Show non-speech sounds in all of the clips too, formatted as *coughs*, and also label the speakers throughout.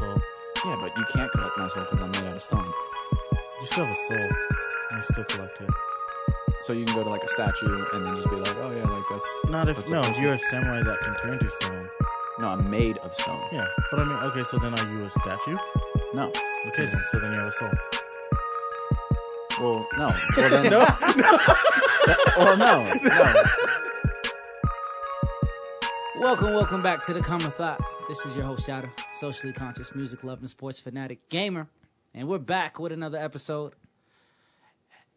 Speaker 1: Yeah, but you can't collect my soul because I'm made out of stone.
Speaker 2: You still have a soul. I still collect it.
Speaker 1: So you can go to like a statue and then just be like, oh yeah, like that's
Speaker 2: Not if
Speaker 1: that's a
Speaker 2: no,
Speaker 1: person.
Speaker 2: you're a samurai that can turn to stone.
Speaker 1: no, I'm made of stone.
Speaker 2: Yeah, but I mean, okay, so then are you a statue?
Speaker 1: No,
Speaker 2: Okay, then so then you have a soul.
Speaker 1: well, no, well *laughs* then, no, well no, no.
Speaker 3: Welcome, welcome back to the Common Thought. This is your host Shadow, socially conscious, music loving, sports fanatic, gamer, and we're back with another episode.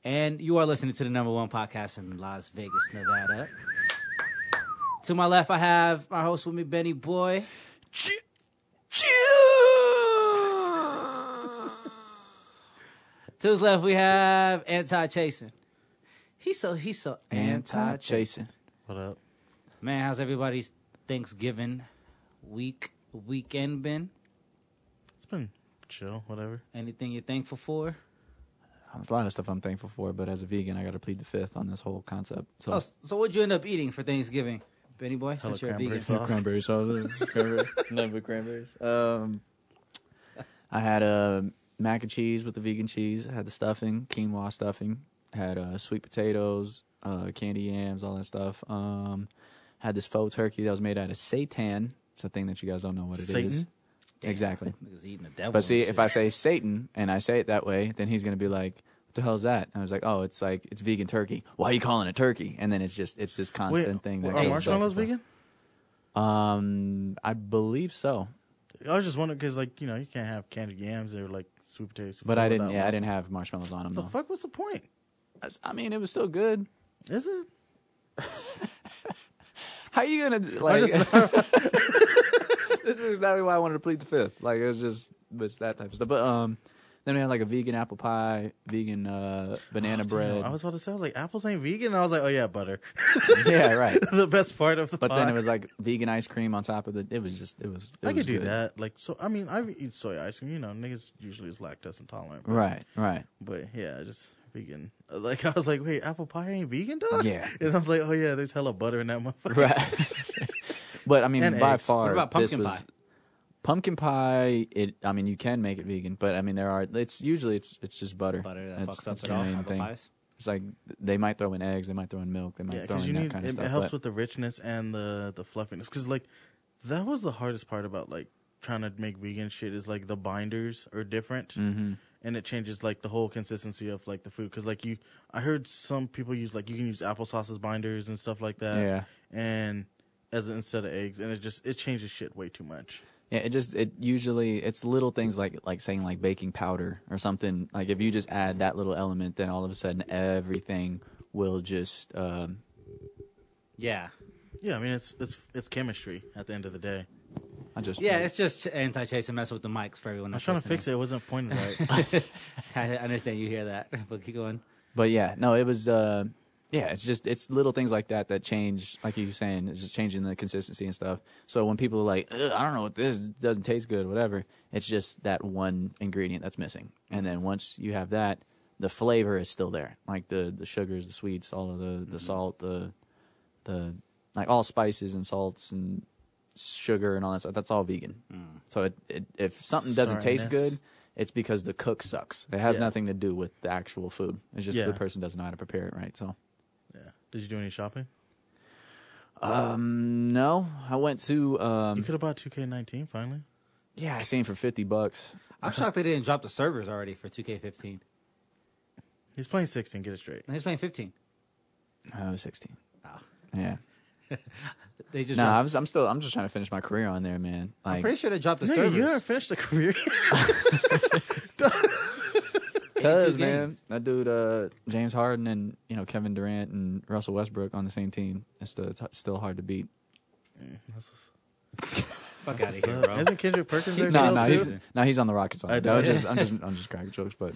Speaker 3: And you are listening to the number one podcast in Las Vegas, Nevada. To my left, I have my host with me, Benny Boy. To his left, we have Anti Chasing. He's so he's so anti
Speaker 1: Anti-chasing.
Speaker 3: chasing.
Speaker 2: What up?
Speaker 3: Man, how's everybody's Thanksgiving week weekend been?
Speaker 2: It's been chill, whatever.
Speaker 3: Anything you're thankful for?
Speaker 1: There's a lot of stuff I'm thankful for, but as a vegan, I got to plead the fifth on this whole concept. So
Speaker 3: Oh, so what'd you end up eating for Thanksgiving, Benny boy? Since you're a
Speaker 2: cranberry
Speaker 3: vegan,
Speaker 2: sauce.
Speaker 1: cranberry sauce, *laughs* cranberry, none but cranberries. Um, I had a mac and cheese with the vegan cheese. I had the stuffing, quinoa stuffing. Had uh, sweet potatoes, uh, candy yams, all that stuff. Um, had this faux turkey that was made out of seitan. It's a thing that you guys don't know what it is.
Speaker 2: Satan?
Speaker 3: Damn,
Speaker 1: *laughs* Exactly.
Speaker 3: *laughs* niggas eating the devil.
Speaker 1: But see,
Speaker 3: and
Speaker 1: if
Speaker 3: shit.
Speaker 1: I say Satan and I say it that way, then he's gonna be like, "What the hell's that?" And I was like, "Oh, it's like it's vegan turkey. Why are you calling it turkey?" And then it's just it's this
Speaker 2: Wait,
Speaker 1: constant thing.
Speaker 2: are
Speaker 1: That goes
Speaker 2: marshmallows
Speaker 1: back and
Speaker 2: vegan?
Speaker 1: forth. Um, I believe so,
Speaker 2: I was just wondering because, like, you know, you can't have candied yams or like sweet potatoes.
Speaker 1: but I didn't.
Speaker 2: without
Speaker 1: Yeah, I
Speaker 2: one.
Speaker 1: didn't have marshmallows on them
Speaker 2: The
Speaker 1: though.
Speaker 2: fuck? What's the point?
Speaker 1: I s- I mean, it was still good.
Speaker 2: Is it?
Speaker 1: How are you gonna
Speaker 2: *laughs*
Speaker 1: like? *laughs* this is exactly why I wanted to plead the fifth. Like it was just it's that type of stuff. But um, then we had like a vegan apple pie, vegan uh banana bread.
Speaker 2: Oh,
Speaker 1: *laughs*
Speaker 2: I was about to say, I was like, apples ain't vegan. And I was like, oh yeah, butter.
Speaker 1: yeah, right.
Speaker 2: *laughs* the best part of the
Speaker 1: But then
Speaker 2: pie.
Speaker 1: it was like vegan ice cream on top of the. It was just. It was. It
Speaker 2: I
Speaker 1: was
Speaker 2: could do
Speaker 1: good.
Speaker 2: that. Like, so I mean, I eat soy ice cream. You know, niggas usually is lactose intolerant. But,
Speaker 1: Right. Right.
Speaker 2: but yeah, just vegan. *laughs* Like, I was like, wait, apple pie ain't vegan, dog.
Speaker 1: Yeah.
Speaker 2: *laughs* And I was like, oh yeah, there's hella butter in that motherfucker.
Speaker 1: *laughs* Right. but I mean,
Speaker 2: And
Speaker 1: by
Speaker 2: eggs.
Speaker 1: far,
Speaker 3: What about
Speaker 1: this
Speaker 3: pumpkin
Speaker 1: was,
Speaker 3: pie?
Speaker 1: Pumpkin pie. It. I mean, you can make it vegan, but I mean, there are. It's usually it's it's just butter.
Speaker 3: butter that
Speaker 1: That's-
Speaker 3: fucks
Speaker 1: that's
Speaker 3: up at
Speaker 1: the
Speaker 3: all.
Speaker 1: main
Speaker 3: apple
Speaker 1: thing.
Speaker 3: pies.
Speaker 1: It's like they might throw in eggs, they might throw in milk, they might
Speaker 2: Yeah,
Speaker 1: throw
Speaker 2: because
Speaker 1: in
Speaker 2: you
Speaker 1: that
Speaker 2: need
Speaker 1: kind of
Speaker 2: it,
Speaker 1: stuff.
Speaker 2: it helps
Speaker 1: but-
Speaker 2: with the richness and the the fluffiness. Because like that was the hardest part about like trying to make vegan shit is like the binders are different,
Speaker 1: Mm-hmm.
Speaker 2: and it changes like the whole consistency of like the food. Because like you, I heard some people use like you can use applesauce as binders and stuff like that.
Speaker 1: Yeah.
Speaker 2: and as instead of eggs, and it just it changes shit way too much.
Speaker 1: Yeah, it just it usually it's little things like like saying like baking powder or something. Like if you just add that little element, then all of a sudden everything will just um,
Speaker 3: Yeah,
Speaker 2: Yeah, I mean it's it's it's chemistry at the end of the day.
Speaker 1: I just
Speaker 3: yeah. It's just anti chasing mess with the mics for everyone.
Speaker 2: I was trying to fix it; it wasn't pointed right.
Speaker 3: *laughs* I understand you hear that, *laughs* but keep going.
Speaker 1: But yeah, no, it was. Uh, yeah, it's just it's little things like that that change, like you were saying, it's just changing the consistency and stuff. So when people are like, Ugh, I don't know what this it doesn't taste good, whatever, it's just that one ingredient that's missing. And then once you have that, the flavor is still there, like the the sugars, the sweets, all of the the salt, the the like all spices and salts and sugar and all that stuff. That's all vegan.
Speaker 2: Hmm.
Speaker 1: So it, it, if something doesn't taste
Speaker 2: Sorriness.
Speaker 1: good, it's because the cook sucks. It has
Speaker 2: Yeah.
Speaker 1: nothing to do with the actual food. It's just
Speaker 2: Yeah.
Speaker 1: the person doesn't know how to prepare it right. So
Speaker 2: yeah. Did you do any shopping?
Speaker 1: um, no, I went to
Speaker 2: You
Speaker 1: um,
Speaker 2: could have bought 2K19 finally.
Speaker 1: yeah, I seen for fifty bucks.
Speaker 3: I'm shocked they didn't drop the servers already for 2K15.
Speaker 2: He's playing 16. Get it straight.
Speaker 3: No, he's playing 15.
Speaker 1: I was Oh, sixteen.
Speaker 3: Ah.
Speaker 1: Yeah,
Speaker 3: They just.
Speaker 1: no, I
Speaker 3: dropped-
Speaker 1: was, I'm still I'm just trying to finish my career on there, man.
Speaker 3: I'm,
Speaker 1: Like
Speaker 3: pretty sure they dropped the
Speaker 2: Nigga,
Speaker 3: servers.
Speaker 2: you haven't finished the
Speaker 3: *laughs*
Speaker 2: career. *laughs* yet.
Speaker 1: Cuz
Speaker 3: games.
Speaker 1: man, that dude uh, James Harden and you know Kevin Durant and Russell Westbrook on the same team. It's still, it's still hard to beat.
Speaker 3: Fuck out of here, bro.
Speaker 2: Isn't Kendrick Perkins
Speaker 3: *laughs*
Speaker 2: there?
Speaker 1: No,
Speaker 2: too?
Speaker 1: no,
Speaker 3: James
Speaker 1: he's
Speaker 3: Harden.
Speaker 1: no, he's on the Rockets.
Speaker 2: I
Speaker 1: I know.
Speaker 2: know. *laughs*
Speaker 1: just, I'm just, I'm just cracking jokes, but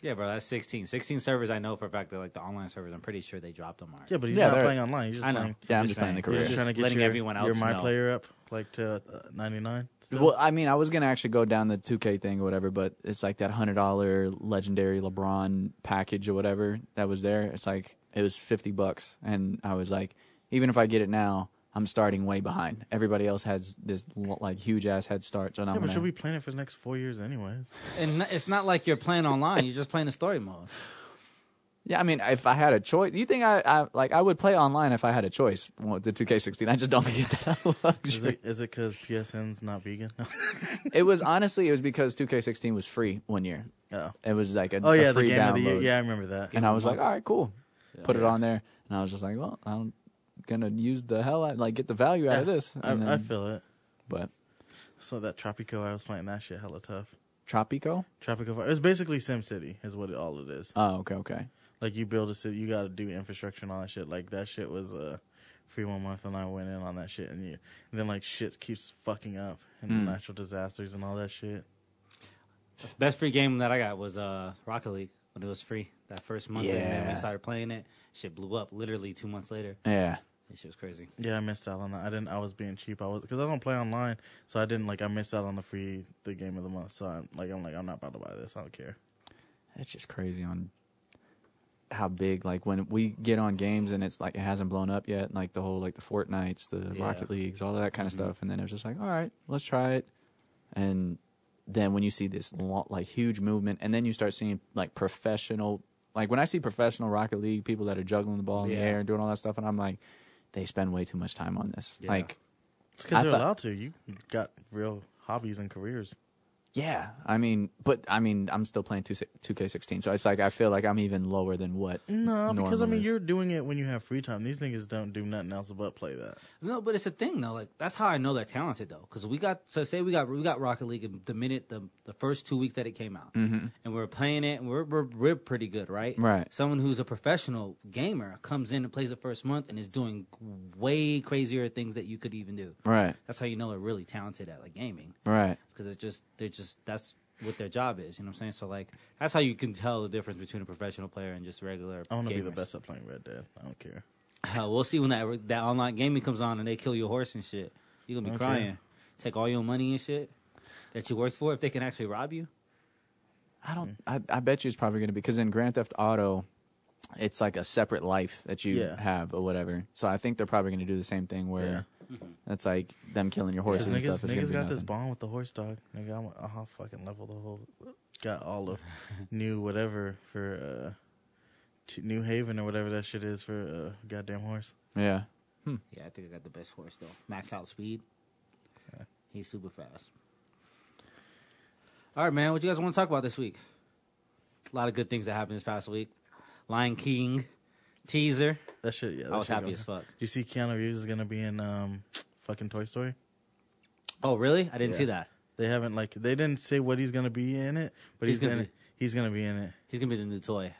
Speaker 3: Yeah, bro, that's 16. 16 servers I know for a fact that like the online servers, I'm pretty sure they dropped them already.
Speaker 2: Yeah, but he's
Speaker 1: Yeah,
Speaker 2: not
Speaker 1: they're-
Speaker 2: playing online. He's just
Speaker 3: I know.
Speaker 2: playing.
Speaker 1: yeah, I'm just playing the
Speaker 2: He's
Speaker 1: career.
Speaker 2: just trying to get
Speaker 3: Letting
Speaker 2: your,
Speaker 3: everyone
Speaker 2: your
Speaker 3: else
Speaker 2: my
Speaker 3: know.
Speaker 2: player up like to uh, 99. still.
Speaker 1: Well, I mean, I was gonna actually go down the 2K thing or whatever, but it's like that hundred dollar legendary LeBron package or whatever that was there. It's like it was fifty bucks, and I was like, even if I get it now, I'm starting way behind. Everybody else has this l- like huge ass head start. So
Speaker 2: Yeah,
Speaker 1: now I'm
Speaker 3: oh,
Speaker 2: but
Speaker 1: gonna-
Speaker 2: you'll be playing it for the next four years,
Speaker 3: *laughs*
Speaker 2: anyways.
Speaker 3: And n- it's not like you're playing online. You're just playing the story mode.
Speaker 1: Yeah, I mean, if I had a choice, you think I, I like I would play online if I had a choice with the 2K16. I just don't think it's that *laughs*
Speaker 2: Is
Speaker 1: luxury.
Speaker 2: it is it because PSN's not vegan? *laughs*
Speaker 1: It was honestly, it was because 2K16 was free one year.
Speaker 2: oh,
Speaker 1: It was like a,
Speaker 2: oh
Speaker 1: a
Speaker 2: yeah, the
Speaker 1: free
Speaker 2: game
Speaker 1: download.
Speaker 2: of the year. Yeah, I remember that.
Speaker 1: and I was like, all right, cool. Put it
Speaker 2: Yeah.
Speaker 1: on there, and I was just like, well, I'm gonna use the hell out, like get the value out of
Speaker 2: Yeah,
Speaker 1: this.
Speaker 2: I,
Speaker 1: And
Speaker 2: I
Speaker 1: then-
Speaker 2: feel it.
Speaker 1: but
Speaker 2: So that Tropico, I was playing that shit hella tough.
Speaker 1: Tropico.
Speaker 2: Tropico, it's basically SimCity, is what it, all it is.
Speaker 1: Oh, okay, okay.
Speaker 2: Like you build a city, you got to do infrastructure and all that shit. Like that shit was uh, free one month, and I went in on that shit, and you and then like shit keeps fucking up and
Speaker 1: Mm.
Speaker 2: natural disasters and all that shit.
Speaker 3: Best free game that I got was uh, Rocket League when it was free that first month. And then
Speaker 1: Yeah.
Speaker 3: we started playing it. Shit blew up literally two months later.
Speaker 1: Yeah,
Speaker 3: That shit was crazy.
Speaker 2: Yeah, I missed out on that. I didn't. I was being cheap. I was because I don't play online, so I didn't like. I missed out on the free the game of the month. So I'm like, I'm like, I'm not about to buy this. I don't care.
Speaker 1: it's just crazy on how big like when we get on games and it's like it hasn't blown up yet like the whole like the fortnites the
Speaker 3: Yeah.
Speaker 1: rocket leagues all of that
Speaker 2: Mm-hmm.
Speaker 1: kind of stuff and then it was just like all right let's try it and then when you see this lo- like huge movement and then you start seeing like professional like when i see professional rocket league people that are juggling the ball in
Speaker 3: Yeah.
Speaker 1: the air and doing all that stuff and i'm like they spend way too much time on this
Speaker 3: Yeah.
Speaker 1: like
Speaker 2: It's because
Speaker 1: I
Speaker 2: you're
Speaker 1: thought-
Speaker 2: allowed to. You got real hobbies and careers.
Speaker 1: yeah i mean but i mean i'm still playing 2, 2k16 so it's like i feel like i'm even lower than what
Speaker 2: No, because I
Speaker 1: normal
Speaker 2: mean,
Speaker 1: is.
Speaker 2: you're doing it when you have free time. These niggas don't do nothing else but play that.
Speaker 3: No, but it's a thing though. Like that's how I know they're talented though, because we got so say we got we got Rocket League in the minute the the first two weeks that it came out, mm-hmm. and we are playing it, and we're, we're we're pretty good, right?
Speaker 1: Right.
Speaker 3: Someone who's a professional gamer comes in and plays the first month and is doing way crazier things that you could even do.
Speaker 1: right
Speaker 3: That's how you know they're really talented at like gaming,
Speaker 1: right
Speaker 3: because it's just they're just that's what their job is. You know what I'm saying? So like that's how you can tell the difference between a professional player and just regular.
Speaker 2: I want to be the
Speaker 3: gamers. *laughs*
Speaker 2: best at playing Red Dead. I don't care.
Speaker 3: Uh, we'll see when that that online gaming comes on and they kill your horse and shit. You gonna be
Speaker 2: Okay.
Speaker 3: crying. Take all your money and shit that you worked for if they can actually rob you.
Speaker 1: I
Speaker 2: Mm.
Speaker 1: don't. I, I bet you it's probably going to be because in Grand Theft Auto, it's like a separate life that you
Speaker 2: Yeah.
Speaker 1: have or whatever. So I think they're probably going to do the same thing where that's like them killing your horses
Speaker 2: Because
Speaker 1: and
Speaker 2: niggas,
Speaker 1: stuff. is gonna
Speaker 2: niggas
Speaker 1: be
Speaker 2: got this
Speaker 1: nothing.
Speaker 2: bond with the horse dog. Nigga, I'm, uh, I'll fucking level the whole. Got all of new whatever for uh, t- New Haven or whatever that shit is for uh, goddamn horse.
Speaker 1: Yeah,
Speaker 3: Yeah, I think I got the best horse though. Max out speed. He's super fast. All right, man. What you guys want to talk about this week? A lot of good things that happened this past week. Lion King teaser.
Speaker 2: That shit, yeah. That
Speaker 3: I was
Speaker 2: shit
Speaker 3: happy
Speaker 2: gonna-
Speaker 3: as fuck.
Speaker 2: You see, Keanu Reeves is gonna be in um, fucking Toy Story.
Speaker 3: Oh, really? I didn't
Speaker 2: Yeah.
Speaker 3: see that.
Speaker 2: They haven't like they didn't say what he's gonna be in it, but
Speaker 3: He's
Speaker 2: he's,
Speaker 3: gonna
Speaker 2: gonna he's gonna be in it.
Speaker 3: He's gonna be the new toy.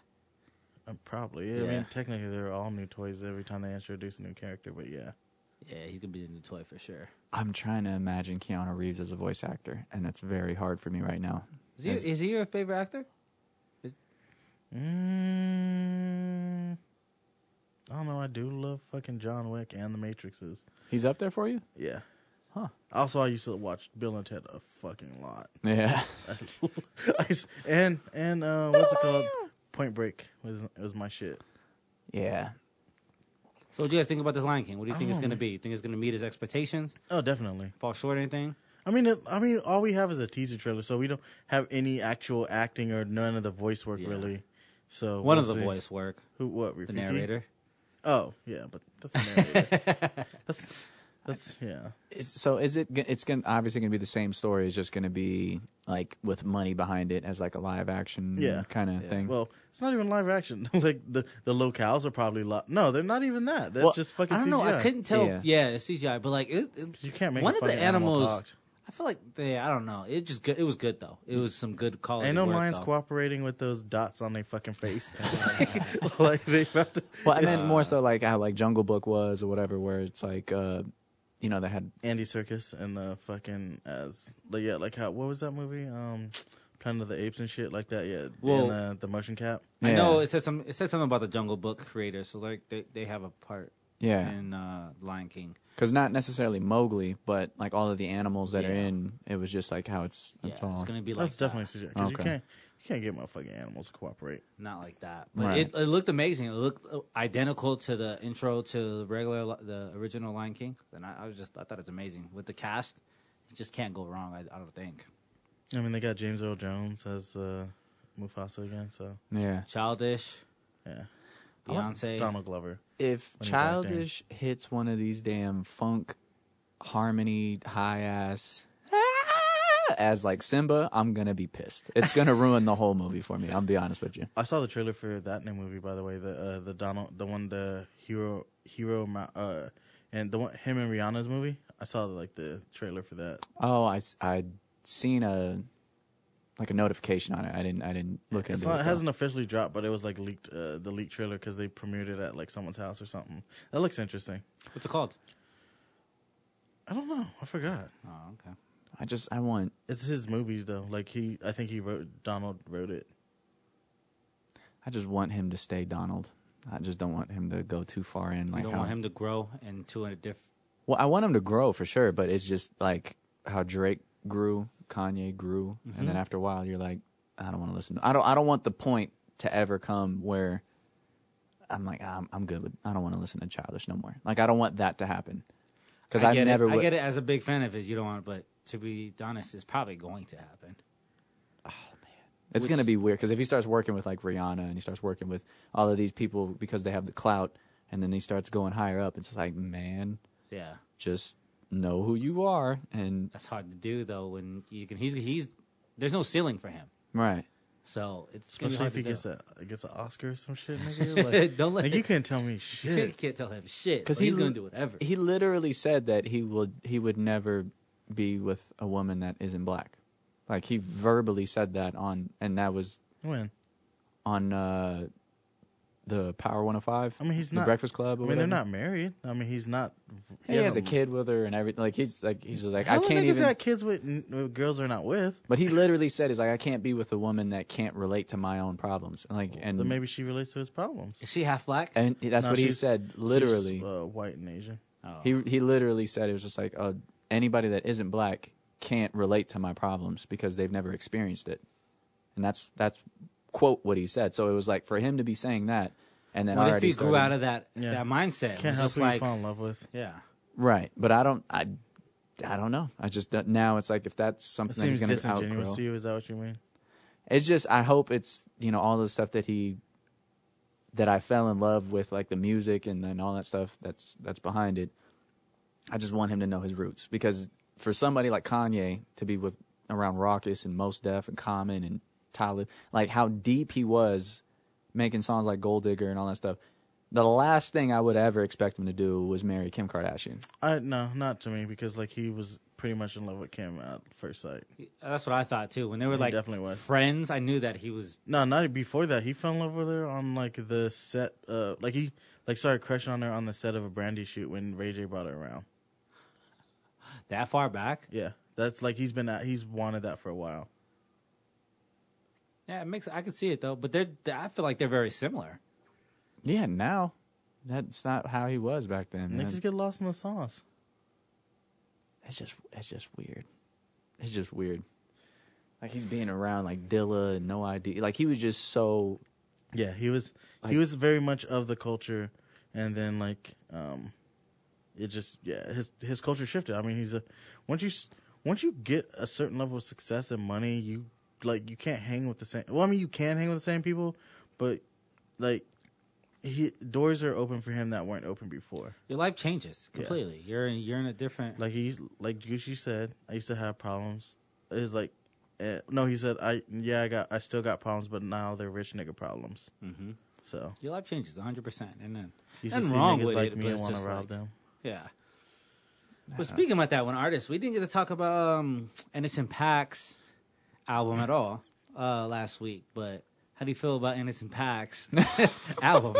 Speaker 2: Uh, probably. I
Speaker 3: Yeah.
Speaker 2: mean, technically, they're all new toys every time they introduce a new character. But yeah,
Speaker 3: Yeah, he's gonna be the new toy for sure.
Speaker 1: I'm trying to imagine Keanu Reeves as a voice actor, and it's very hard for me right now.
Speaker 3: Is he, is he your favorite actor?
Speaker 2: mm, I don't know. I do love fucking John Wick and the Matrixes.
Speaker 1: He's up there for you?
Speaker 2: Yeah.
Speaker 1: Huh.
Speaker 2: Also, I used to watch Bill and Ted a fucking lot. *laughs*
Speaker 1: Yeah.
Speaker 2: I used- and and uh, what's it called? Point Break was was my shit.
Speaker 1: yeah.
Speaker 3: So, what do you guys think about this Lion King? What do you think it's
Speaker 2: Oh,
Speaker 3: going to
Speaker 2: man.
Speaker 3: be? You think it's going to meet his expectations?
Speaker 2: Oh, definitely.
Speaker 3: Fall short? of Anything?
Speaker 2: I mean, it, I mean, all we have is a teaser trailer, so we don't have any actual acting or none of the voice work
Speaker 3: Yeah.
Speaker 2: really. So
Speaker 3: One
Speaker 2: we'll
Speaker 3: of the
Speaker 2: see.
Speaker 3: voice work,
Speaker 2: who, what
Speaker 3: the
Speaker 2: Rafiki?
Speaker 3: narrator.
Speaker 2: Oh, yeah, but that's the narrator.
Speaker 3: *laughs*
Speaker 2: that's that's yeah.
Speaker 1: It's, so is it? g- It's gonna obviously going to be the same story. It's just going to be like with money behind it as like a live action
Speaker 2: Yeah.
Speaker 1: kind of
Speaker 3: Yeah.
Speaker 1: thing.
Speaker 2: Well, it's not even live action. *laughs* like the the locales are probably li- no, they're not even that. That's
Speaker 1: Well,
Speaker 2: just fucking.
Speaker 3: I don't know.
Speaker 2: CGI.
Speaker 3: I couldn't tell.
Speaker 1: Yeah.
Speaker 3: Yeah, it's CGI, but like it, it-
Speaker 2: You can't make
Speaker 3: one
Speaker 2: a
Speaker 3: of the
Speaker 2: fucking animal
Speaker 3: animals.
Speaker 2: talk.
Speaker 3: I feel like they. I don't know. It just good. It was good though. It was some good quality.
Speaker 2: Ain't no
Speaker 3: Oh, work,
Speaker 2: lions
Speaker 3: though.
Speaker 2: cooperating with those dots on their
Speaker 3: *laughs*
Speaker 2: fucking face. *laughs* like, they have to. *laughs*
Speaker 1: Well, I meant more so like how like Jungle Book was or whatever, where it's like, uh, you know, they had
Speaker 2: Andy Circus and the fucking as like yeah like how what was that movie um Planet of the Apes and shit like that yeah
Speaker 3: Well-
Speaker 2: and uh, the motion cap
Speaker 3: I know
Speaker 1: Yeah.
Speaker 3: it said some. It said something about the Jungle Book creator. So like they they have a part
Speaker 1: yeah,
Speaker 3: in uh, Lion King.
Speaker 1: because not necessarily Mowgli, but like all of the animals that are
Speaker 3: Yeah.
Speaker 1: in. It was just like how it's
Speaker 3: Yeah,
Speaker 1: it's all
Speaker 3: it's gonna be like
Speaker 2: that's
Speaker 3: that.
Speaker 2: definitely CGI because
Speaker 1: Okay.
Speaker 2: you can't You can't get motherfucking animals to cooperate.
Speaker 3: Not like that, but
Speaker 1: Right.
Speaker 3: it, it looked amazing. It looked uh, identical to the intro to the regular, li- the original Lion King. And I, I was just, I thought it's amazing with the cast. You just can't go wrong. I, I don't think.
Speaker 2: I mean, they got James Earl Jones as uh, Mufasa again, so
Speaker 1: Yeah.
Speaker 3: Childish,
Speaker 2: yeah.
Speaker 1: I want
Speaker 3: Beyonce.
Speaker 2: Donald Glover. When
Speaker 1: If
Speaker 2: he's acting.
Speaker 1: Childish hits one of these damn funk harmony high ass as like Simba, I'm gonna be pissed. It's *laughs* gonna ruin the whole movie for me. I'll be honest with you.
Speaker 2: I saw the trailer for that new movie, by the way. The uh, the Donald, the one, the hero, hero, Ma- uh, and the one him and Rihanna's movie. I saw like the trailer for that.
Speaker 1: Oh, I I seen a like a notification on it. I didn't I didn't look
Speaker 2: It's
Speaker 1: into
Speaker 2: not,
Speaker 1: it.
Speaker 2: it
Speaker 1: though.
Speaker 2: hasn't officially dropped, but it was like leaked. Uh, the leaked trailer because they premiered it at like someone's house or something. That looks interesting.
Speaker 3: What's it called?
Speaker 2: I don't know. I forgot.
Speaker 3: Oh, okay.
Speaker 1: I just I want
Speaker 2: It's his movies though. Like he, I think he wrote. Donald wrote it.
Speaker 1: I just want him to stay Donald. I just don't want him to go too far in. Like
Speaker 3: you don't
Speaker 1: how,
Speaker 3: want him to grow into a diff.
Speaker 1: Well, I want him to grow for sure, but it's just like how Drake grew, Kanye grew, and
Speaker 3: Mm-hmm.
Speaker 1: then after a while, you're like, I don't want to listen. I don't. I don't want the point to ever come where I'm like, I'm, I'm good with. I don't want to listen to Childish no more. Like, I don't want that to happen because
Speaker 3: I
Speaker 1: I've
Speaker 3: get
Speaker 1: never.
Speaker 3: It. I
Speaker 1: would-
Speaker 3: get it as a big fan of his. You don't want, but to be honest, it's probably going to happen.
Speaker 1: It's
Speaker 3: Which-
Speaker 1: gonna be weird because if he starts working with like Rihanna and he starts working with all of these people because they have the clout, and then he starts going higher up, it's like, man,
Speaker 3: Yeah,
Speaker 1: just know who you are and
Speaker 3: that's hard to do though. When you can, he's he's there's no ceiling for him.
Speaker 1: right.
Speaker 3: So it's gonna be
Speaker 2: Especially
Speaker 3: hard
Speaker 2: if he
Speaker 3: to
Speaker 2: gets
Speaker 3: do.
Speaker 2: a gets an Oscar or some shit. Nigga. Like,
Speaker 3: Don't let
Speaker 2: like you can't tell me
Speaker 3: *laughs* You
Speaker 2: shit.
Speaker 3: can't tell him shit.
Speaker 1: Because
Speaker 3: Because
Speaker 1: he
Speaker 3: he's
Speaker 1: li-
Speaker 3: gonna do whatever.
Speaker 1: He literally said that he would he would never be with a woman that isn't black. Like he verbally said that on and that was
Speaker 2: When
Speaker 1: on uh the Power 105.
Speaker 2: I mean, he's
Speaker 1: the
Speaker 2: not-
Speaker 1: Breakfast Club.
Speaker 2: I
Speaker 1: Or
Speaker 2: mean, they're
Speaker 1: whatever.
Speaker 2: not married. I mean, he's not.
Speaker 1: He, has a
Speaker 2: hasn't-
Speaker 1: kid with her and everything. Like he's like he's just like
Speaker 2: How
Speaker 1: I
Speaker 2: the
Speaker 1: can't
Speaker 2: niggas
Speaker 1: even.
Speaker 2: got kids with, n- with girls they're not with.
Speaker 1: But he literally said he's like I can't be with a woman that can't relate to my own problems. And like and
Speaker 2: then maybe she relates to his problems.
Speaker 3: Is she half black?
Speaker 1: and that's
Speaker 2: No,
Speaker 1: what he
Speaker 2: she's-
Speaker 1: said literally.
Speaker 2: She's, uh, white and Asian.
Speaker 3: Oh.
Speaker 1: He he literally said it was just like, oh, anybody that isn't black can't relate to my problems because they've never experienced it, and that's that's quote what he said. So it was like for him to be saying that, and then
Speaker 3: what if
Speaker 1: already
Speaker 3: he grew
Speaker 1: started-
Speaker 3: out of that
Speaker 2: Yeah.
Speaker 3: that mindset?
Speaker 2: Can't
Speaker 3: Can't
Speaker 2: help
Speaker 3: just
Speaker 2: who you
Speaker 3: like
Speaker 2: fall in love with.
Speaker 3: yeah,
Speaker 1: right? But I don't I I don't know. I just don't- now it's like if that's
Speaker 2: It
Speaker 1: something that
Speaker 2: seems
Speaker 1: he's going to
Speaker 2: disingenuous
Speaker 1: outgrow,
Speaker 2: to you. Is that what you mean?
Speaker 1: it's just I hope it's you know all the stuff that he that I fell in love with, like the music and then all that stuff that's that's behind it. I just want him to know his roots because for somebody like Kanye to be with around Raucus and Most Def and Common and Tyler, like how deep he was making songs like Gold Digger and all that stuff. The last thing I would ever expect him to do was marry Kim Kardashian.
Speaker 2: I no, not to me because like he was pretty much in love with Kim at first sight.
Speaker 3: uh, that's what I thought too. When they were
Speaker 2: He
Speaker 3: like
Speaker 2: definitely was.
Speaker 3: friends, I knew that he was.
Speaker 2: No, not before that. He fell in love with her on like the set. Uh, like he like started crushing on her on the set of a Brandy shoot when Ray J brought her around.
Speaker 3: That far back,
Speaker 2: Yeah, that's like he's been at. He's wanted that for a while.
Speaker 3: yeah, it makes I could see it though. But they're, they- I feel like they're very similar.
Speaker 1: Yeah, now that's not how he was back then. man.
Speaker 2: Niggas get lost in the sauce.
Speaker 1: it's just it's just weird. It's just weird. Like he's being around like Dilla and no ID. Like he was just so
Speaker 2: Yeah, he was
Speaker 1: Like-
Speaker 2: he was very much of the culture, and then like um, it just yeah his his culture shifted. I mean he's a once you s- once you get a certain level of success and money, you like you can't hang with the same. Well, I mean you can hang with the same people, but like he doors are open for him that weren't open before.
Speaker 3: Your life changes completely. You're in you're in a different.
Speaker 2: Like he's like Gucci said, I used to have problems. It's like. eh, No, he said, "I yeah, I got, I still got problems, but now they're rich nigga problems."
Speaker 3: hmm
Speaker 2: So
Speaker 3: Your life changes 100, percent and then
Speaker 2: you should
Speaker 3: nothing
Speaker 2: see
Speaker 3: wrong
Speaker 2: niggas
Speaker 3: with
Speaker 2: like
Speaker 3: it,
Speaker 2: me
Speaker 3: but
Speaker 2: and
Speaker 3: it's
Speaker 2: wanna
Speaker 3: just
Speaker 2: rob
Speaker 3: like-
Speaker 2: them.
Speaker 3: yeah. But speaking about that one artist, we didn't get to talk about um, Innocent Packs album at all uh, last week. But how do you feel about
Speaker 2: *laughs*
Speaker 3: Innocent Packs album?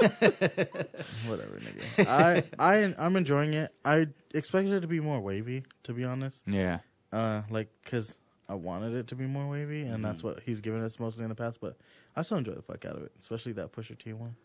Speaker 2: *laughs* whatever, *laughs* nigga. I I I'm enjoying it. I expected it to be more wavy, to be honest.
Speaker 1: yeah.
Speaker 2: Uh, like because I wanted it to be more wavy, and that's what he's given us mostly in the past. But I still enjoy the fuck out of it, especially that Pusher T one.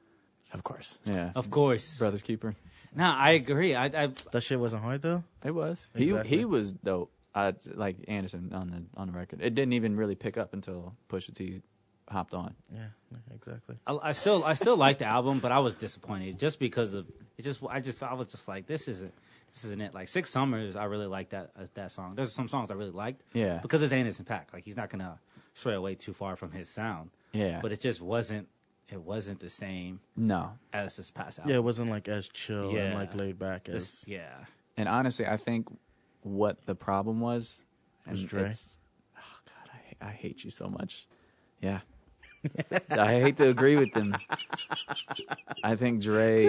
Speaker 1: Of course. Yeah.
Speaker 3: Of course.
Speaker 1: Brothers Keeper.
Speaker 3: No, I agree. I, I
Speaker 2: That shit wasn't hard though.
Speaker 1: It was. He
Speaker 2: Exactly.
Speaker 1: he was dope. I, like Anderson on the on the record. It didn't even really pick up until Pusha T hopped on.
Speaker 2: Yeah, yeah, exactly.
Speaker 3: I, I still I still like the album, but I was disappointed just because of it. Just I just I was just like this isn't this isn't it. Like Six Summers, I really like that uh, that song. There's some songs I really liked.
Speaker 1: Yeah.
Speaker 3: because it's Anderson Pack. Like he's not gonna stray away too far from his sound.
Speaker 1: Yeah,
Speaker 3: but it just wasn't it wasn't the same
Speaker 1: no.
Speaker 3: as his past album.
Speaker 2: Yeah, it wasn't like as chill
Speaker 3: Yeah.
Speaker 2: and like laid back as
Speaker 3: This- yeah.
Speaker 1: And honestly, I think what the problem was
Speaker 2: Was
Speaker 1: and
Speaker 2: Dre.
Speaker 1: it's- Oh God, I, hate- I hate you so much. Yeah, *laughs* I hate to agree with them. I think Dre.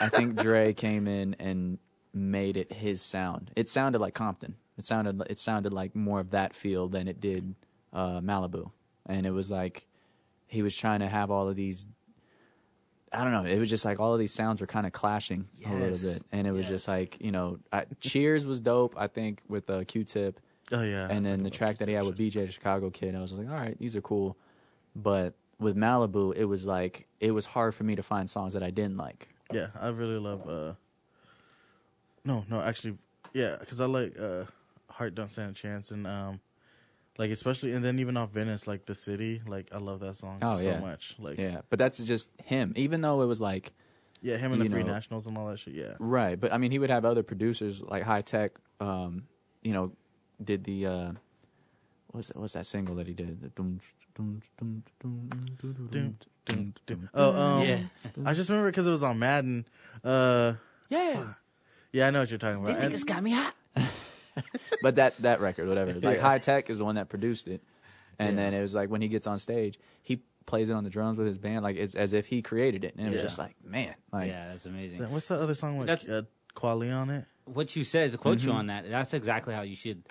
Speaker 1: I think Dre came in and made it his sound. It sounded like Compton. It sounded. It sounded like more of that feel than it did uh, Malibu. And it was like he was trying to have all of these. I don't know. It was just like all of these sounds were kind of clashing a
Speaker 3: Yes.
Speaker 1: little bit, and it was
Speaker 3: Yes.
Speaker 1: just like you know, I, Cheers was dope. I think with uh, Q-Tip,
Speaker 2: oh yeah.
Speaker 1: and then the track that he had with BJ the Chicago Kid, I was like, all right, these are cool. But with Malibu, it was like it was hard for me to find songs that I didn't like.
Speaker 2: Yeah, I really love. uh No, no, actually, yeah, because I like uh Heart Don't Stand a Chance, and um, like especially, and then even off Venice, like the city, like I love that song
Speaker 1: Oh,
Speaker 2: so
Speaker 1: yeah.
Speaker 2: much. Like, yeah,
Speaker 1: Yeah, but that's just him. Even though it was like
Speaker 2: him and the
Speaker 1: You
Speaker 2: Free
Speaker 1: know.
Speaker 2: Nationals and all that shit. Yeah,
Speaker 1: right, but I mean, he would have other producers like High Tech. Um, you know, did the uh, what's that, what's that single that he did? The dum- dum- dum- dum- dum- dum- dum- dum- dum-
Speaker 2: Oh, um,
Speaker 3: yeah.
Speaker 2: I just remember because it was on Madden. Uh,
Speaker 3: Yeah.
Speaker 2: yeah, I know what you're talking about.
Speaker 3: These
Speaker 2: And-
Speaker 3: niggas got me hot.
Speaker 1: *laughs* but that that record, whatever. Like
Speaker 2: Yeah.
Speaker 1: High Tech is the one that produced it, and
Speaker 2: Yeah.
Speaker 1: then it was like when he gets on stage, he plays it on the drums with his band, like it's as if he created it, and it was
Speaker 2: Yeah.
Speaker 1: just like, man, like
Speaker 3: yeah, that's amazing.
Speaker 2: Then What's the other song with
Speaker 3: That's-
Speaker 2: uh, Quali on it?
Speaker 3: what you said to quote
Speaker 2: Mm-hmm.
Speaker 3: you on that that's exactly how you should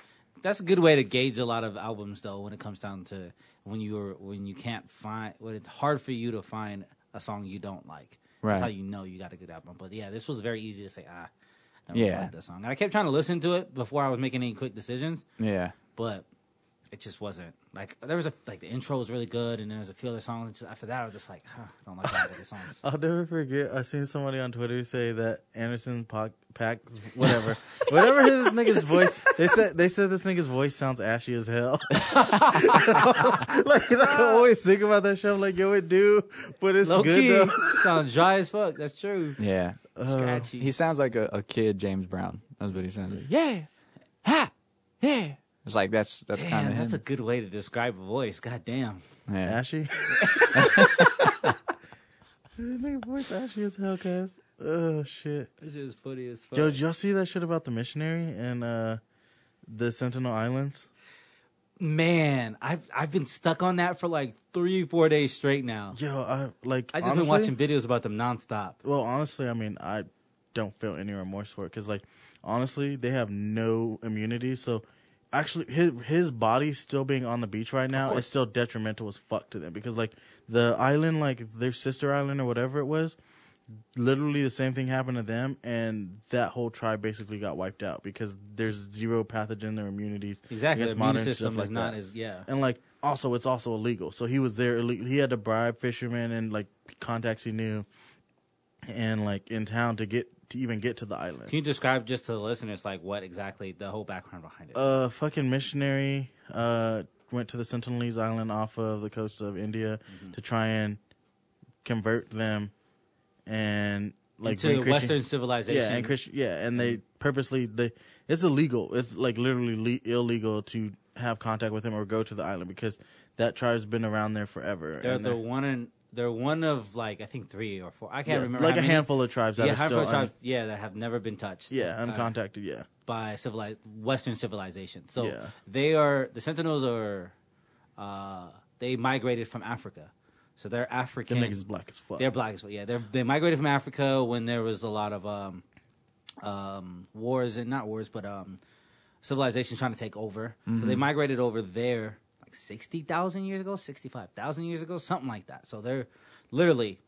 Speaker 3: that's a good way to gauge a lot of albums though when it comes down to when you're when you can't find when it's hard for you to find a song you don't like that's
Speaker 1: Right.
Speaker 3: how you know you got a good album but yeah this was very easy to say ah I don't
Speaker 1: Yeah.
Speaker 3: really like that song and i kept trying to listen to it before i was making any quick decisions
Speaker 1: yeah,
Speaker 3: but it just wasn't like there was a like the intro was really good and then there's a few other songs and just after that i was just like huh, i don't like that other songs
Speaker 2: I'll never forget. I seen somebody on Twitter say that Anderson Pac, Pack's *laughs* whatever, whatever his nigga's voice. They said they said this nigga's voice sounds ashy as hell. *laughs* like and I always think about that show. I'm like, yo, it do, but it's
Speaker 3: low
Speaker 2: good
Speaker 3: key
Speaker 2: though.
Speaker 3: *laughs*
Speaker 2: Uh,
Speaker 3: sounds dry as fuck that's true
Speaker 1: yeah.
Speaker 3: scratchy
Speaker 1: He sounds like a, a kid, James Brown. That's what he sounds like. Yeah, ha, yeah. It's like that's that's kind
Speaker 3: Damn,
Speaker 1: of
Speaker 3: that's a
Speaker 1: him.
Speaker 3: good way to describe a voice. God damn.
Speaker 1: yeah.
Speaker 2: Ashy. *laughs* His nigga voice ashy as hell, cuz. Oh shit.
Speaker 3: This is funny as fuck.
Speaker 2: Yo, did y'all see that shit about the missionary and uh, the Sentinel Islands?
Speaker 3: Man, I've I've been stuck on that for like three, four days straight now.
Speaker 2: Yo, I like.
Speaker 3: I just
Speaker 2: honestly,
Speaker 3: been watching videos about them nonstop.
Speaker 2: Well, honestly, I mean, I don't feel any remorse for it because, like, honestly, they have no immunity. So, actually, his his body still being on the beach right now is still detrimental as fuck to them because, like, the island, like their sister island or whatever it was, literally the same thing happened to them, and that whole tribe basically got wiped out because there's zero pathogen or immunities.
Speaker 3: Exactly.
Speaker 2: against
Speaker 3: The immune
Speaker 2: modern
Speaker 3: system
Speaker 2: stuff like
Speaker 3: is not
Speaker 2: that.
Speaker 3: as yeah.
Speaker 2: And like, also, it's also illegal. So he was there. Illegal. He had to bribe fishermen and like contacts he knew, and like in town to get to even get to the island.
Speaker 3: Can you describe just to the listeners like what exactly the whole background behind it?
Speaker 2: a fucking missionary uh, went to the Sentinelese Island off of the coast of India
Speaker 3: Mm-hmm.
Speaker 2: to try and convert them and like
Speaker 3: to
Speaker 2: bring Christian-
Speaker 3: Western civilization. Mm-hmm.
Speaker 2: yeah and Christian yeah and they purposely they it's illegal it's like literally le- illegal to have contact with him or go to the island because that tribe's been around there forever
Speaker 3: they're
Speaker 2: and
Speaker 3: the
Speaker 2: they're-
Speaker 3: one in, they're one of like I think three or four. I
Speaker 2: yeah,
Speaker 3: can't remember.
Speaker 2: like
Speaker 3: how
Speaker 2: a
Speaker 3: many.
Speaker 2: handful of tribes that
Speaker 3: Yeah,
Speaker 2: are
Speaker 3: handful
Speaker 2: still
Speaker 3: of tribes.
Speaker 2: un-
Speaker 3: yeah, that have never been touched.
Speaker 2: yeah
Speaker 3: Uh,
Speaker 2: uncontacted yeah
Speaker 3: by civilize Western civilization. So
Speaker 2: Yeah.
Speaker 3: they are the Sentinels are uh, they migrated from Africa, so they're
Speaker 2: the
Speaker 3: African.
Speaker 2: niggas black as fuck
Speaker 3: They're black as well. Yeah, they they migrated from Africa when there was a lot of um, um, wars and not wars, but um, civilizations trying to take over. So
Speaker 2: Mm-hmm.
Speaker 3: they migrated over there like sixty thousand years ago, sixty five thousand years ago, something like that. So they're literally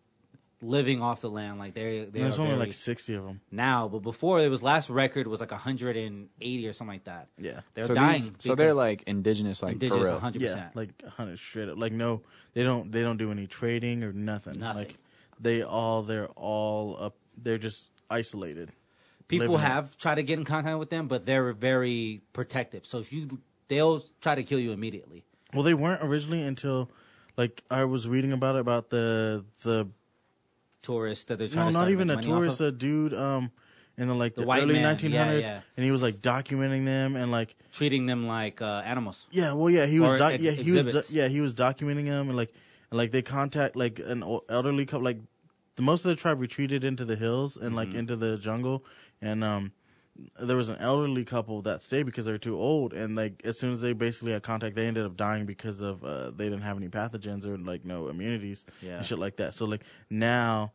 Speaker 3: living off the land. Like they they
Speaker 2: there's
Speaker 3: are
Speaker 2: only
Speaker 3: very-
Speaker 2: like 60 of them
Speaker 3: now, but before it was last record was like 180 or something like that.
Speaker 2: yeah
Speaker 3: They're
Speaker 1: So,
Speaker 3: dying.
Speaker 1: these, so they're
Speaker 3: because
Speaker 1: like indigenous, like for
Speaker 3: indigenous
Speaker 1: real.
Speaker 3: 100.
Speaker 2: Yeah,
Speaker 3: percent
Speaker 2: like hundred straight up. Like no, they don't. They don't do any trading or nothing.
Speaker 3: Nothing.
Speaker 2: Like they all, they're all up. They're just isolated.
Speaker 3: people
Speaker 2: Living it.
Speaker 3: have tried to get in contact with them, but they're very protective. So if you, they'll try to kill you immediately.
Speaker 2: Well, they weren't originally until like I was reading about it about the the
Speaker 3: Tourists that they're trying
Speaker 2: no,
Speaker 3: to
Speaker 2: not
Speaker 3: start
Speaker 2: even a
Speaker 3: making money off
Speaker 2: tourist,
Speaker 3: of.
Speaker 2: a dude um in the like the,
Speaker 3: white
Speaker 2: early
Speaker 3: man. Yeah,
Speaker 2: 1900s
Speaker 3: yeah.
Speaker 2: and he was like documenting them and like
Speaker 3: treating them like uh, animals.
Speaker 2: yeah, well yeah, he was
Speaker 3: Or
Speaker 2: doc-
Speaker 3: ex-
Speaker 2: yeah, he was
Speaker 3: exhibits.
Speaker 2: do- yeah, he was documenting them and like and like they contact like an o- elderly couple like the most of the tribe retreated into the hills and
Speaker 3: Mm-hmm.
Speaker 2: like into the jungle and um there was an elderly couple that stayed because they were too old and like as soon as they basically had contact they ended up dying because of uh they didn't have any pathogens or like no immunities
Speaker 3: Yeah.
Speaker 2: and shit like that so like now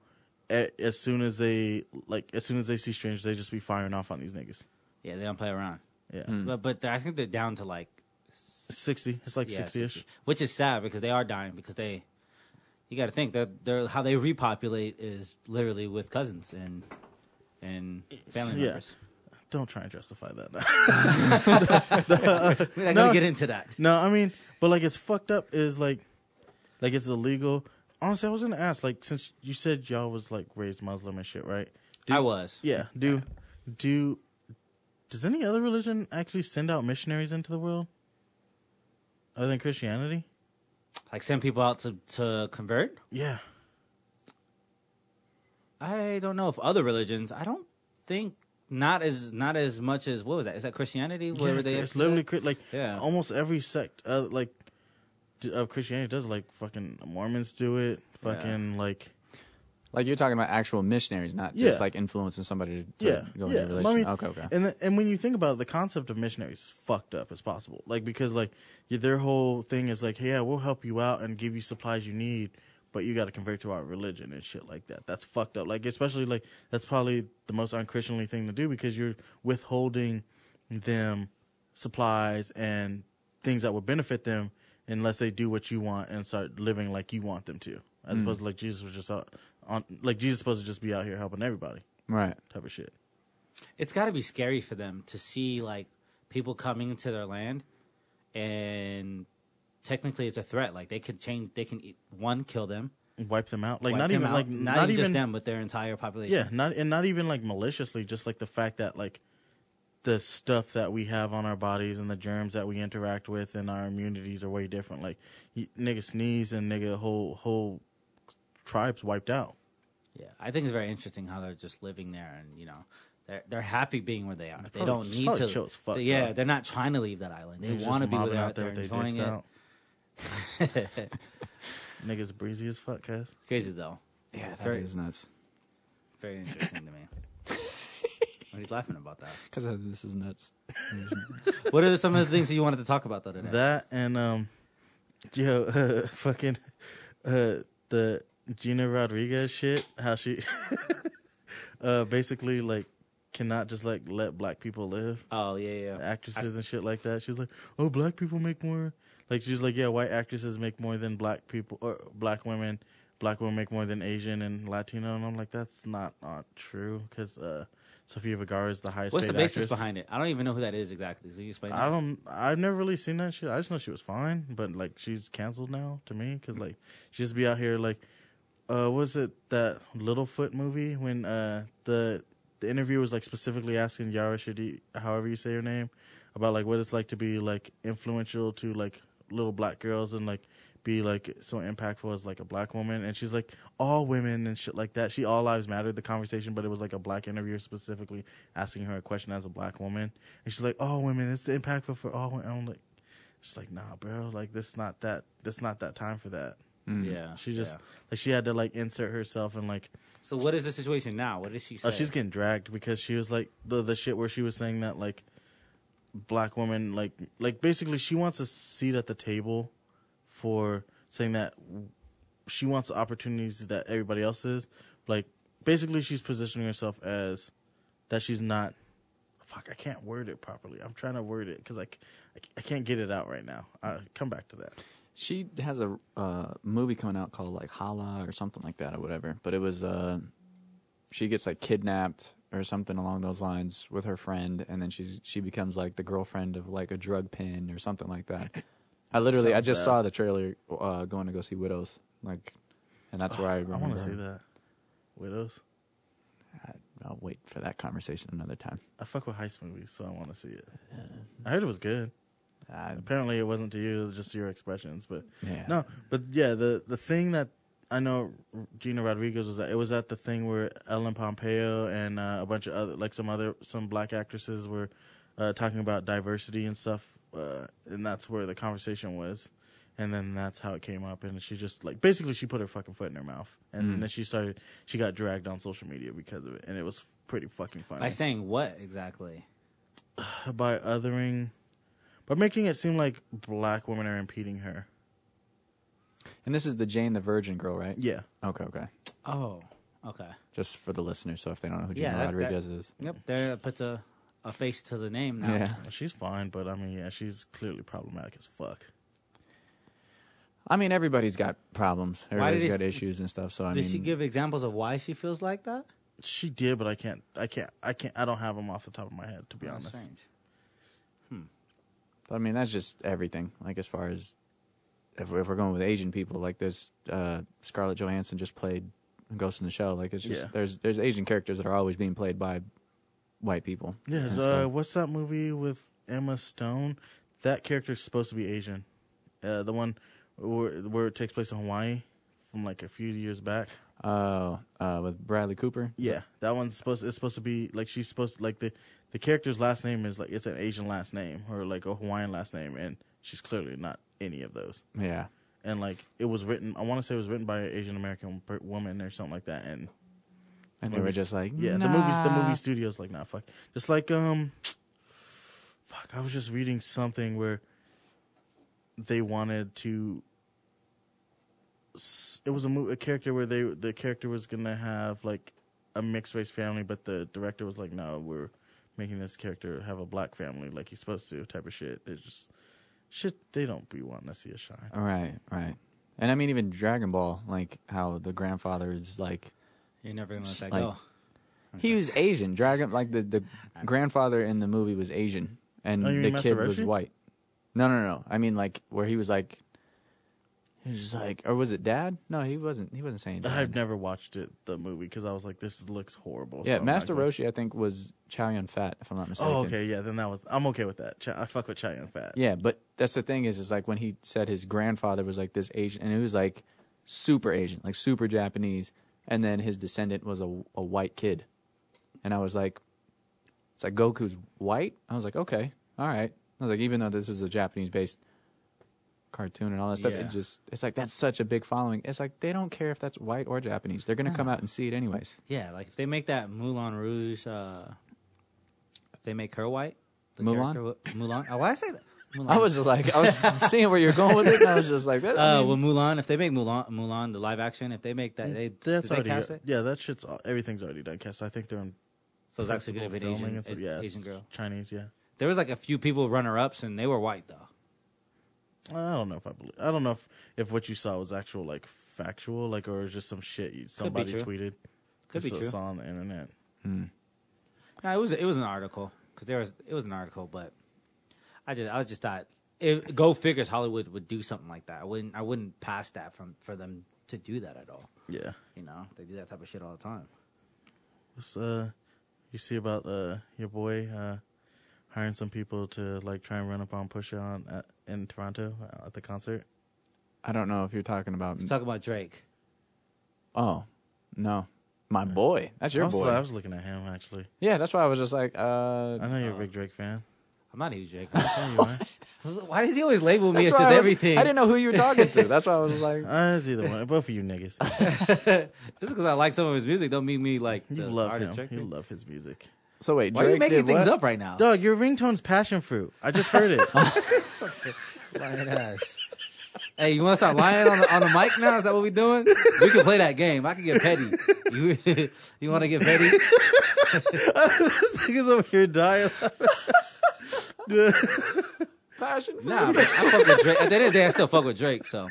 Speaker 2: a- as soon as they like as soon as they see strangers they just be firing off on these niggas
Speaker 3: Yeah, they don't play around.
Speaker 2: yeah
Speaker 1: Hmm.
Speaker 3: But but I think they're down to like
Speaker 2: 60 it's like
Speaker 3: yeah,
Speaker 2: 60ish
Speaker 3: which is sad because they are dying because they. You got to think that they're how they repopulate is literally with cousins and and family
Speaker 2: Yeah.
Speaker 3: members.
Speaker 2: don't try and justify that
Speaker 3: We're not
Speaker 2: No.
Speaker 3: gonna get into that.
Speaker 2: No, I mean, but like it's fucked up is like like it's illegal. Honestly, I was gonna ask, like, since you said y'all was like raised Muslim and shit, right? Do,
Speaker 3: I was.
Speaker 2: Yeah. Do do does any other religion actually send out missionaries into the world? Other than Christianity?
Speaker 3: Like send people out to, to convert?
Speaker 2: Yeah.
Speaker 3: I don't know if other religions. I don't think not as not as much as what was that? Is that Christianity? Where
Speaker 2: yeah
Speaker 3: they
Speaker 2: it's
Speaker 3: actually-
Speaker 2: literally cri- like
Speaker 3: Yeah.
Speaker 2: almost every sect uh, like d- of Christianity does like fucking Mormons do it,
Speaker 3: Yeah.
Speaker 2: fucking like
Speaker 1: Like you're talking about actual missionaries, not just
Speaker 2: Yeah.
Speaker 1: like influencing somebody to, to
Speaker 2: yeah,
Speaker 1: go
Speaker 2: yeah.
Speaker 1: into a
Speaker 2: Well, I
Speaker 1: religion.
Speaker 2: mean,
Speaker 1: okay, okay.
Speaker 2: And the, and when you think about it, the concept of missionaries is fucked up as possible. Like because like y- their whole thing is like, hey, yeah, we'll help you out and give you supplies you need, but you got to convert to our religion and shit like that. That's fucked up. Like especially like that's probably the most unchristianly thing to do because you're withholding them supplies and things that would benefit them unless they do what you want and start living like you want them to. As
Speaker 1: Hmm.
Speaker 2: opposed to like Jesus was just out, on like Jesus is supposed to just be out here helping everybody
Speaker 1: right.
Speaker 2: type of shit.
Speaker 3: It's got to be scary for them to see like people coming into their land, and technically it's a threat. Like they can change. They can eat, one kill them,
Speaker 2: wipe them out. Like
Speaker 3: wipe
Speaker 2: not
Speaker 3: them
Speaker 2: even
Speaker 3: out,
Speaker 2: like
Speaker 3: not, even, just them, but their entire population.
Speaker 2: Yeah, not and not even like maliciously. Just like the fact that like the stuff that we have on our bodies and the germs that we interact with and our immunities are way different. Like y nigga sneeze and nigga whole whole tribes wiped out.
Speaker 3: Yeah, I think it's very interesting how they're just living there, and you know, they're they're happy being where they are. they
Speaker 2: probably-
Speaker 3: don't
Speaker 2: Oh, it's
Speaker 3: need
Speaker 2: probably
Speaker 3: to.
Speaker 2: chill as fuck,
Speaker 3: they- yeah,
Speaker 2: though.
Speaker 3: they're not trying to leave that island. They
Speaker 2: Niggas
Speaker 3: want
Speaker 2: just
Speaker 3: to be where
Speaker 2: mobbing
Speaker 3: they're out there
Speaker 2: with their
Speaker 3: enjoying
Speaker 2: dicks
Speaker 3: it.
Speaker 2: out.
Speaker 3: *laughs*
Speaker 2: Niggas breezy as fuck, cuz.
Speaker 3: Crazy though,
Speaker 1: Yeah, that is
Speaker 3: Very-
Speaker 1: nuts.
Speaker 3: very
Speaker 2: *laughs*
Speaker 3: interesting to me. What are you laughing about that?
Speaker 1: Because this is nuts.
Speaker 3: What are some of the things that you wanted to talk about though today?
Speaker 2: That and um, yo, *laughs* fucking uh, the Gina Rodriguez shit. How she *laughs* uh basically like cannot just like let black people live.
Speaker 3: oh yeah, yeah.
Speaker 2: Actresses and shit like that. She's like, oh, black people make more. Like she's like, yeah, white actresses make more than black people or black women. Black women make more than Asian and Latino, and I'm like, that's not not true because uh, Sofia Vergara is the highest.
Speaker 3: What's the
Speaker 2: paid
Speaker 3: basis
Speaker 2: actress.
Speaker 3: behind it? I don't even know who that is exactly. So you explain.
Speaker 2: I
Speaker 3: That?
Speaker 2: don't. I've never really seen that shit. I just know she was fine, but like she's canceled now to me because like she just be out here like, uh, was it that Littlefoot movie when uh the the interview was like specifically asking Yara Shadi, however you say her name, about like what it's like to be like influential to like little black girls and like be like so impactful as like a black woman and she's like all women and shit like that she all lives matter the conversation but it was like a black interviewer specifically asking her a question as a black woman and she's like all women it's impactful for all women i'm like she's like nah bro like this not that that's not that time for that
Speaker 3: Yeah,
Speaker 2: she just
Speaker 3: yeah.
Speaker 2: like she had to like insert herself and like
Speaker 3: So what is the situation now? What did she say?
Speaker 2: Oh, she's getting dragged because she was like the the shit where she was saying that like black women like like basically she wants a seat at the table for saying that she wants the opportunities that everybody else is like basically she's positioning herself as that she's not fuck I can't word it properly I'm trying to word it cuz I, c- I c- I can't get it out right now uh, come back to that
Speaker 1: She has a uh, movie coming out called like Hala or something like that or whatever. But it was uh, she gets like kidnapped or something along those lines with her friend, and then she's she becomes like the girlfriend of like a drug pin or something like that. I literally I
Speaker 2: Sounds
Speaker 1: just
Speaker 2: bad.
Speaker 1: saw the trailer uh, going to go see Widows, like, and that's where I
Speaker 2: Oh, *sighs* I
Speaker 1: remember.
Speaker 2: want to see that
Speaker 1: her.
Speaker 2: widows
Speaker 1: I'll wait for that conversation another time.
Speaker 2: I fuck with heist movies, so I want to see it. I heard it was good.
Speaker 1: Uh,
Speaker 2: Apparently, it wasn't to you; it was just your expressions. But
Speaker 1: yeah.
Speaker 2: no, but yeah, the the thing that I know Gina Rodriguez was at, it was at the thing where Ellen Pompeo and uh, a bunch of other like some other some black actresses were uh, talking about diversity and stuff, uh, and that's where the conversation was. And then that's how it came up, and she just like basically she put her fucking foot in her mouth, and
Speaker 1: Mm.
Speaker 2: then she started she got dragged on social media because of it, and it was pretty fucking funny
Speaker 3: By saying what exactly?
Speaker 2: by othering, by making it seem like black women are impeding her.
Speaker 1: And this is the Jane the Virgin girl, right?
Speaker 2: Yeah,
Speaker 1: Okay, okay.
Speaker 3: Oh, okay.
Speaker 1: Just for the listeners, so if they don't know who
Speaker 3: Yeah,
Speaker 1: Gina
Speaker 3: that-
Speaker 1: Rodriguez is,
Speaker 3: Yep, there it puts a, a face to the name now.
Speaker 1: Yeah.
Speaker 2: she's fine, but I mean, yeah, she's clearly problematic as fuck.
Speaker 1: I mean, everybody's got problems.
Speaker 3: Why did
Speaker 1: Everybody's
Speaker 3: he-
Speaker 1: got issues and stuff. So I
Speaker 3: Did
Speaker 1: mean,
Speaker 3: she give examples of why she feels like that?
Speaker 2: She did, but I can't, I can't, I can't, I don't have them off the top of my head to be
Speaker 3: That's
Speaker 2: honest.
Speaker 3: strange.
Speaker 1: I mean, that's just everything. Like as far as if, if we're going with Asian people, like there's uh, Scarlett Johansson just played Ghost in the Shell. Like it's just
Speaker 2: Yeah.
Speaker 1: there's there's Asian characters that are always being played by white people.
Speaker 2: Yeah,
Speaker 1: And
Speaker 2: uh,
Speaker 1: so-
Speaker 2: what's that movie with Emma Stone? That character's supposed to be Asian. Uh, the one where, where it takes place in Hawaii from like a few years back.
Speaker 1: Oh, uh, with Bradley Cooper.
Speaker 2: Yeah, that one's supposed. It's supposed to be like she's supposed like the the character's last name is like it's an Asian last name or like a Hawaiian last name, and she's clearly not any of those.
Speaker 1: Yeah.
Speaker 2: And like it was written, I want to say it was written by an Asian American per- woman or something like that. And
Speaker 1: And they were
Speaker 2: Movies-
Speaker 1: just like,
Speaker 2: yeah, the movies, the movie studio's like, nah, fuck. Just like um, fuck. I was just reading something where they wanted to. s- It was a mo- a character where they the character was gonna have like a mixed race family, but the director was like, no, we're making this character have a black family like he's supposed to, type of shit. It's just shit. They don't be wanting to see a shine.
Speaker 1: All right, right. And I mean, even Dragon Ball, like how the grandfather is like
Speaker 3: You're never gonna let that
Speaker 1: Like-
Speaker 3: go.
Speaker 1: he was Asian. Dragon, like the the grandfather in the movie was Asian, and
Speaker 2: Oh, you
Speaker 1: the
Speaker 2: mean
Speaker 1: kid was
Speaker 2: Masaroshi?
Speaker 1: white. No, no, no. I mean, like where he was like, he was just like, or was it dad? No, he wasn't. He wasn't saying.
Speaker 2: I've
Speaker 1: Dad.
Speaker 2: never watched it the movie because I was like, this looks horrible.
Speaker 1: Yeah,
Speaker 2: so I'm not
Speaker 1: Master
Speaker 2: going-
Speaker 1: Roshi, I think was Chow Yun Fat, if I'm not mistaken.
Speaker 2: Oh, okay, yeah. Then that was. I'm okay with that. Ch- I fuck with Cheyenne Fat.
Speaker 1: Yeah, but that's the thing is, is like when he said his grandfather was like this Asian, and it was like super Asian, like super Japanese, and then his descendant was a, a white kid, and I was like, it's like Goku's white. I was like, okay, all right. I was like, even though this is a Japanese based cartoon and all that stuff,
Speaker 3: Yeah.
Speaker 1: it just it's like that's such a big following. It's like they don't care if that's white or Japanese. They're gonna come out and see it anyways.
Speaker 3: Yeah, like if they make that Moulin Rouge, uh, if they make her white, the
Speaker 1: Mulan?
Speaker 3: character who- Mulan. Oh, why I say that? Mulan.
Speaker 1: I was just like, *laughs* I was seeing where you're going with it, and I was just like, that, I
Speaker 3: Uh,
Speaker 1: mean-
Speaker 3: well, Mulan. If they make Mulan, Mulan, the live action. If they make that, they
Speaker 2: That's
Speaker 3: did they
Speaker 2: already.
Speaker 3: cast it.
Speaker 2: Yeah, that shit's al- everything's already done. Cast. I think they're in.
Speaker 3: So it's actually gonna be an
Speaker 2: principal filming
Speaker 3: Asian,
Speaker 2: and stuff.
Speaker 3: Asian-
Speaker 2: yeah, it's
Speaker 3: Asian girl.
Speaker 2: Chinese. Yeah.
Speaker 3: There was like a few people runner ups, and they were white though.
Speaker 2: I don't know if I believe. I don't know if if what you saw was actual like factual, like or just some shit you, somebody
Speaker 3: true.
Speaker 2: tweeted.
Speaker 3: Could be
Speaker 2: Just uh,
Speaker 3: true.
Speaker 2: Saw on the internet.
Speaker 3: No, it was it was an article because there was it was an article, but I just I was just thought it, go figures Hollywood would do something like that. I wouldn't I wouldn't pass that from for them to do that at all.
Speaker 2: Yeah.
Speaker 3: You know they do that type of shit all the time.
Speaker 2: What's uh, you see about uh your boy uh hiring some people to like try and run up on Pusha on at, in Toronto uh, at the concert.
Speaker 1: I don't know if you're talking about.
Speaker 3: Let's talk about Drake.
Speaker 1: Oh, no. My boy. That's your
Speaker 2: I was,
Speaker 1: boy.
Speaker 2: I was looking at him actually.
Speaker 1: yeah, that's why I was just like, uh.
Speaker 2: I know you're
Speaker 3: Oh.
Speaker 2: a big Drake fan.
Speaker 3: I'm not a huge Drake. *laughs*
Speaker 2: Yeah, you are.
Speaker 3: Why does he always label me
Speaker 1: that's
Speaker 3: as
Speaker 1: why
Speaker 3: just
Speaker 1: I was-
Speaker 3: everything?
Speaker 1: I didn't know who you were talking to. That's why I was
Speaker 2: *laughs*
Speaker 1: like,
Speaker 2: Uh, it's either one. Both of you
Speaker 3: *laughs*
Speaker 2: niggas.
Speaker 3: Just because I like some of his music don't mean me like
Speaker 2: You
Speaker 3: the
Speaker 2: love
Speaker 3: artist
Speaker 2: him.
Speaker 3: Drake.
Speaker 2: You love his music.
Speaker 1: so wait,
Speaker 3: Why
Speaker 1: Drake
Speaker 3: are you making
Speaker 1: did
Speaker 3: things
Speaker 1: what?
Speaker 3: up right now?
Speaker 2: Dog, your ringtone's passion fruit. I just heard
Speaker 3: *laughs*
Speaker 2: it. *laughs*
Speaker 3: Lying ass. Hey, you want to stop lying on the, on the mic now? Is that what we doing? We can play that game. I can get petty. You *laughs* you want to get petty?
Speaker 2: this nigga's over here dying.
Speaker 1: Passion fruit.
Speaker 3: Nah, but I fuck with Drake. At the end of the day, I still fuck with Drake. So,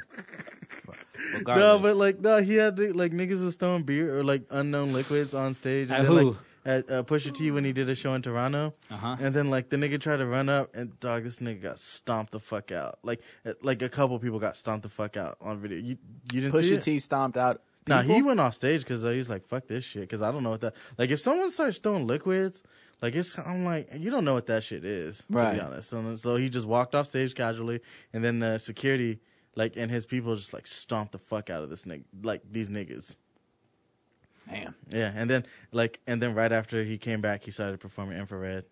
Speaker 3: regardless,
Speaker 2: no, but like, no, he had to, like niggas was throwing beer or like unknown liquids on stage.
Speaker 3: At
Speaker 2: then,
Speaker 3: who?
Speaker 2: Like, at uh, Pusha T when he did a show in Toronto,
Speaker 3: Uh-huh.
Speaker 2: and then like the nigga tried to run up and dog, this nigga got stomped the fuck out. Like, uh, like a couple people got stomped the fuck out on video. You you didn't *laughs* see
Speaker 1: Pusha
Speaker 2: it?
Speaker 1: T stomped out
Speaker 2: Nah, he
Speaker 1: people-
Speaker 2: went off stage because he's like, "Fuck this shit," because I don't know what that. Like, if someone starts throwing liquids, like it's, I'm like, you don't know what that shit is, to
Speaker 1: Right.
Speaker 2: be honest. And so he just walked off stage casually, and then the security, like, and his people just like stomped the fuck out of this nigga, like these niggas.
Speaker 1: Damn.
Speaker 2: Yeah, and then like, and then right after he came back, he started performing
Speaker 1: *laughs*
Speaker 2: infrared,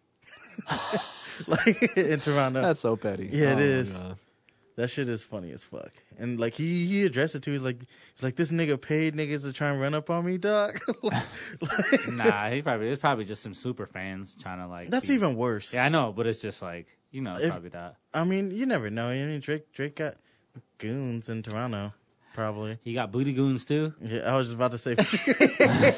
Speaker 2: *laughs* like in Toronto.
Speaker 1: That's so petty. Oh
Speaker 2: Yeah, it
Speaker 1: my
Speaker 2: is.
Speaker 1: God.
Speaker 2: That shit is funny as fuck. And like he he addressed it too. He's like he's like this nigga paid niggas to try and run up on me, dog. *laughs*
Speaker 3: *laughs*
Speaker 2: Like,
Speaker 3: *laughs* nah, he probably it's probably just some super fans trying to like.
Speaker 2: that's
Speaker 3: be-
Speaker 2: even worse.
Speaker 3: Yeah, I know, but it's just like you know, it's
Speaker 2: If-
Speaker 3: probably that
Speaker 2: I mean, you never know. I mean, Drake Drake got goons in Toronto, probably.
Speaker 3: he got booty goons too.
Speaker 2: Yeah, I was just about to say. *laughs*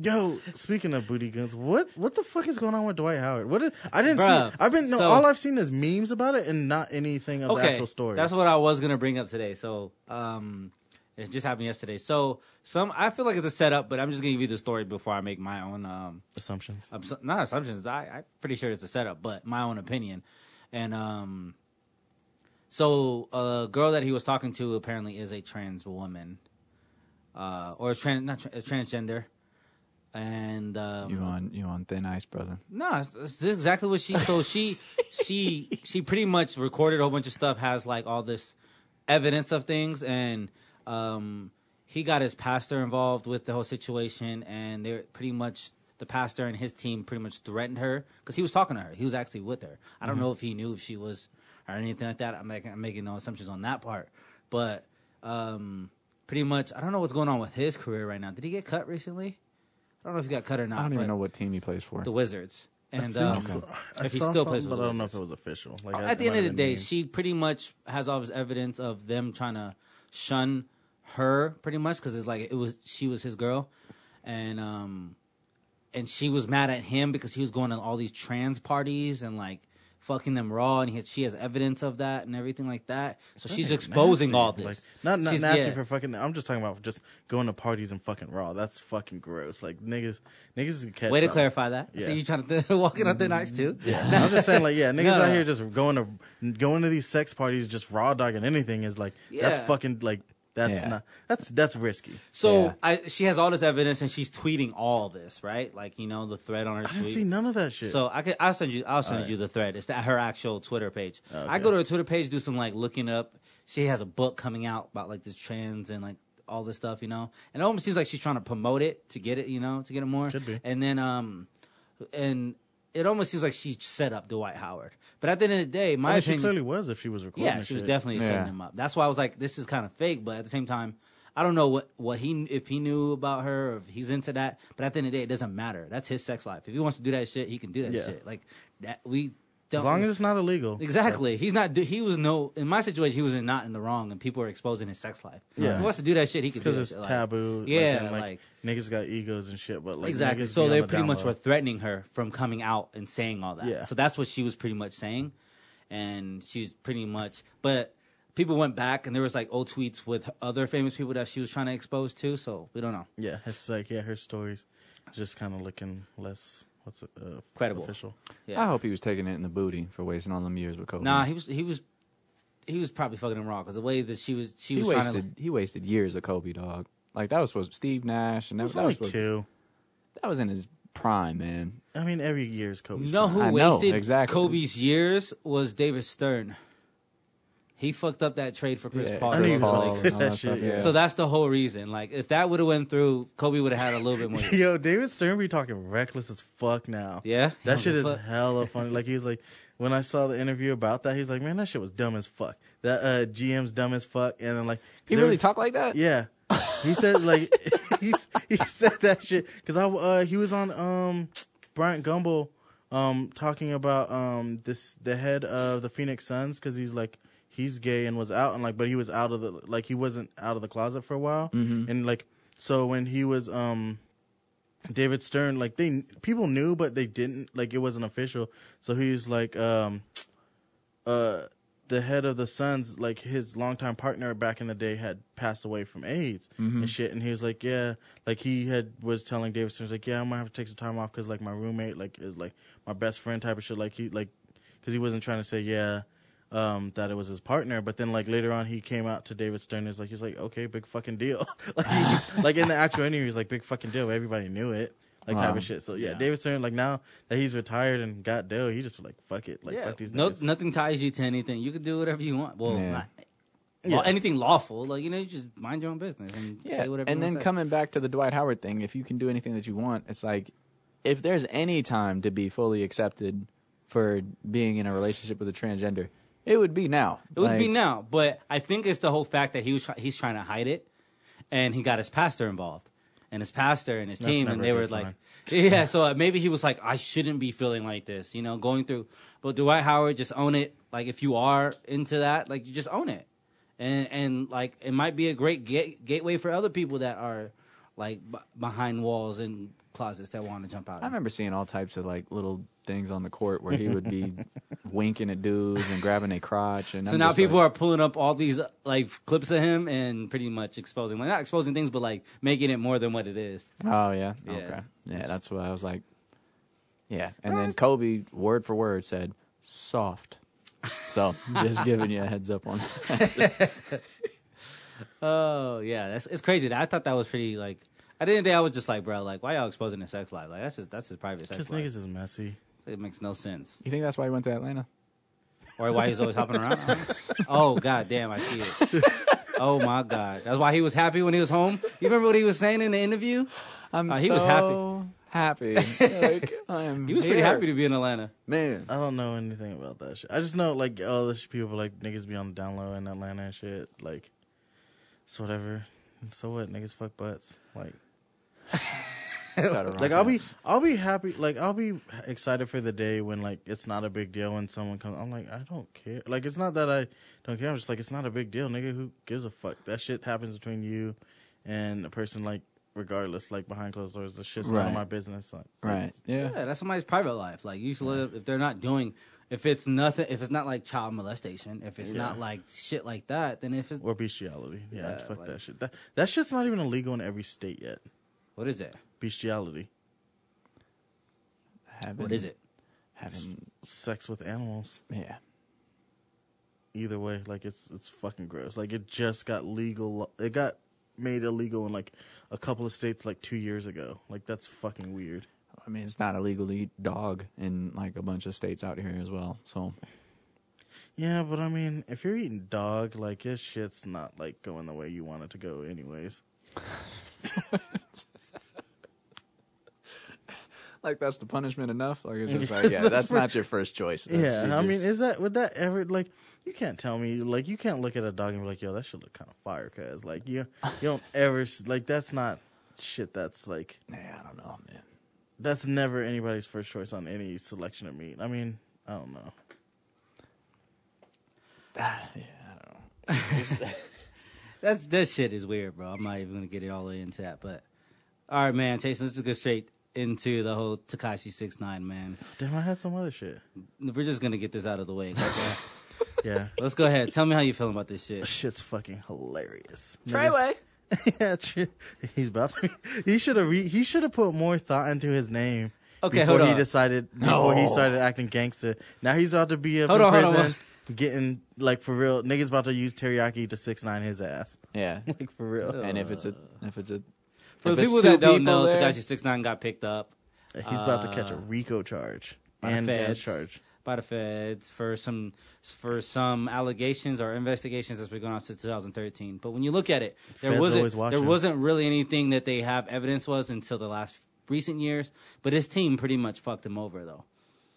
Speaker 2: Yo, speaking of booty guns, what what the fuck is going on with Dwight Howard? What did, I didn't
Speaker 3: Bruh,
Speaker 2: see. I've been no.
Speaker 3: so-
Speaker 2: all I've seen is memes about it and not anything of the actual story.
Speaker 3: That's what I was gonna bring up today. So um it just happened yesterday. So some I feel like it's a setup, but I'm just gonna give you the story before I make my own um
Speaker 2: assumptions.
Speaker 3: abs- not assumptions. I, I'm pretty sure it's a setup, but my own opinion. And um so a girl that he was talking to apparently is a trans woman. Uh or a trans not tra- a transgender. And um
Speaker 1: You on you on thin ice, brother.
Speaker 3: no, it's- it's- this is exactly what she.
Speaker 1: *laughs*
Speaker 3: So she, she, she pretty much recorded a whole bunch of stuff. Has like all this evidence of things, and um, he got his pastor involved with the whole situation, and they pretty much the pastor and his team pretty much threatened her because he was talking to her. He was actually with her. I
Speaker 1: Mm-hmm.
Speaker 3: don't know if he knew if she was or anything like that. I'm making, I'm making no assumptions on that part, but um, pretty much I don't know what's going on with his career right now. Did he get cut recently? I don't know if he got cut or not.
Speaker 1: I don't
Speaker 3: but-
Speaker 1: even know what team he plays for.
Speaker 3: the Wizards. And um,
Speaker 2: I
Speaker 3: if he
Speaker 2: saw
Speaker 3: still
Speaker 2: something,
Speaker 3: plays for
Speaker 2: but
Speaker 3: the
Speaker 2: I don't know if
Speaker 3: Wizards.
Speaker 2: it was official. Like I-
Speaker 3: At the
Speaker 2: it
Speaker 3: end
Speaker 2: might
Speaker 3: of the
Speaker 2: have
Speaker 3: day,
Speaker 2: been memes.
Speaker 3: she pretty much has all this evidence of them trying to shun her, pretty much, because it's like it was she was his girl, and um, and she was mad at him because he was going to all these trans parties and like fucking them raw, and he had, she has evidence of that and everything like that. So she's
Speaker 2: Like,
Speaker 3: exposing
Speaker 2: nasty.
Speaker 3: all this.
Speaker 2: Like, not not
Speaker 3: She's-
Speaker 2: nasty
Speaker 3: yeah.
Speaker 2: for fucking. I'm just talking about just going to parties and fucking raw. That's fucking gross. Like niggas, niggas can catch.
Speaker 3: Way to
Speaker 2: something.
Speaker 3: clarify that.
Speaker 2: Yeah. Mm-hmm.
Speaker 3: So you trying to *laughs* walking out the nights too? *laughs*
Speaker 2: Yeah. I'm just saying, like, yeah, niggas
Speaker 3: no,
Speaker 2: out
Speaker 3: no.
Speaker 2: here just going to going to these sex parties, just raw dogging anything is like
Speaker 3: Yeah.
Speaker 2: that's fucking like that's
Speaker 1: Yeah.
Speaker 2: not that's that's risky.
Speaker 3: So
Speaker 1: Yeah.
Speaker 3: I, she has all this evidence, and she's tweeting all this, right? Like you know the thread on her
Speaker 2: I didn't
Speaker 3: tweet.
Speaker 2: see none of that shit.
Speaker 3: so I could, I'll send you, I'll send you the thread. It's that her actual Twitter page.
Speaker 2: Okay.
Speaker 3: I go to her Twitter page, do some like looking up. She has a book coming out about like this trans and like all this stuff, you know. And it almost seems like she's trying to promote it to get it, you know, to get it more.
Speaker 2: Could be.
Speaker 3: And then um, and it almost seems like she set up Dwight Howard. But at the end of the day, my
Speaker 2: I mean,
Speaker 3: opinion,
Speaker 2: she clearly was if she was recording.
Speaker 3: yeah,
Speaker 2: the
Speaker 3: she was
Speaker 2: shit.
Speaker 3: definitely setting
Speaker 1: Yeah.
Speaker 3: him up. That's why I was like, this is kind of fake, but at the same time, I don't know what, what he if he knew about her or if he's into that. But at the end of the day, it doesn't matter. That's his sex life. If he wants to do that shit, he can do that
Speaker 2: Yeah.
Speaker 3: shit. Like that, we don't.
Speaker 2: As long as it's not illegal.
Speaker 3: *laughs* exactly, he's not. do- He was no in my situation. He was in- not in the wrong, and people are exposing his sex life.
Speaker 2: Yeah.
Speaker 3: if he wants to do that shit, he can do
Speaker 2: because
Speaker 3: that
Speaker 2: it's
Speaker 3: shit, like-
Speaker 2: taboo. like,
Speaker 3: yeah,
Speaker 2: and,
Speaker 3: like-
Speaker 2: niggas got egos and shit. But like
Speaker 3: exactly.
Speaker 2: niggas
Speaker 3: So
Speaker 2: be
Speaker 3: they
Speaker 2: on the
Speaker 3: pretty
Speaker 2: down
Speaker 3: much
Speaker 2: low.
Speaker 3: were threatening her from coming out and saying all that.
Speaker 2: Yeah.
Speaker 3: So that's what she was pretty much saying, and she was pretty much. But people went back, and there was like old tweets with other famous people that she was trying to expose to. So we don't know.
Speaker 2: Yeah, it's like yeah, her stories just kind of looking less what's it, uh,
Speaker 3: Credible.
Speaker 2: official.
Speaker 1: I hope he was taking it in the booty for wasting all them years with Kobe.
Speaker 3: Nah, he was he was he was probably fucking him raw because the way that she was she
Speaker 1: he
Speaker 3: was trying to.
Speaker 1: wasted he wasted years of Kobe, dog. Like that was supposed to Steve Nash and that,
Speaker 2: It's
Speaker 1: that was
Speaker 2: only
Speaker 1: supposed,
Speaker 2: two.
Speaker 1: that was in his prime, man.
Speaker 2: I mean, every year is Kobe's.
Speaker 3: You know
Speaker 2: prime.
Speaker 3: who
Speaker 1: I know,
Speaker 3: wasted
Speaker 1: exactly.
Speaker 3: Kobe's years was David Stern. He fucked up that trade for Chris
Speaker 1: Yeah,
Speaker 3: Paul.
Speaker 2: I knew you was
Speaker 1: Paul
Speaker 2: gonna
Speaker 1: and
Speaker 2: say that
Speaker 1: all that
Speaker 2: shit,
Speaker 1: stuff,
Speaker 2: yeah.
Speaker 1: yeah.
Speaker 3: So that's the whole reason. Like, if that would have went through, Kobe would have had a little bit
Speaker 2: *laughs*
Speaker 3: more. *laughs* years.
Speaker 2: Yo, David Stern be talking reckless as fuck now.
Speaker 3: Yeah?
Speaker 2: That
Speaker 3: He
Speaker 2: shit
Speaker 3: don't
Speaker 2: is
Speaker 3: give a fuck.
Speaker 2: hella funny. Like he was like when I saw the interview about that, he's like, Man, that shit was dumb as fuck. That uh GM's dumb as fuck and then like
Speaker 1: He
Speaker 2: there
Speaker 1: really
Speaker 2: was-
Speaker 1: talked like that?
Speaker 2: Yeah. He said like *laughs* he's he said that shit cuz I uh he was on um Bryant Gumble um talking about um this the head of the Phoenix Suns cuz he's like he's gay and was out and like but he was out of the like he wasn't out of the closet for a while and like so when he was um David Stern, like they people knew, but they didn't. Like it wasn't official. So he's like, um, uh, the head of the Suns, like his longtime partner back in the day had passed away from AIDS
Speaker 3: Mm-hmm.
Speaker 2: and shit. And he was like, yeah, like he had was telling David Stern, he's like, yeah, I'm gonna have to take some time off because like my roommate, like is like my best friend type of shit. Like he like, because he wasn't trying to say yeah. um, that it was his partner. But then like later on, he came out to David Stern. Is like he's like, okay, big fucking deal. *laughs* like
Speaker 3: *laughs*
Speaker 2: he's, like in the actual interview, he's like, big fucking deal. Everybody knew it. Like type
Speaker 1: Wow.
Speaker 2: of shit. So yeah,
Speaker 3: Yeah.
Speaker 2: David Stern. Like now that he's retired and got deal, he just like fuck it. Like
Speaker 3: yeah,
Speaker 2: fuck these
Speaker 3: no,
Speaker 2: niggas.
Speaker 3: nothing ties you to anything. You could do whatever you want. Well,
Speaker 1: Yeah.
Speaker 3: not,
Speaker 2: Yeah.
Speaker 3: well, anything lawful. Like you know, you just mind your own business and
Speaker 1: Yeah,
Speaker 3: say whatever.
Speaker 1: and
Speaker 3: you
Speaker 1: then
Speaker 3: wanna say.
Speaker 1: coming back to the Dwight Howard thing, if you can do anything that you want, it's like if there's any time to be fully accepted for being in a relationship with a transgender, it would be now.
Speaker 3: It would be
Speaker 1: Like,
Speaker 3: now, but I think it's the whole fact that he was try- he's trying to hide it, and he got his pastor involved, and his pastor and his
Speaker 2: That's
Speaker 3: team,
Speaker 2: never
Speaker 3: and
Speaker 2: a
Speaker 3: they
Speaker 2: good
Speaker 3: were like,
Speaker 2: *laughs*
Speaker 3: yeah. So uh, maybe he was like, I shouldn't be feeling like this, you know, going through. But Dwight Howard just own it. Like if you are into that, like you just own it, and and like it might be a great ga- gateway for other people that are like b- behind walls and closets that want to jump out.
Speaker 1: I remember seeing all types of like little things on the court where he would
Speaker 3: *laughs*
Speaker 1: be winking at dudes and grabbing their crotch, and
Speaker 3: So now people are pulling up all these uh, like clips of him and pretty much exposing, like not exposing things, but like making it more than what it is.
Speaker 1: are. Oh yeah,
Speaker 3: Yeah.
Speaker 1: okay, yeah. That's what I was like. Yeah, and then Kobe, word for word, said soft.
Speaker 3: *laughs*
Speaker 1: So just giving you a heads up on that.
Speaker 3: Oh yeah, that's it's crazy. I thought that was pretty like. At the end of the day, I was just like, bro, like why y'all exposing his sex life? Like that's his that's his private
Speaker 2: Cause
Speaker 3: sex life.
Speaker 2: niggas is messy.
Speaker 3: It makes no sense.
Speaker 1: You think that's why he went to Atlanta?
Speaker 3: Or why he's always hopping around? I don't know. oh god damn, I see it. Oh my god, that's why he was happy when he was home. You remember what he was saying in the interview?
Speaker 1: I'm
Speaker 3: Uh,
Speaker 1: he
Speaker 3: he
Speaker 1: was
Speaker 3: was
Speaker 1: happy. Happy. *laughs* like, I'm
Speaker 3: He was pretty
Speaker 1: here.
Speaker 3: happy to be in Atlanta.
Speaker 1: Man.
Speaker 2: I don't know anything about that shit. I just know like all the sh- people like niggas be on the down low in Atlanta and shit. Like, it's whatever. So what? Niggas fuck butts.
Speaker 1: *laughs*
Speaker 2: Like,
Speaker 1: Started
Speaker 2: like
Speaker 1: rocking
Speaker 2: I'll be
Speaker 1: it.
Speaker 2: I'll be happy. Like I'll be excited for the day when like it's not a big deal when someone comes. I'm like I don't care. Like it's not that I don't care. I'm just like it's not a big deal, nigga. Who gives a fuck? That shit happens between you and a person. Like regardless, like behind closed doors, the shit's none
Speaker 1: Right.
Speaker 2: of my business. Like,
Speaker 1: Right. Yeah.
Speaker 3: Yeah, that's somebody's private life. Like you should live if they're not doing if it's nothing if it's not like child molestation, if it's
Speaker 2: Yeah.
Speaker 3: not like shit like that, then if it's
Speaker 2: or bestiality. Yeah,
Speaker 3: Yeah,
Speaker 2: fuck
Speaker 3: like-
Speaker 2: that shit. That that shit's not even illegal in every state yet.
Speaker 3: what is it?
Speaker 2: Bestiality,
Speaker 1: Having,
Speaker 3: What is it?
Speaker 1: Having,
Speaker 2: sex with animals.
Speaker 1: yeah.
Speaker 2: Either way, like it's it's fucking gross. Like it just got legal. It got made illegal in like a couple of states like two years ago. Like that's fucking weird.
Speaker 1: I mean, it's not illegal to eat dog in like a bunch of states out here as well. So
Speaker 2: Yeah, but I mean, if you're eating dog, like your shit's not like going the way you want it to go, anyways.
Speaker 1: like that's the punishment enough. Like *laughs* it's just like yeah, that's not your first choice. That's-
Speaker 2: yeah,
Speaker 1: you
Speaker 2: I mean,
Speaker 1: just-
Speaker 2: is that would that ever like? You can't tell me like you can't look at a dog and be like, yo, that should look kind of fire, cause like you you don't ever s- like that's not shit. That's like
Speaker 1: yeah, I don't know, man.
Speaker 2: that's never anybody's first choice on any selection of meat. I mean, I don't know.
Speaker 1: Yeah, I don't know.
Speaker 3: That's that shit is weird, bro. I'm not even gonna get it all the way into that, but all right, man, Jason, let's just go straight into the whole Takashi six nine, man.
Speaker 2: Damn, I had some other shit.
Speaker 3: We're just gonna get this out of the
Speaker 1: *laughs*
Speaker 3: way. okay?
Speaker 2: Yeah,
Speaker 3: let's go ahead. Tell me how you feeling about this shit.
Speaker 2: shit's fucking hilarious. *laughs* yeah, true. he's about to. *laughs* He should have. Re- he should have put more thought into his name.
Speaker 3: Okay,
Speaker 2: before
Speaker 3: hold
Speaker 2: he
Speaker 3: on.
Speaker 2: decided. Before he started acting gangster. Now he's about to be up
Speaker 3: Hold
Speaker 2: in
Speaker 3: on, hold on,
Speaker 2: prison, getting like for real. Niggas about to use teriyaki to six nine his ass. *laughs*
Speaker 1: *laughs* Yeah,
Speaker 2: Like for real.
Speaker 1: and if it's a if it's a
Speaker 3: For
Speaker 1: if
Speaker 3: the
Speaker 1: it's
Speaker 3: people
Speaker 1: two
Speaker 3: that don't
Speaker 1: people
Speaker 3: know,
Speaker 1: there-
Speaker 3: Takashi six nine got picked up
Speaker 2: He's about to catch a
Speaker 3: Uh,
Speaker 2: RICO charge
Speaker 3: by the
Speaker 2: and a
Speaker 3: feds.
Speaker 2: charge.
Speaker 3: by the feds for some for some allegations or investigations that's been going on since 2013. But when you look at it, there
Speaker 2: Feds always
Speaker 3: wasn't
Speaker 2: watching.
Speaker 3: there wasn't really anything that they have evidence was until the last recent years. But his team pretty much fucked him over though.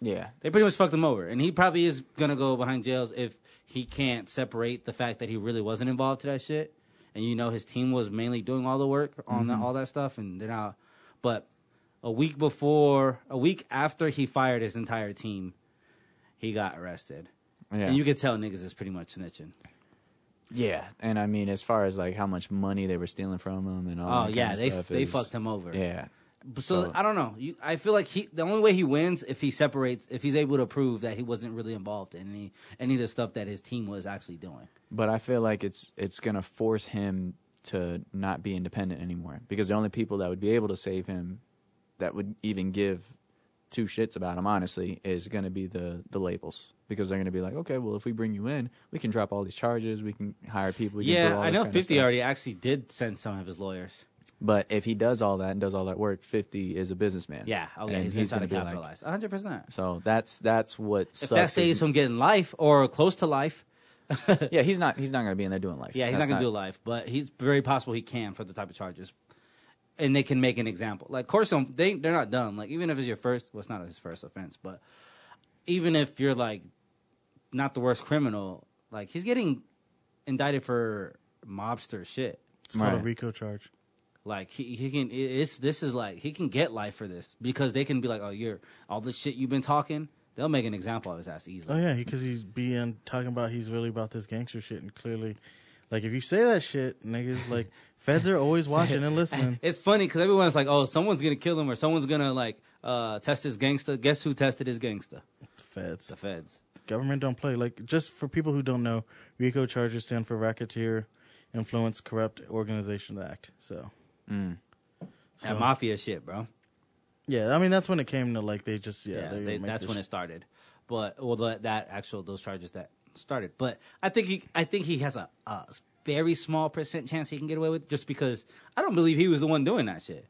Speaker 1: yeah,
Speaker 3: They pretty much fucked him over, and he probably is gonna go behind jails if he can't separate the fact that he really wasn't involved to that shit. And you know his team was mainly doing all the work on
Speaker 1: Mm-hmm.
Speaker 3: the, all that stuff, and they're not. But a week before, a week after he fired his entire team, he got arrested.
Speaker 1: yeah,
Speaker 3: And you could tell niggas is pretty much snitching.
Speaker 1: yeah. And I mean, as far as like how much money they were stealing from him and all.
Speaker 3: Oh,
Speaker 1: that kind
Speaker 3: yeah,
Speaker 1: of
Speaker 3: they
Speaker 1: stuff
Speaker 3: they
Speaker 1: is-
Speaker 3: fucked him over.
Speaker 1: Yeah,
Speaker 3: But So,
Speaker 1: So-
Speaker 3: I don't know. You, I feel like he the only way he wins if he separates if he's able to prove that he wasn't really involved in any any of the stuff that his team was actually doing.
Speaker 1: but I feel like it's it's gonna force him to not be independent anymore because the only people that would be able to save him, that would even give two shits about him honestly, is gonna be the the labels because they're going to be like, okay, well, if we bring you in, we can drop all these charges, we can hire people. We can do
Speaker 3: yeah,
Speaker 1: all
Speaker 3: I
Speaker 1: this
Speaker 3: know
Speaker 1: kinda
Speaker 3: Fifty
Speaker 1: stuff.
Speaker 3: already actually did send some of his lawyers.
Speaker 1: But if he does all that and does all that work, Fifty is a businessman.
Speaker 3: Yeah, okay,
Speaker 1: And
Speaker 3: he's, gonna try to
Speaker 1: gonna be like-
Speaker 3: capitalize. One hundred percent.
Speaker 1: so that's that's what
Speaker 3: If
Speaker 1: sucks.
Speaker 3: that
Speaker 1: is-
Speaker 3: saves from getting life or close to life, *laughs*
Speaker 1: yeah, he's not he's not going to be in there doing life.
Speaker 3: yeah, he's not
Speaker 1: That's
Speaker 3: gonna do life, but he's very possible he can for the type of charges, and they can make an example. Like Corson, they they're not dumb. Like even if it's your first, well, it's not his first offense, but even if you're like not the worst criminal, like he's getting indicted for mobster shit.
Speaker 2: It's called a
Speaker 1: Right.
Speaker 2: RICO charge.
Speaker 3: Like he, he can it's this is like he can get life for this because they can be like, oh, you're all this shit you've been talking. They'll make an example of his ass easily.
Speaker 2: Oh yeah, because he's being talking about he's really about this gangster shit, and clearly, like if you say that shit, niggas
Speaker 3: *laughs*
Speaker 2: like feds are always watching and listening.
Speaker 3: It's funny because everyone's like, oh, someone's gonna kill him or someone's gonna like uh, test his gangsta. Guess who tested his gangsta?
Speaker 2: The feds,
Speaker 3: The feds.
Speaker 2: government don't play. Like just for people who don't know, RICO charges stand for Racketeer Influence Corrupt Organization Act. So,
Speaker 3: That
Speaker 2: So-
Speaker 3: mafia shit, bro.
Speaker 2: yeah, I mean that's when it came to like they just yeah,
Speaker 3: Yeah,
Speaker 2: they
Speaker 3: they,
Speaker 2: make
Speaker 3: that's
Speaker 2: this
Speaker 3: when it started. But well, that, that actual those charges that started. But I think he, I think he has a, a very small percent chance he can get away with, just because I don't believe he was the one doing that shit.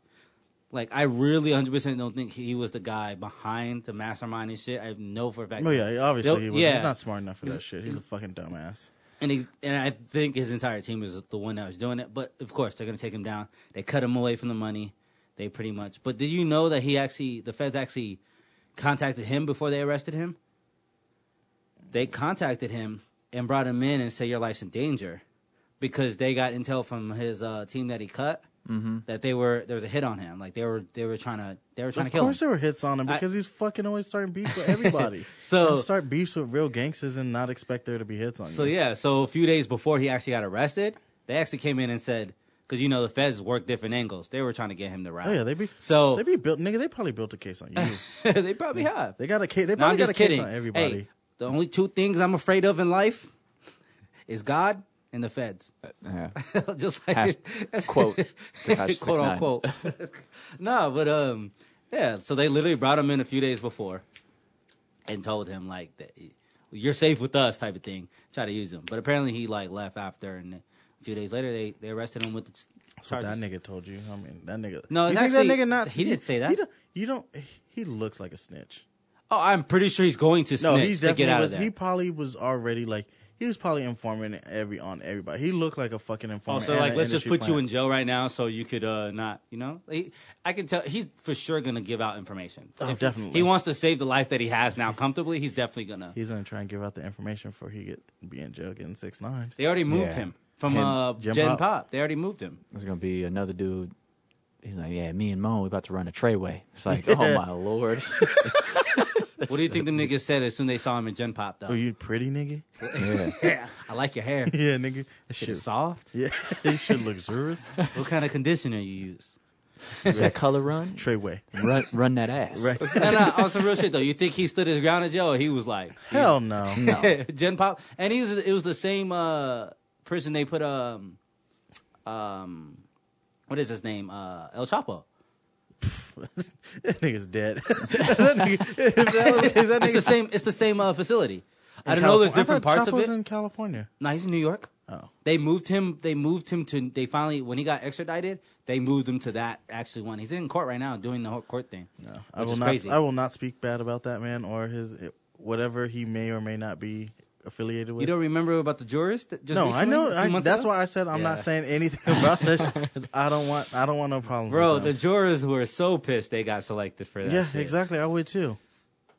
Speaker 3: Like I really 100 percent don't think he was the guy behind the mastermind and shit. I know for a fact.
Speaker 2: Oh yeah, obviously
Speaker 3: They'll-
Speaker 2: he was.
Speaker 3: yeah.
Speaker 2: He's not smart enough for that shit. He's a fucking dumbass.
Speaker 3: and he's, and I think his entire team is the one that was doing it. But of course, they're going to take him down. They cut him away from the money. They pretty much. But did you know that he actually the feds actually contacted him before they arrested him? They contacted him and brought him in and said your life's in danger because they got intel from his uh, team that he cut
Speaker 2: Mm-hmm.
Speaker 3: that they were there was a hit on him. Like they were they were trying to they were trying
Speaker 2: Of
Speaker 3: to kill him.
Speaker 2: course, there were hits on him
Speaker 3: I-
Speaker 2: because he's fucking always starting beefs
Speaker 3: *laughs*
Speaker 2: with everybody.
Speaker 3: So-
Speaker 2: And start beefs with real gangsters and not expect there to be hits on
Speaker 3: So
Speaker 2: you.
Speaker 3: yeah, so a few days before he actually got arrested, they actually came in and said, because you know the feds work different angles. They were trying to get him to rap.
Speaker 2: Oh yeah, they be
Speaker 3: So-
Speaker 2: they be built nigga. They probably built a case on
Speaker 3: *laughs*
Speaker 2: you.
Speaker 3: they probably have.
Speaker 2: they got a case. They
Speaker 3: No,
Speaker 2: probably
Speaker 3: I'm
Speaker 2: got a
Speaker 3: just kidding.
Speaker 2: case on everybody.
Speaker 3: Hey, the only two things I'm afraid of in life is God and the feds. *laughs*
Speaker 1: Yeah.
Speaker 3: just like *laughs*
Speaker 1: Hash- quote, Tekashi
Speaker 3: quote
Speaker 1: 69.
Speaker 3: *laughs* unquote. no, but um, yeah. So they literally brought him in a few days before, and told him like that you're safe with us type of thing. Try to use him, but apparently he like left after, and a few days later they they arrested him with the
Speaker 2: That's what
Speaker 3: charges.
Speaker 2: that nigga told you. I mean, that nigga.
Speaker 3: No,
Speaker 2: you
Speaker 3: it's
Speaker 2: think that
Speaker 3: actually-
Speaker 2: nigga not?
Speaker 3: he didn't say that.
Speaker 2: He don't, you don't. He looks like a snitch.
Speaker 3: oh, I'm pretty sure he's going to
Speaker 2: No,
Speaker 3: snitch
Speaker 2: he's
Speaker 3: to
Speaker 2: definitely
Speaker 3: get out
Speaker 2: was.
Speaker 3: of
Speaker 2: He
Speaker 3: there.
Speaker 2: probably was already like. He was probably informing every on everybody. He looked like a fucking
Speaker 3: Oh,
Speaker 2: informant.
Speaker 3: so
Speaker 2: and
Speaker 3: like,
Speaker 2: an
Speaker 3: let's just
Speaker 2: industry
Speaker 3: put you
Speaker 2: plant.
Speaker 3: in jail right now, so you could uh not, you know, He- I can tell he's for sure gonna give out information.
Speaker 2: Oh,
Speaker 3: If
Speaker 2: definitely.
Speaker 3: He wants to save the life that he has now comfortably. He's definitely gonna.
Speaker 2: He's gonna try and give out the information before he get be in jail getting six nine.
Speaker 3: They already moved
Speaker 1: Yeah.
Speaker 3: him from
Speaker 1: Him,
Speaker 3: uh,
Speaker 2: Jim
Speaker 3: Gen Pop.
Speaker 2: Pop.
Speaker 3: They already moved him.
Speaker 1: There's gonna be another dude. He's like, yeah, me and Mo, we about to run a trayway. It's like,
Speaker 2: *laughs*
Speaker 1: oh my lord.
Speaker 3: What do you think the niggas said as soon as they saw him in Gen Pop
Speaker 2: Oh,
Speaker 3: though?
Speaker 2: you pretty nigga? *laughs*
Speaker 1: yeah.
Speaker 3: I like your hair.
Speaker 2: Yeah, nigga. That
Speaker 3: Shit
Speaker 2: shit.
Speaker 3: is soft.
Speaker 2: *laughs* Yeah, that shit luxurious.
Speaker 3: *laughs* What kind of conditioner you use?
Speaker 1: Is that color run?
Speaker 2: Treyway.
Speaker 1: Run, run that ass.
Speaker 2: Right.
Speaker 3: no, no, on some real shit though. You think he stood his ground in jail? Or he was like
Speaker 2: Hell no.
Speaker 3: *laughs* Gen Pop, and he was. It was the same uh, prison they put um, um, what is his name? Uh, El Chapo.
Speaker 2: *laughs* that nigga's dead. *laughs* that nigga, *laughs* if that was, is that
Speaker 3: It's
Speaker 2: nigga
Speaker 3: the same. It's the same uh, facility. I don't know. There's
Speaker 2: California? I
Speaker 3: different
Speaker 2: thought
Speaker 3: parts of
Speaker 2: Chapo's
Speaker 3: it.
Speaker 2: in California.
Speaker 3: No, he's in New York.
Speaker 2: Oh.
Speaker 3: They moved him. They moved him to. They finally, when he got extradited, they moved him to that actually one. He's in court right now doing the whole court thing. No,
Speaker 2: I will not. I will not speak bad about that man or his whatever he may or may not be affiliated with.
Speaker 3: you don't remember about the jurist? that Just
Speaker 2: no, I
Speaker 3: recently,
Speaker 2: know.
Speaker 3: two
Speaker 2: I,
Speaker 3: months
Speaker 2: that's
Speaker 3: ago?
Speaker 2: why I said I'm not
Speaker 3: Yeah.
Speaker 2: saying anything *laughs* about this. 'cause I don't want. I don't want no problems.
Speaker 3: Bro,
Speaker 2: with
Speaker 3: the
Speaker 2: them.
Speaker 3: jurors were so pissed they got selected for that.
Speaker 2: yeah,
Speaker 3: shit.
Speaker 2: exactly. I would too.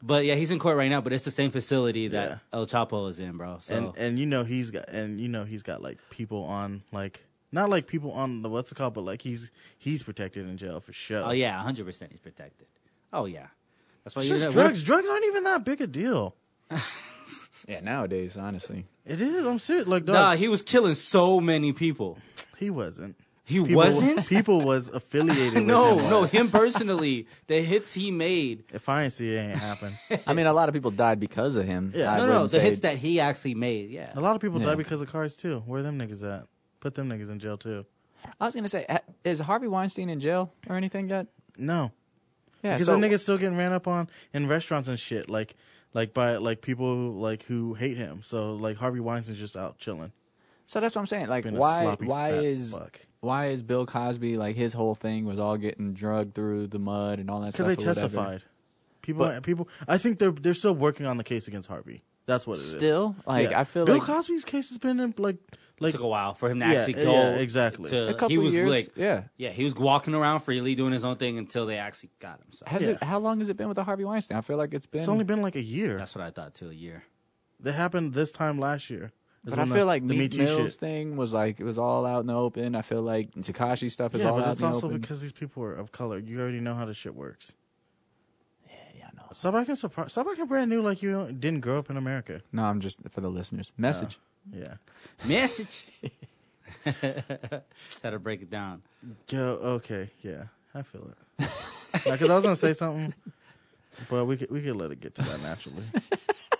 Speaker 3: But yeah, he's in court right now. But it's the same facility that
Speaker 2: Yeah.
Speaker 3: El Chapo is in, bro. So
Speaker 2: And and you know he's got and you know he's got like people on like not like people on the what's it called, but like he's he's protected in jail for sure.
Speaker 3: oh yeah, hundred percent he's protected. Oh yeah, that's why
Speaker 2: It's
Speaker 3: you
Speaker 2: just drugs. Drugs aren't even that big a deal.
Speaker 1: Yeah, nowadays, honestly.
Speaker 2: It is. I'm serious. Like, dog,
Speaker 3: Nah, he was killing so many people.
Speaker 2: he
Speaker 3: *laughs*
Speaker 2: wasn't.
Speaker 3: He
Speaker 2: People- *laughs*
Speaker 3: wasn't.
Speaker 2: People
Speaker 3: *laughs*
Speaker 2: was affiliated.
Speaker 3: no,
Speaker 2: with him
Speaker 3: no,
Speaker 2: was.
Speaker 3: him personally, the hits he made.
Speaker 2: If I ain't see it, it ain't happen.
Speaker 1: I mean, a lot of people died because of him.
Speaker 2: Yeah.
Speaker 1: I
Speaker 3: No,
Speaker 1: wouldn't
Speaker 3: no, the
Speaker 1: say-
Speaker 3: hits that he actually made. Yeah,
Speaker 2: A lot of people
Speaker 1: Yeah.
Speaker 2: die because of cars too. Where them niggas at? Put them niggas in jail too.
Speaker 1: I was gonna say, ha- is Harvey Weinstein in jail or anything yet?
Speaker 2: No,
Speaker 1: Yeah,
Speaker 2: because
Speaker 1: so
Speaker 2: them niggas still getting ran up on in restaurants and shit. Like, like by like people like who hate him. So like Harvey Weinstein's just out chilling.
Speaker 1: So that's what I'm saying. Like,
Speaker 2: Been a
Speaker 1: why
Speaker 2: sloppy
Speaker 1: why
Speaker 2: fat
Speaker 1: is
Speaker 2: fuck.
Speaker 1: why is Bill Cosby like his whole thing was all getting drugged through the mud and all that
Speaker 2: Because
Speaker 1: stuff?
Speaker 2: they
Speaker 1: or whatever?
Speaker 2: testified. People,
Speaker 1: But-
Speaker 2: people. I think they're they're still working on the case against Harvey. That's what it is.
Speaker 1: Still, like
Speaker 2: Yeah.
Speaker 1: I feel
Speaker 2: Bill
Speaker 1: like
Speaker 2: Cosby's case has been in like
Speaker 3: It
Speaker 2: like
Speaker 3: took a while for him to
Speaker 2: Yeah,
Speaker 3: actually
Speaker 2: yeah,
Speaker 3: go.
Speaker 2: exactly.
Speaker 1: a
Speaker 3: To,
Speaker 1: couple
Speaker 3: he was
Speaker 1: years.
Speaker 3: like,
Speaker 1: yeah.
Speaker 3: yeah, he was walking around freely doing his own thing until they actually got him. So
Speaker 1: Has
Speaker 2: Yeah.
Speaker 1: it? How long has it been with the Harvey Weinstein? I feel like it's been.
Speaker 2: it's only been like a year.
Speaker 3: that's what I thought too. A year.
Speaker 2: That happened this time last year. Is
Speaker 1: but I
Speaker 2: when
Speaker 1: feel like
Speaker 2: the Me
Speaker 1: Meat
Speaker 2: Too
Speaker 1: Mill's
Speaker 2: shit-
Speaker 1: thing was like it was all out in the open. I feel like Takashi stuff is
Speaker 2: Yeah,
Speaker 1: all
Speaker 2: but
Speaker 1: out
Speaker 2: it's
Speaker 1: in the
Speaker 2: also
Speaker 1: open.
Speaker 2: because these people are of color. You already know how this shit works.
Speaker 1: yeah, no.
Speaker 2: Stop acting surprised. Stop acting brand new like you didn't grow up in America.
Speaker 1: no, I'm just for the listeners. Message.
Speaker 2: Yeah.
Speaker 3: Message. *laughs* Had to break it down.
Speaker 2: Yo, okay. Yeah, I feel it. *laughs* Because I was gonna say something, but we could we could let it get to that
Speaker 3: *laughs*
Speaker 2: naturally.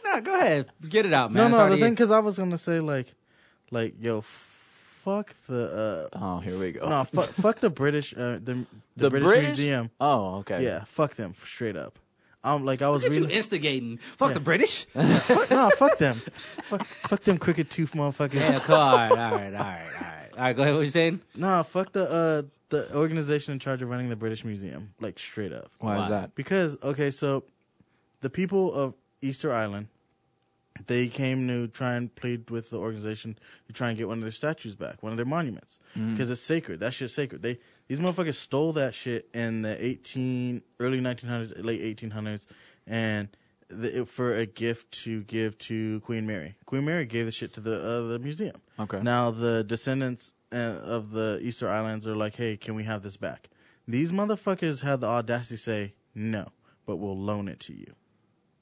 Speaker 3: No, go ahead, get it out, man.
Speaker 2: no,
Speaker 3: It's
Speaker 2: no. The
Speaker 3: already-
Speaker 2: thing because I was gonna say like, like yo, fuck the uh,
Speaker 1: Oh, here we go.
Speaker 2: no, fuck, fuck the British uh, the, the
Speaker 1: The
Speaker 2: British,
Speaker 1: British?
Speaker 2: Museum.
Speaker 1: Oh, okay.
Speaker 2: Yeah, fuck them straight up. Um, like I was
Speaker 3: Look at you
Speaker 2: *laughs* reading.
Speaker 3: instigating. Fuck
Speaker 2: Yeah.
Speaker 3: the British.
Speaker 2: fuck, no, fuck them. Fuck, fuck them crooked tooth motherfuckers.
Speaker 3: yeah, cool. All right, all right, all right, all right. All right, go ahead. What you saying?
Speaker 2: Nah, fuck the uh the organization in charge of running the British Museum. Like straight up.
Speaker 1: Why,
Speaker 3: Why?
Speaker 1: is that?
Speaker 2: Because okay, so the people of Easter Island, they came to try and plead with the organization to try and get one of their statues back, one of their monuments, because it's sacred. That shit's sacred. They these motherfuckers stole that shit in the eighteen early nineteen hundreds, late eighteen hundreds, and the, it, for a gift to give to Queen Mary. Queen Mary gave the shit to the uh, the museum.
Speaker 1: Okay.
Speaker 2: Now the descendants uh, of the Easter Islands are like, hey, can we have this back? These motherfuckers had the audacity to say no, but we'll loan it to you.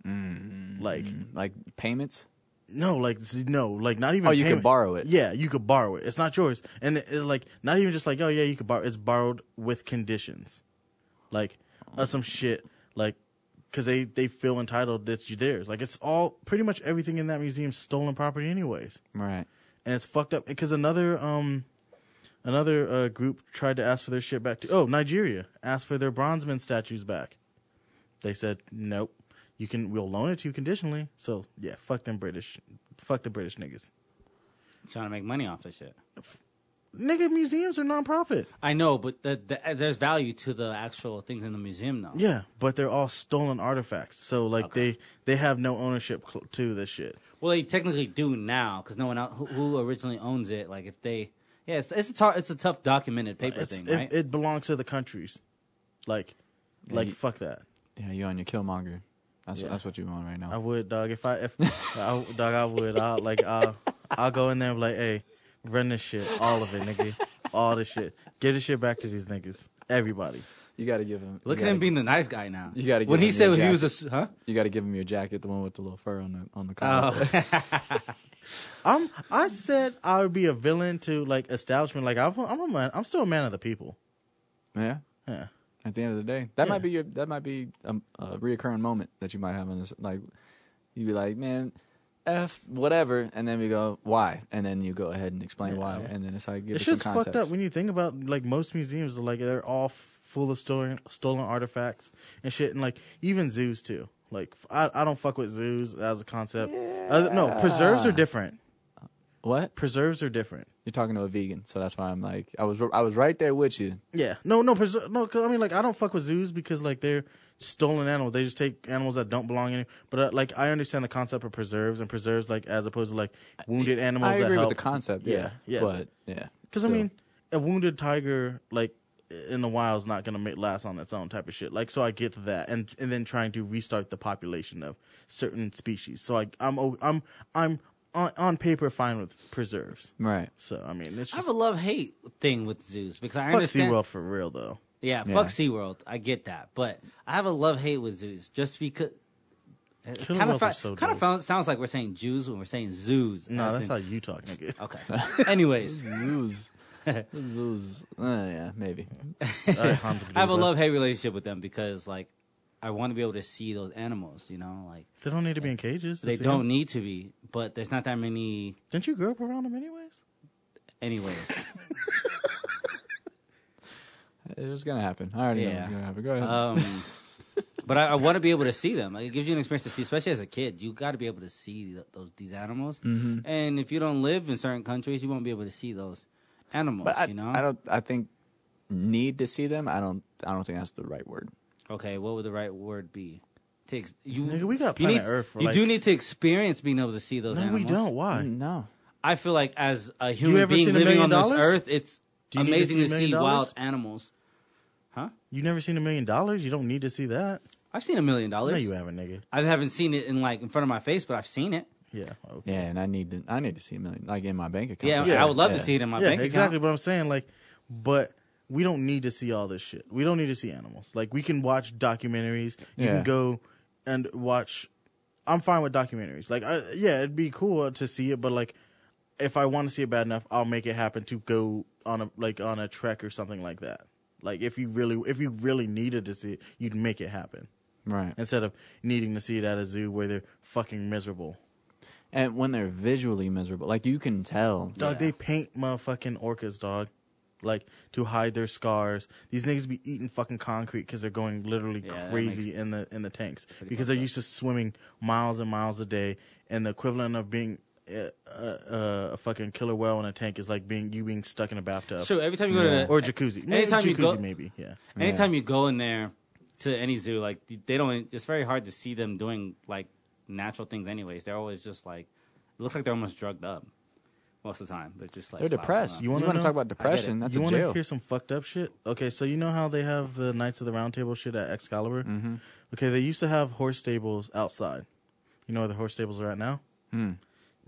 Speaker 2: Like
Speaker 1: Like payments?
Speaker 2: no, like s- no, like not even.
Speaker 1: Oh, you can
Speaker 2: payment.
Speaker 1: borrow it.
Speaker 2: Yeah, you could borrow it. It's not yours, and it, it, like not even just like oh yeah, you could borrow. It's borrowed with conditions, like uh, some shit like because they they feel entitled that's you theirs. Like it's all pretty much everything in that museum's stolen property, anyways
Speaker 1: Right.
Speaker 2: and it's fucked up because another um another uh, group tried to ask for their shit back to oh Nigeria asked for their bronze men statues back. They said nope. You can we'll loan it to you conditionally. So yeah, fuck them British, fuck the British niggas.
Speaker 3: Trying to make money off this shit.
Speaker 2: Nigga, museums are nonprofit.
Speaker 3: I know, but the, the, uh, there's value to the actual things in the museum, though.
Speaker 2: Yeah, but they're all stolen artifacts. So like they they have no ownership cl- to this shit.
Speaker 3: Well, they technically do now because no one else who, who originally owns it. Like if they, yeah, it's it's a tou- it's a tough documented paper
Speaker 2: It's-
Speaker 3: thing,
Speaker 2: it,
Speaker 3: right?
Speaker 2: it belongs to the countries. Like, like
Speaker 1: you-
Speaker 2: fuck that.
Speaker 1: Yeah, you on your Killmonger. That's
Speaker 2: Yeah.
Speaker 1: what, that's what you want right now.
Speaker 2: I would, dog. If I, if I, dog, I would. I like, I'll, I'll go in there and be like, hey, run this shit, all of it, nigga, all this shit. Get this shit back to these niggas, everybody.
Speaker 1: you got to give him.
Speaker 3: Look
Speaker 1: you
Speaker 3: at him
Speaker 1: gotta-
Speaker 3: being the nice guy now.
Speaker 1: You gotta give
Speaker 3: when he
Speaker 1: him
Speaker 3: said
Speaker 1: your
Speaker 3: he was a s- huh?
Speaker 1: You got to give him your jacket, the one with the little fur on the on the collar.
Speaker 3: Oh,
Speaker 2: *laughs* I'm. I said I would be a villain to like establishment. Like I'm, I'm a man. I'm still a man of the people. Oh.
Speaker 1: *laughs* Yeah.
Speaker 2: Yeah.
Speaker 1: At the end of the day, that
Speaker 2: Yeah.
Speaker 1: might be your that might be um, a reoccurring moment that you might have on this. Like, you'd be like, man, f whatever, and then we go why, and then you go ahead and explain why, and then it's like give
Speaker 2: It's
Speaker 1: us some
Speaker 2: just
Speaker 1: context.
Speaker 2: fucked up when you think about like most museums. Like they're all full of stolen stolen artifacts and shit, and like even zoos too. Like I, I don't fuck with zoos as a concept. Other- no, preserves are different.
Speaker 1: What
Speaker 2: Preserves are different.
Speaker 1: you're talking to a vegan, so that's why I'm like, I was I was right there with you.
Speaker 2: Yeah. No, no, preser- no. Cause, I mean, like, I don't fuck with zoos because like they're stolen animals. They just take animals that don't belong in. it. But uh, like, I understand the concept of preserves and preserves, like as opposed to like wounded animals.
Speaker 1: I agree
Speaker 2: that
Speaker 1: with
Speaker 2: help.
Speaker 1: the concept.
Speaker 2: Yeah,
Speaker 1: Yeah,
Speaker 2: yeah.
Speaker 1: But yeah,
Speaker 2: Because I
Speaker 1: still.
Speaker 2: mean, a wounded tiger like in the wild is not gonna make last on its own type of shit. Like, so I get that, and and then trying to restart the population of certain species. So I, I'm o- I'm I'm on, on paper fine with preserves.
Speaker 1: right.
Speaker 2: So I mean, it's
Speaker 3: I have
Speaker 2: just
Speaker 3: a love hate thing with zoos because I
Speaker 2: fuck
Speaker 3: understand.
Speaker 2: SeaWorld for real though.
Speaker 3: Yeah,
Speaker 1: Yeah.
Speaker 3: fuck SeaWorld. I get that. But I have a love hate with zoos just because. uh, It
Speaker 2: Killer
Speaker 3: kind
Speaker 2: whales
Speaker 3: of,
Speaker 2: are so
Speaker 3: kind
Speaker 2: dope.
Speaker 3: of sounds like we're saying Jews when we're saying zoos.
Speaker 2: No,
Speaker 3: as
Speaker 2: that's
Speaker 3: in-
Speaker 2: how you talk, nigga.
Speaker 3: *laughs*
Speaker 2: *laughs*
Speaker 3: Okay. Anyways,
Speaker 1: Zoos. Zoos. Uh, yeah, maybe.
Speaker 2: *laughs* All right, Hans
Speaker 3: I have a
Speaker 2: Gruber.
Speaker 3: love hate relationship with them because like I want to be able to see those animals, you know, like
Speaker 2: They don't need to be in cages. to
Speaker 3: they
Speaker 2: see
Speaker 3: don't
Speaker 2: them.
Speaker 3: need to be, but there's not that many
Speaker 2: Didn't you grow up around them anyways? *laughs*
Speaker 3: anyways.
Speaker 1: It was gonna happen. I already know it was
Speaker 3: Yeah.
Speaker 2: Uh,
Speaker 1: gonna happen. Go ahead.
Speaker 3: um But I, I want to be able to see them. Like, it gives you an experience to see, especially as a kid. You got to be able to see th- those these animals.
Speaker 2: Mm-hmm.
Speaker 3: And if you don't live in certain countries, you won't be able to see those animals.
Speaker 1: But I,
Speaker 3: you know.
Speaker 1: I don't. I think need to see them. I don't. I don't think that's the right word.
Speaker 3: okay, what would the right word be? To ex- you,
Speaker 2: Nigga, we got
Speaker 3: you
Speaker 2: planet
Speaker 3: need-
Speaker 2: Earth for,
Speaker 3: you
Speaker 2: like-
Speaker 3: do need to experience being able to see those.
Speaker 2: No,
Speaker 3: animals.
Speaker 2: we don't. Why?
Speaker 1: No.
Speaker 3: I feel like as a human
Speaker 2: ever
Speaker 3: being
Speaker 2: seen a
Speaker 3: living
Speaker 2: million
Speaker 3: on this
Speaker 2: dollars?
Speaker 3: earth, it's
Speaker 2: Do you need to
Speaker 3: amazing
Speaker 2: see a
Speaker 3: to see
Speaker 2: million
Speaker 3: wild
Speaker 2: dollars?
Speaker 3: animals. Huh?
Speaker 2: You never seen a million dollars? You don't need to see that.
Speaker 3: I've seen a million
Speaker 2: No,
Speaker 3: dollars.
Speaker 2: you haven't, nigga.
Speaker 3: I haven't seen it in like in front of my face, but I've seen it.
Speaker 2: Yeah. Okay.
Speaker 1: Yeah, and I need to. I need to see a million, like in my bank account.
Speaker 3: Yeah,
Speaker 2: Yeah.
Speaker 3: I would love
Speaker 1: Yeah.
Speaker 3: to see it in my
Speaker 2: yeah,
Speaker 3: bank
Speaker 2: exactly
Speaker 3: account.
Speaker 2: what I'm saying. Like, but we don't need to see all this shit. We don't need to see animals. Like, we can watch documentaries. You
Speaker 1: Yeah.
Speaker 2: can go and watch. I'm fine with documentaries. Like, I, yeah, it'd be cool to see it, but like, if I want to see it bad enough, I'll make it happen to go on a like on a trek or something like that. Like, if you really if you really needed to see it, you'd make it happen
Speaker 1: Right.
Speaker 2: instead of needing to see it at a zoo where they're fucking miserable.
Speaker 1: And when they're visually miserable, like you can tell.
Speaker 2: Dog,
Speaker 3: Yeah.
Speaker 2: they paint motherfucking orcas, dog. Like to hide their scars. These niggas be eating fucking concrete because they're going literally
Speaker 3: Yeah, that
Speaker 2: crazy in the in the tanks because
Speaker 3: fucked
Speaker 2: they're
Speaker 3: up.
Speaker 2: used to swimming miles and miles a day, and the equivalent of being a, a, a fucking killer whale in a tank is like being you being stuck in a bathtub
Speaker 3: Sure, every time you go
Speaker 1: Yeah.
Speaker 3: to
Speaker 2: or a jacuzzi. Maybe
Speaker 3: Anytime
Speaker 2: jacuzzi,
Speaker 3: you go-
Speaker 2: maybe yeah.
Speaker 3: anytime you go in there to any zoo, like they don't. It's very hard to see them doing like natural things. Anyways, they're always just like it looks like they're almost drugged up most of the time. They're just like
Speaker 1: They're
Speaker 3: flowers
Speaker 1: depressed.
Speaker 2: You
Speaker 1: You
Speaker 2: wanna
Speaker 1: want to
Speaker 2: know?
Speaker 1: talk about depression? That's
Speaker 2: you
Speaker 1: a
Speaker 2: wanna
Speaker 1: jail.
Speaker 2: hear some fucked up shit? Okay, so you know how they have the Knights of the Round Table shit at Excalibur? Mm-hmm. Okay, they used to have horse stables outside. You know where the horse stables are at now?
Speaker 1: Hmm.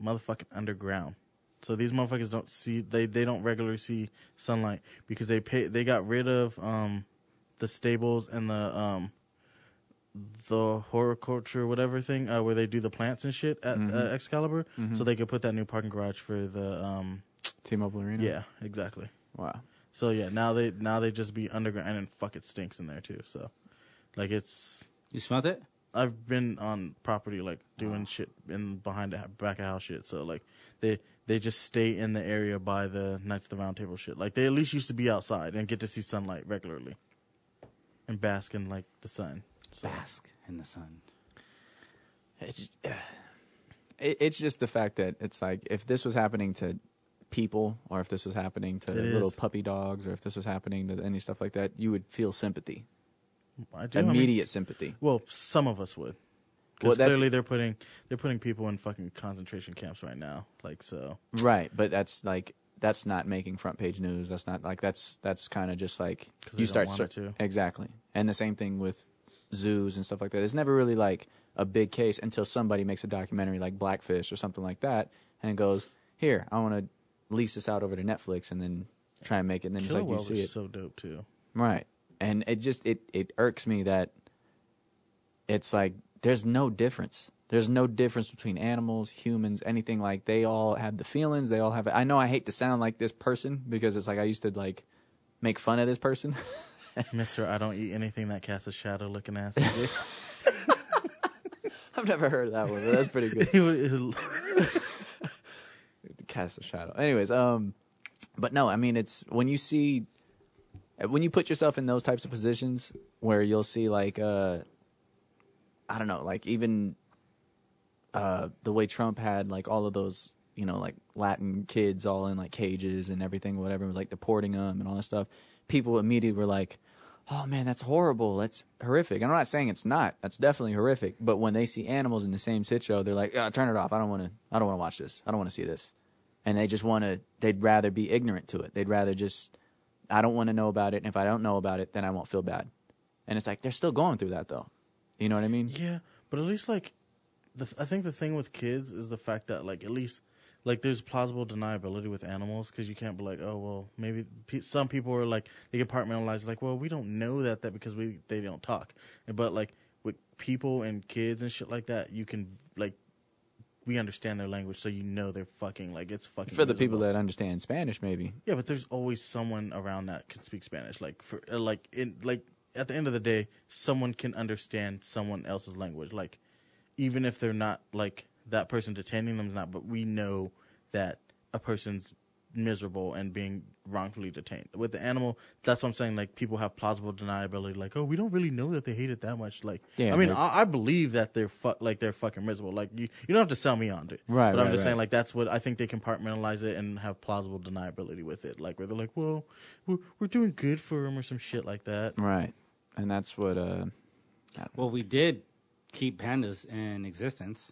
Speaker 2: Motherfucking underground. So these motherfuckers don't see they they don't regularly see sunlight because they pay they got rid of um the stables and the um the horticulture whatever thing uh, where they do the plants and shit at
Speaker 1: Mm-hmm.
Speaker 2: uh, Excalibur so they could put that new parking garage for the um
Speaker 1: T-Mobile Arena.
Speaker 2: yeah exactly
Speaker 1: Wow.
Speaker 2: so yeah, now they now they just be underground and fuck it stinks in there too. So like it's
Speaker 3: You smelled it?
Speaker 2: I've been on property like doing shit in behind the back of house shit. So like they they just stay in the area by the Knights of the Round Table shit. Like they at least used to be outside and get to see sunlight regularly and bask in like the sun. So
Speaker 3: Bask in the sun.
Speaker 1: It's just, it, it's just the fact that it's like if this was happening to people, or if this was happening to
Speaker 2: It
Speaker 1: little
Speaker 2: is.
Speaker 1: puppy dogs, or if this was happening to any stuff like that, you would feel sympathy,
Speaker 2: I do I mean-
Speaker 1: immediate sympathy.
Speaker 2: well, some of us would.
Speaker 1: Well,
Speaker 2: Because
Speaker 1: that's-
Speaker 2: clearly they're putting they're putting people in fucking concentration camps right now. Like so.
Speaker 1: Right, but that's like that's not making front page news. That's not like that's that's kind of just like
Speaker 2: 'Cause they
Speaker 1: you
Speaker 2: don't want
Speaker 1: start
Speaker 2: it to.
Speaker 1: exactly, and the same thing with zoos and stuff like that. It's never really like a big case until somebody makes a documentary like Blackfish or something like that, and goes, "Here, I want to lease this out over to Netflix," and then try and make it. And then it's
Speaker 2: Killer
Speaker 1: like you
Speaker 2: whales
Speaker 1: see
Speaker 2: are
Speaker 1: it,
Speaker 2: so dope
Speaker 1: *laughs*
Speaker 2: too.
Speaker 1: right? And it just it it irks me that it's like there's no difference. There's no difference between animals, humans, anything like they all have the feelings, they all have I know I hate to sound like this person because it's like I used to like make fun of this person. *laughs*
Speaker 2: Mister, I don't eat anything that casts a shadow looking
Speaker 1: *laughs*
Speaker 2: ass.
Speaker 1: I've never heard that one, but that's pretty good.
Speaker 2: He would- he-
Speaker 1: Cast a shadow. Anyways, um but no, I mean it's when you see when you put yourself in those types of positions where you'll see like uh I don't know, like even uh, the way Trump had like all of those, you know, like Latin kids all in like cages and everything, whatever, was like deporting them and all that stuff. People immediately were like, "Oh man, that's horrible. That's horrific." And I'm not saying it's not. That's definitely horrific. But when they see animals in the same sit show, they're like, oh, "Turn it off. I don't want to. I don't want to watch this. I don't want to see this." And they just want to. They'd rather be ignorant to it. They'd rather just, "I don't want to know about it." And if I don't know about it, then I won't feel bad. And it's like they're still going through that though. You know what I mean?
Speaker 2: yeah, but at least like, the, I think the thing with kids is the fact that like at least like there's plausible deniability with animals because you can't be like, oh well, maybe pe- some people are like they compartmentalize like, well, we don't know that that because we they don't talk, but like with people and kids and shit like that, you can like. We understand their language, so you know they're fucking like it's fucking
Speaker 1: For the people
Speaker 2: miserable.
Speaker 1: that understand Spanish, maybe
Speaker 2: Yeah, but there's always someone around that can speak Spanish. Like for uh, like in like at the end of the day, someone can understand someone else's language. Like even if they're not like that person detaining them's not, but we know that a person's miserable and being wrongfully detained. With the animal, that's what I'm saying. Like people have plausible deniability. Like, oh, we don't really know that they hate it that much. Like,
Speaker 1: Yeah,
Speaker 2: I mean,
Speaker 1: like-
Speaker 2: I, I believe that they're fuck like they're fucking miserable. Like you, you don't have to sell me on it.
Speaker 1: Right,
Speaker 2: But
Speaker 1: right,
Speaker 2: I'm just saying
Speaker 1: right.
Speaker 2: like that's what I think they compartmentalize it and have plausible deniability with it. Like where they're like, well, we're we're doing good for them or some shit like that.
Speaker 1: Right. And that's what uh
Speaker 3: Well, we did keep pandas in existence.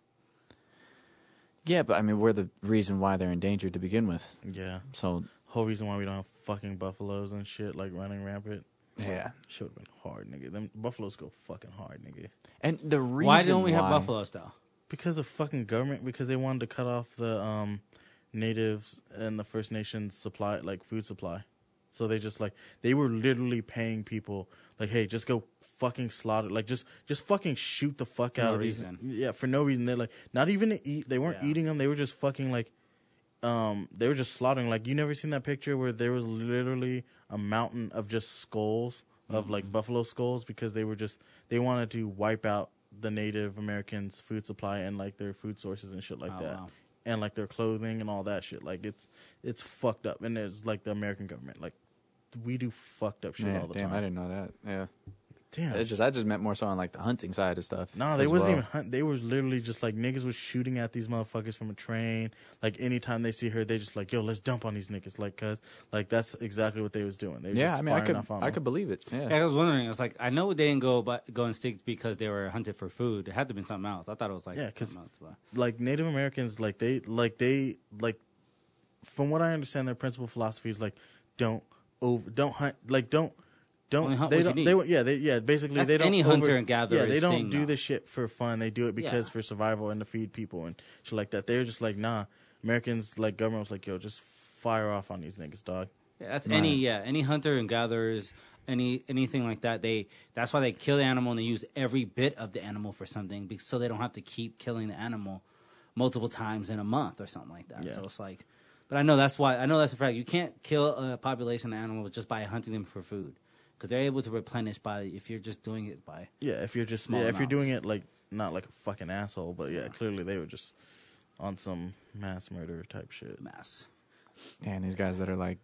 Speaker 1: yeah, but I mean we're the reason why they're endangered to begin with.
Speaker 2: Yeah.
Speaker 1: So
Speaker 2: Whole reason why we don't have fucking buffaloes and shit like running rampant.
Speaker 1: yeah.
Speaker 2: Should have been hard, nigga. Them buffaloes go fucking hard, nigga.
Speaker 1: And the reason
Speaker 3: why don't we have buffaloes though?
Speaker 2: Because of fucking government, because they wanted to cut off the um natives and the First Nations supply like food supply. So they just like they were literally paying people like, hey, just go fucking slaughter like just just fucking shoot the fuck
Speaker 3: For
Speaker 2: out
Speaker 3: no
Speaker 2: of these
Speaker 3: reason.
Speaker 2: Yeah, for no reason. They're like not even to eat they weren't
Speaker 3: Yeah.
Speaker 2: eating them, they were just fucking like um they were just slaughtering like you never seen that picture where there was literally a mountain of just skulls of
Speaker 1: Mm-hmm.
Speaker 2: like buffalo skulls because they were just they wanted to wipe out the native americans food supply and like their food sources and shit like
Speaker 3: Oh,
Speaker 2: that
Speaker 3: wow.
Speaker 2: and like their clothing and all that shit like it's it's fucked up and it's like the american government like we do fucked up shit
Speaker 1: Yeah,
Speaker 2: all the
Speaker 1: damn, I
Speaker 2: time
Speaker 1: didn't know that. Yeah.
Speaker 2: damn
Speaker 1: It's just I just meant more so on like the hunting side of stuff.
Speaker 2: No, they
Speaker 1: as
Speaker 2: wasn't
Speaker 1: well.
Speaker 2: even hunt. They was literally just like niggas was shooting at these motherfuckers from a train. Like anytime they see her, they just like, yo, let's dump on these niggas. Like, cause like that's exactly what they was doing. They was
Speaker 1: Yeah,
Speaker 2: just
Speaker 1: I mean I
Speaker 2: firing
Speaker 1: could
Speaker 2: off on
Speaker 1: I
Speaker 2: them.
Speaker 1: could believe it. Yeah.
Speaker 3: Yeah, I was wondering. I was like, I know they didn't go but go instinct because they were hunted for food. It had to have been something else. I thought it was like
Speaker 2: Yeah, 'cause-
Speaker 3: something else, but-
Speaker 2: like Native Americans, like they, like they, like from what I understand, their principal philosophy is like, don't over, don't hunt, like don't, don't.
Speaker 3: Only hunt
Speaker 2: they
Speaker 3: what you
Speaker 2: don't,
Speaker 3: need.
Speaker 2: they, yeah, they, yeah. Basically,
Speaker 3: That's
Speaker 2: they don't.
Speaker 3: any
Speaker 2: over-
Speaker 3: hunter and gatherer's
Speaker 2: Yeah, they don't
Speaker 3: thing
Speaker 2: do
Speaker 3: now.
Speaker 2: this shit for fun. They do it because
Speaker 3: Yeah.
Speaker 2: for survival and to feed people and shit like that. They're just like, nah. Americans, like government was like, yo, just fire off on these niggas, dog.
Speaker 3: Yeah, that's
Speaker 1: Right.
Speaker 3: any yeah any hunter and gatherers any anything like that they that's why they kill the animal and they use every bit of the animal for something because, so they don't have to keep killing the animal multiple times in a month or something like that.
Speaker 2: Yeah.
Speaker 3: So it's like, but I know that's why I know that's a fact. You can't kill a population of animals just by hunting them for food because they're able to replenish by if you're just doing it by
Speaker 2: Yeah, if you're just
Speaker 3: Small
Speaker 2: yeah, if you're
Speaker 3: amounts.
Speaker 2: doing it like not like a fucking asshole, but yeah, clearly they were just on some mass murder type shit.
Speaker 3: mass.
Speaker 1: and these guys that are like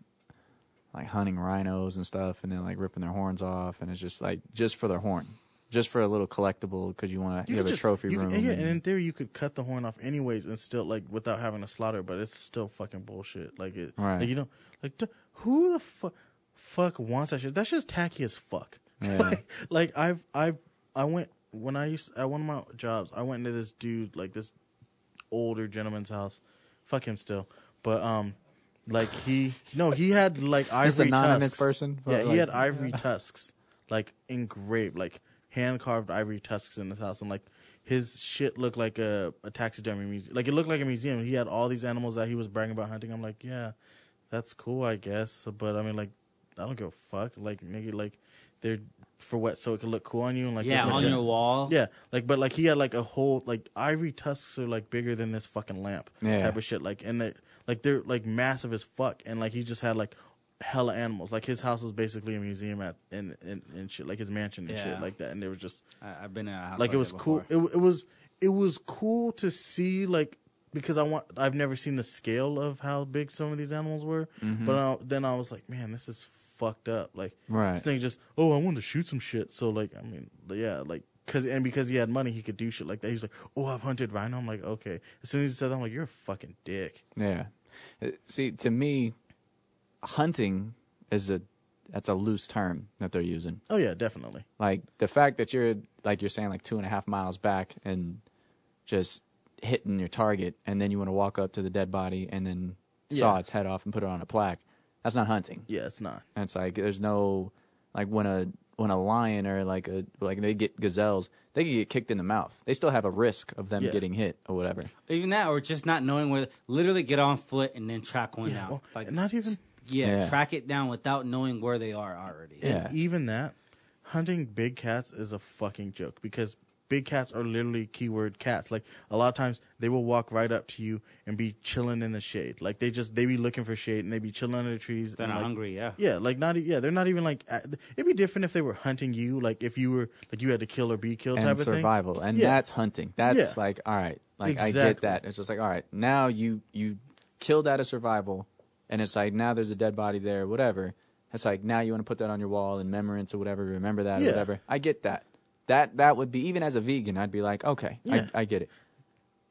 Speaker 1: like hunting rhinos and stuff and then like ripping their horns off and it's just like just for their horn just for a little collectible because you want to you, have
Speaker 2: could
Speaker 1: a trophy
Speaker 2: you could-
Speaker 1: room
Speaker 2: yeah,
Speaker 1: and-
Speaker 2: and in theory you could cut the horn off anyways and still like without having to slaughter, but it's still fucking bullshit. Like it,
Speaker 1: Right.
Speaker 2: like you know, like d- who the fuck fuck wants that shit? That shit's tacky as fuck. *laughs*
Speaker 1: Yeah.
Speaker 2: like, like I've I've I went when I used at one of my jobs, I went into this dude like this older gentleman's house. Fuck him still, but um. Like he no, he had like ivory
Speaker 1: anonymous
Speaker 2: tusks.
Speaker 1: person, but,
Speaker 2: Yeah, he
Speaker 1: like-
Speaker 2: had ivory tusks, like engraved, like hand carved ivory tusks in his house, and like his shit looked like a, a taxidermy museum. Like it looked like a museum. He had all these animals that he was bragging about hunting. I'm like, yeah, that's cool, I guess. But I mean, like, I don't give a fuck. Like, nigga, like they're for what? So it could look cool on you. And, like,
Speaker 3: Yeah,
Speaker 2: there's no
Speaker 3: on
Speaker 2: gen-
Speaker 3: your wall.
Speaker 2: yeah, like but like he had like a whole like ivory tusks are like bigger than this fucking lamp
Speaker 1: Yeah.
Speaker 2: type of shit. Like and they like they're like massive as fuck and like he just had like hella animals. Like his house was basically a museum at and and, and shit like his mansion and
Speaker 3: Yeah.
Speaker 2: shit like that. And they were just
Speaker 3: I, I've been in a house
Speaker 2: like it was
Speaker 3: that
Speaker 2: cool.
Speaker 3: before.
Speaker 2: It w- it was it was cool to see like because I want I've never seen the scale of how big some of these animals were.
Speaker 3: Mm-hmm.
Speaker 2: But I, then I was like, man, this is fucked up. Like
Speaker 1: Right.
Speaker 2: this thing just oh I wanted to shoot some shit. So like I mean yeah like. Cause, and because he had money, he could do shit like that. He's like, "Oh, I've hunted rhino." I'm like, "Okay." As soon as he said that, I'm like, "You're a fucking dick."
Speaker 1: Yeah. Uh, See, to me, hunting is a that's a loose term that they're using.
Speaker 2: Oh yeah, definitely.
Speaker 1: Like the fact that you're like you're saying like two and a half miles back and just hitting your target, and then you want to walk up to the dead body and then saw
Speaker 2: Yeah.
Speaker 1: its head off and put it on a plaque. That's not hunting.
Speaker 2: Yeah, it's not.
Speaker 1: And it's like there's no like when a when a lion or like a like they get gazelles, they can get kicked in the mouth. They still have a risk of them
Speaker 2: Yeah.
Speaker 1: getting hit or whatever.
Speaker 3: even that or just not knowing where. Literally get on foot and then track one
Speaker 2: Yeah,
Speaker 3: down.
Speaker 2: well,
Speaker 3: Like,
Speaker 2: not even
Speaker 3: Yeah,
Speaker 1: Yeah.
Speaker 3: track it down without knowing where they are already.
Speaker 1: Yeah.
Speaker 2: And even that, hunting big cats is a fucking joke because big cats are literally keyword cats. Like a lot of times they will walk right up to you and be chilling in the shade. Like they just they be looking for shade and they be chilling under the trees.
Speaker 3: They're
Speaker 2: and,
Speaker 3: not
Speaker 2: like,
Speaker 3: hungry, yeah.
Speaker 2: Yeah, like not e- yeah, they're not even like at- it'd be different if they were hunting you, like if you were like you had to kill or be killed type
Speaker 1: and
Speaker 2: of thing.
Speaker 1: survival, and
Speaker 2: Yeah.
Speaker 1: that's hunting. That's
Speaker 2: Yeah.
Speaker 1: like all right, like I get
Speaker 2: Exactly.
Speaker 1: that. It's just like all right, now you you killed out of survival, and it's like now there's a dead body there, whatever. It's like now you want to put that on your wall in remembrance or whatever, remember that or
Speaker 2: Yeah.
Speaker 1: whatever. I get that. That that would be even as a vegan, I'd be like, okay,
Speaker 2: Yeah.
Speaker 1: I, I get it.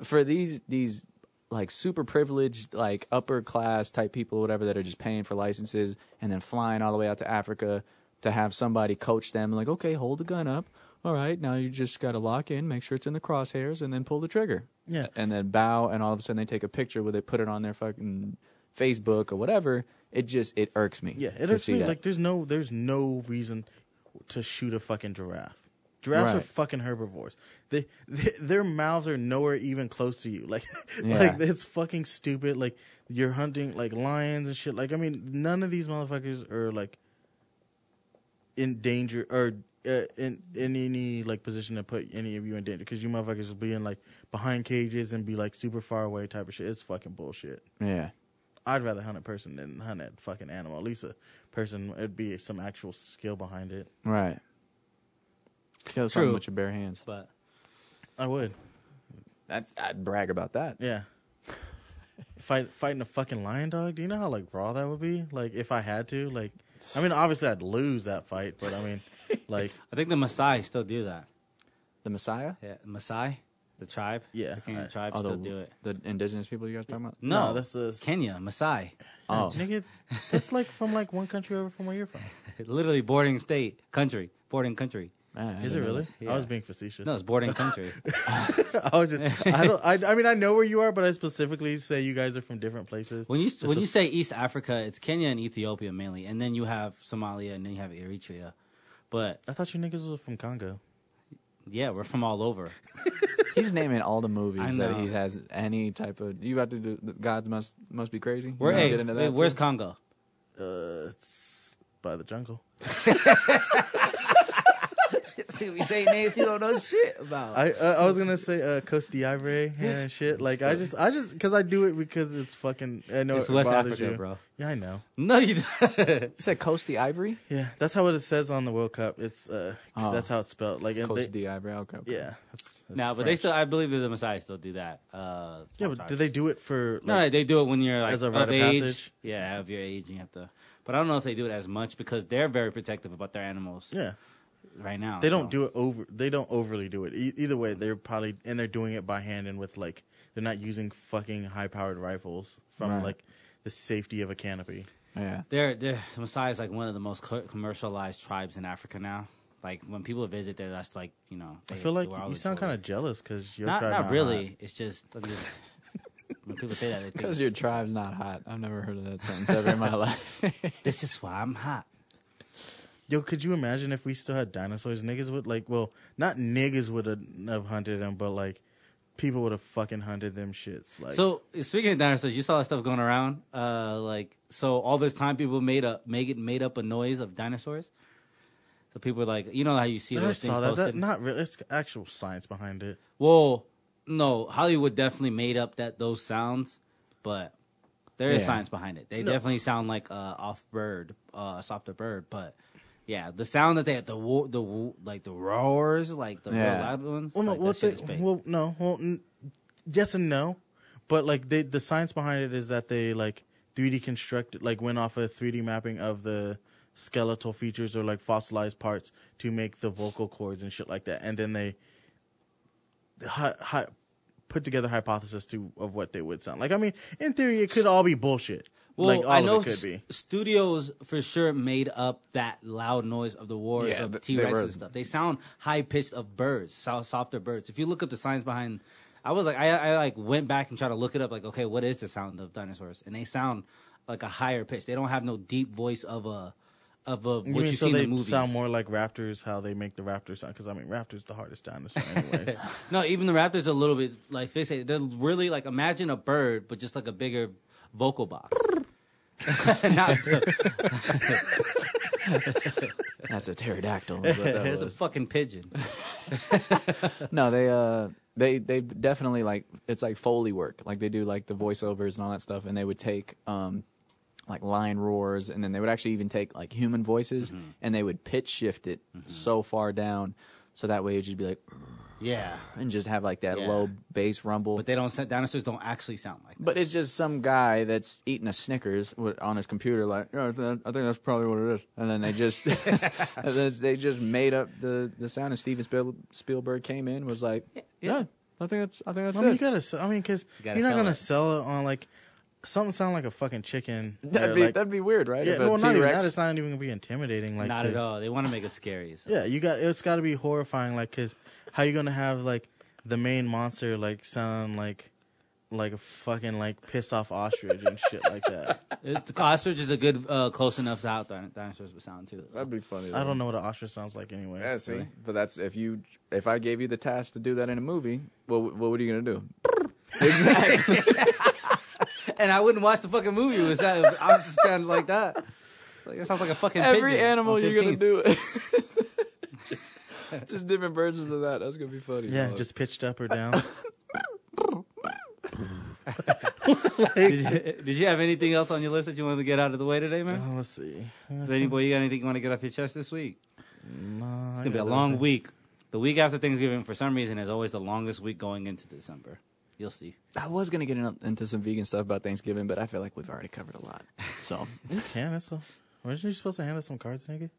Speaker 1: For these these like super privileged, like upper class type people, whatever, that are just paying for licenses and then flying all the way out to Africa to have somebody coach them, like, okay, hold the gun up. All right, now you just got to lock in, make sure it's in the crosshairs, and then pull the trigger.
Speaker 2: Yeah.
Speaker 1: And then bow, and all of a sudden they take a picture with it, put it on their fucking Facebook or whatever. It just, it irks me.
Speaker 2: Yeah, it
Speaker 1: to
Speaker 2: irks
Speaker 1: see
Speaker 2: me.
Speaker 1: that.
Speaker 2: Like, there's no, there's no reason to shoot a fucking giraffe. Giraffes are
Speaker 1: Right.
Speaker 2: fucking herbivores. They, they, their mouths are nowhere even close to you. *laughs* Like,
Speaker 1: Yeah.
Speaker 2: like it's fucking stupid. Like, you're hunting like lions and shit. Like, I mean, none of these motherfuckers are like in danger or uh, in in any like position to put any of you in danger because you motherfuckers will be in like behind cages and be like super far away type of shit. It's fucking bullshit.
Speaker 1: yeah.
Speaker 2: I'd rather hunt a person than hunt a fucking animal. At least a person, it'd be some actual skill behind it.
Speaker 1: Right. Kill something
Speaker 3: True.
Speaker 1: with your bare hands.
Speaker 3: But
Speaker 2: I would,
Speaker 1: That's, I'd brag about that.
Speaker 2: yeah. Fight fighting a fucking lion dog. Do you know how like raw that would be? Like if I had to, like, I mean, obviously I'd lose that fight, but I mean, like,
Speaker 3: I think the Maasai still do that.
Speaker 1: The Messiah?
Speaker 3: Yeah, Maasai, the tribe.
Speaker 2: Yeah,
Speaker 3: the Kenyan
Speaker 2: I-
Speaker 3: tribe
Speaker 1: Oh,
Speaker 3: still
Speaker 1: the,
Speaker 3: do it.
Speaker 1: the indigenous people you guys talking about?
Speaker 3: No,
Speaker 2: no, that's the-
Speaker 3: Kenya Maasai, *laughs*
Speaker 1: Oh.
Speaker 2: nigga, that's like from like one country over from where you're from.
Speaker 3: literally bordering state, country, bordering country.
Speaker 1: Man, I
Speaker 2: Is it
Speaker 1: didn't know
Speaker 2: really?
Speaker 3: Yeah.
Speaker 2: I was being facetious.
Speaker 3: No, it's bordering country.
Speaker 2: *laughs* I was just, I don't, I, I mean, I know where you are, but I specifically say you guys are from different places.
Speaker 3: When you
Speaker 2: Just
Speaker 3: when
Speaker 2: to-
Speaker 3: you say East Africa, it's Kenya and Ethiopia mainly, and then you have Somalia and then you have Eritrea. But
Speaker 2: I thought you niggas was from Congo.
Speaker 3: yeah, we're from all over.
Speaker 1: He's naming all the
Speaker 3: *laughs* I
Speaker 1: movies that
Speaker 3: know.
Speaker 1: he has any type of. You about to do the Gods Must Must Be Crazy? You
Speaker 3: We're
Speaker 1: gonna
Speaker 3: hey,
Speaker 1: get into
Speaker 3: wait,
Speaker 1: that
Speaker 3: where's
Speaker 1: too?
Speaker 3: Congo?
Speaker 2: Uh, it's by the jungle.
Speaker 3: See, we say names you don't know shit
Speaker 2: *laughs*
Speaker 3: about.
Speaker 2: I uh, I was gonna say uh, Coast d'Ivoire and shit. Like I just I just because I do it because it's fucking. I know
Speaker 3: it's
Speaker 2: it
Speaker 3: West
Speaker 2: bothers
Speaker 3: Africa,
Speaker 2: you. *laughs*
Speaker 3: bro.
Speaker 2: Yeah, I know.
Speaker 3: No, you. don't.
Speaker 1: You said Coast Ivory?
Speaker 2: Yeah, that's how it says on the World Cup. It's uh, 'cause
Speaker 1: Oh.
Speaker 2: that's how it's spelled. Like and they,
Speaker 1: Coast Ivory. Okay. okay.
Speaker 2: yeah, that's, that's
Speaker 3: no, but they
Speaker 2: French.
Speaker 3: still. I believe that the Maasai still do that. Uh,
Speaker 2: Yeah, but do they do it for? Like,
Speaker 3: No, they do it when you're like
Speaker 2: As a
Speaker 3: of
Speaker 2: rite of
Speaker 3: age.
Speaker 2: passage?
Speaker 3: Yeah, of your age, and you have to. But I don't know if they do it as much because they're very protective about their animals
Speaker 2: yeah,
Speaker 3: right now.
Speaker 2: they
Speaker 3: so.
Speaker 2: don't do it over. They don't overly do it. E- either way, they're probably and they're doing it by hand and with like they're not using fucking high powered rifles from
Speaker 1: Right.
Speaker 2: like the safety of a canopy.
Speaker 1: Yeah.
Speaker 3: They're, they're the Maasai is like one of the most co- commercialized tribes in Africa now. Like when people visit there, that's like you know.
Speaker 2: I
Speaker 3: they-
Speaker 2: feel like
Speaker 3: they were
Speaker 2: you
Speaker 3: always
Speaker 2: sound
Speaker 3: told.
Speaker 2: kind of jealous because you're
Speaker 3: not,
Speaker 2: trying
Speaker 3: not really. It's just, I'm
Speaker 2: *laughs*
Speaker 3: just when people say that, they think
Speaker 1: Because your
Speaker 3: it's-
Speaker 1: tribe's not hot. I've never heard of that sentence ever
Speaker 3: *laughs*
Speaker 1: in my life. *laughs*
Speaker 3: this is why I'm hot.
Speaker 2: Yo, could you imagine if we still had dinosaurs? Niggas would like, well, not niggas would have- have hunted them, but like people would have fucking hunted them shits. Like,
Speaker 3: So speaking of dinosaurs, you saw that stuff going around. Uh, like so, all this time people made up, make it made up a noise of dinosaurs. So people were like, you know how you see
Speaker 2: I
Speaker 3: those things
Speaker 2: saw that.
Speaker 3: posted.
Speaker 2: that. Not really. It's actual science behind it.
Speaker 3: Well, no, Hollywood definitely made up that those sounds, but there is
Speaker 1: Yeah.
Speaker 3: science behind it. They definitely sound like uh, off bird, uh, softer bird, but yeah, the sound that they had the wo- the wo- like the roars, like the real
Speaker 1: Yeah.
Speaker 3: loud ones.
Speaker 2: Well, no,
Speaker 3: like, that
Speaker 2: well,
Speaker 3: shit
Speaker 2: they-
Speaker 3: is fake.
Speaker 2: well, no, well, n- yes and no, but like they, the science behind it is that they like 3D constructed, like went off a 3D mapping of the skeletal features or like fossilized parts to make the vocal cords and shit like that, and then they hi, hi, put together hypothesis to of what they would sound like. I mean, in theory, it could all be bullshit.
Speaker 3: Well,
Speaker 2: like all
Speaker 3: I know
Speaker 2: of it could
Speaker 3: s-
Speaker 2: be.
Speaker 3: studios for sure made up that loud noise of the wars
Speaker 1: Yeah,
Speaker 3: of
Speaker 1: th-
Speaker 3: T
Speaker 1: they
Speaker 3: Rex
Speaker 1: were-
Speaker 3: and stuff. They sound high pitched of birds, so- softer birds. If you look up the science behind, I was like, I, I like went back and tried to look it up. Like, okay, what is the sound of dinosaurs? And they sound like a higher pitch. They don't have no deep voice of a of a what
Speaker 2: You
Speaker 3: you,
Speaker 2: mean
Speaker 3: see
Speaker 2: so
Speaker 3: in
Speaker 2: they
Speaker 3: the movies.
Speaker 2: sound more like raptors? How they make the raptor sound? Because I mean, raptors the hardest dinosaur,
Speaker 3: *laughs*
Speaker 2: anyways.
Speaker 3: *laughs* No, even the raptors are a little bit like fixated. They're really like imagine a bird, but just like a bigger
Speaker 2: *laughs*
Speaker 3: vocal box. Not
Speaker 1: That's a pterodactyl. is what that
Speaker 3: there's a
Speaker 1: was.
Speaker 3: fucking pigeon. *laughs*
Speaker 1: No, they uh they they definitely like it's like foley work. Like they do like the voiceovers and all that stuff and they would take um like lion roars and then they would actually even take like human
Speaker 3: Mm-hmm.
Speaker 1: voices and they would pitch shift it so far down so that way you'd just be like
Speaker 3: Yeah,
Speaker 1: and just have like that
Speaker 3: Yeah.
Speaker 1: low bass rumble.
Speaker 3: but they don't. sa- Dinosaurs don't actually sound like that.
Speaker 1: But it's just some guy that's eating a Snickers with, on his computer, like, "Yeah, I, think, I think that's probably what it is. And then they just *laughs* and then they just made up the, the sound, and Steven Spiel, Spielberg came in was like, yeah, I think that's I think that's
Speaker 2: I mean, you
Speaker 1: it.
Speaker 2: gotta. sell- I mean, because you are
Speaker 3: gotta
Speaker 2: not
Speaker 3: sell
Speaker 2: gonna
Speaker 3: it.
Speaker 2: sell it on like something sound like a fucking
Speaker 3: *laughs*
Speaker 2: chicken.
Speaker 1: That'd
Speaker 2: or,
Speaker 1: be
Speaker 2: like-
Speaker 1: that'd be weird, right?
Speaker 2: yeah,
Speaker 1: If a
Speaker 2: well, not even
Speaker 1: T-Rex-
Speaker 2: that. It's not even gonna be intimidating. Like
Speaker 3: Not
Speaker 2: to-
Speaker 3: at all. They want to make it scary. So.
Speaker 2: Yeah, you got. It's got to be horrifying. Like, cause how you gonna have like the main monster like sound like like a fucking like pissed off ostrich and shit like
Speaker 3: *laughs*
Speaker 2: that.
Speaker 3: It, the ostrich is a good uh, close enough to how din- dinosaurs would sound too.
Speaker 1: that'd be funny.
Speaker 2: I
Speaker 1: though.
Speaker 2: don't know what an ostrich sounds like anyway.
Speaker 1: Yeah, see, but that's if you if I gave you the task to do that in a movie, what what were you gonna do?
Speaker 2: *laughs*
Speaker 1: exactly.
Speaker 3: And I wouldn't watch the fucking movie. if It was that? if I was just kind of like that. Like that sounds like a
Speaker 1: *laughs*
Speaker 3: fucking
Speaker 1: Every
Speaker 3: pigeon on
Speaker 1: animal you're gonna
Speaker 3: 15th.
Speaker 1: do it. *laughs* just, just different versions of that. That's gonna be funny.
Speaker 2: Yeah,
Speaker 1: dog.
Speaker 2: just pitched up or
Speaker 3: *laughs*
Speaker 2: down. Oh,
Speaker 3: Did you, did you have anything else on your list that you wanted to get out of the way today, man?
Speaker 2: Oh, let's see.
Speaker 3: Is any boy you got anything you want to get off your chest this week?
Speaker 2: Nah,
Speaker 3: It's
Speaker 2: I
Speaker 3: gonna be a
Speaker 2: got
Speaker 3: long
Speaker 2: nothing.
Speaker 3: week. The week after Thanksgiving, for some reason, is always the longest week going into December. You'll see.
Speaker 1: I was gonna get in, into some vegan stuff about Thanksgiving, but I feel like we've already covered a lot.
Speaker 3: *laughs*
Speaker 1: So
Speaker 2: You can. That's all. Weren't you supposed to hand us some cards, nigga?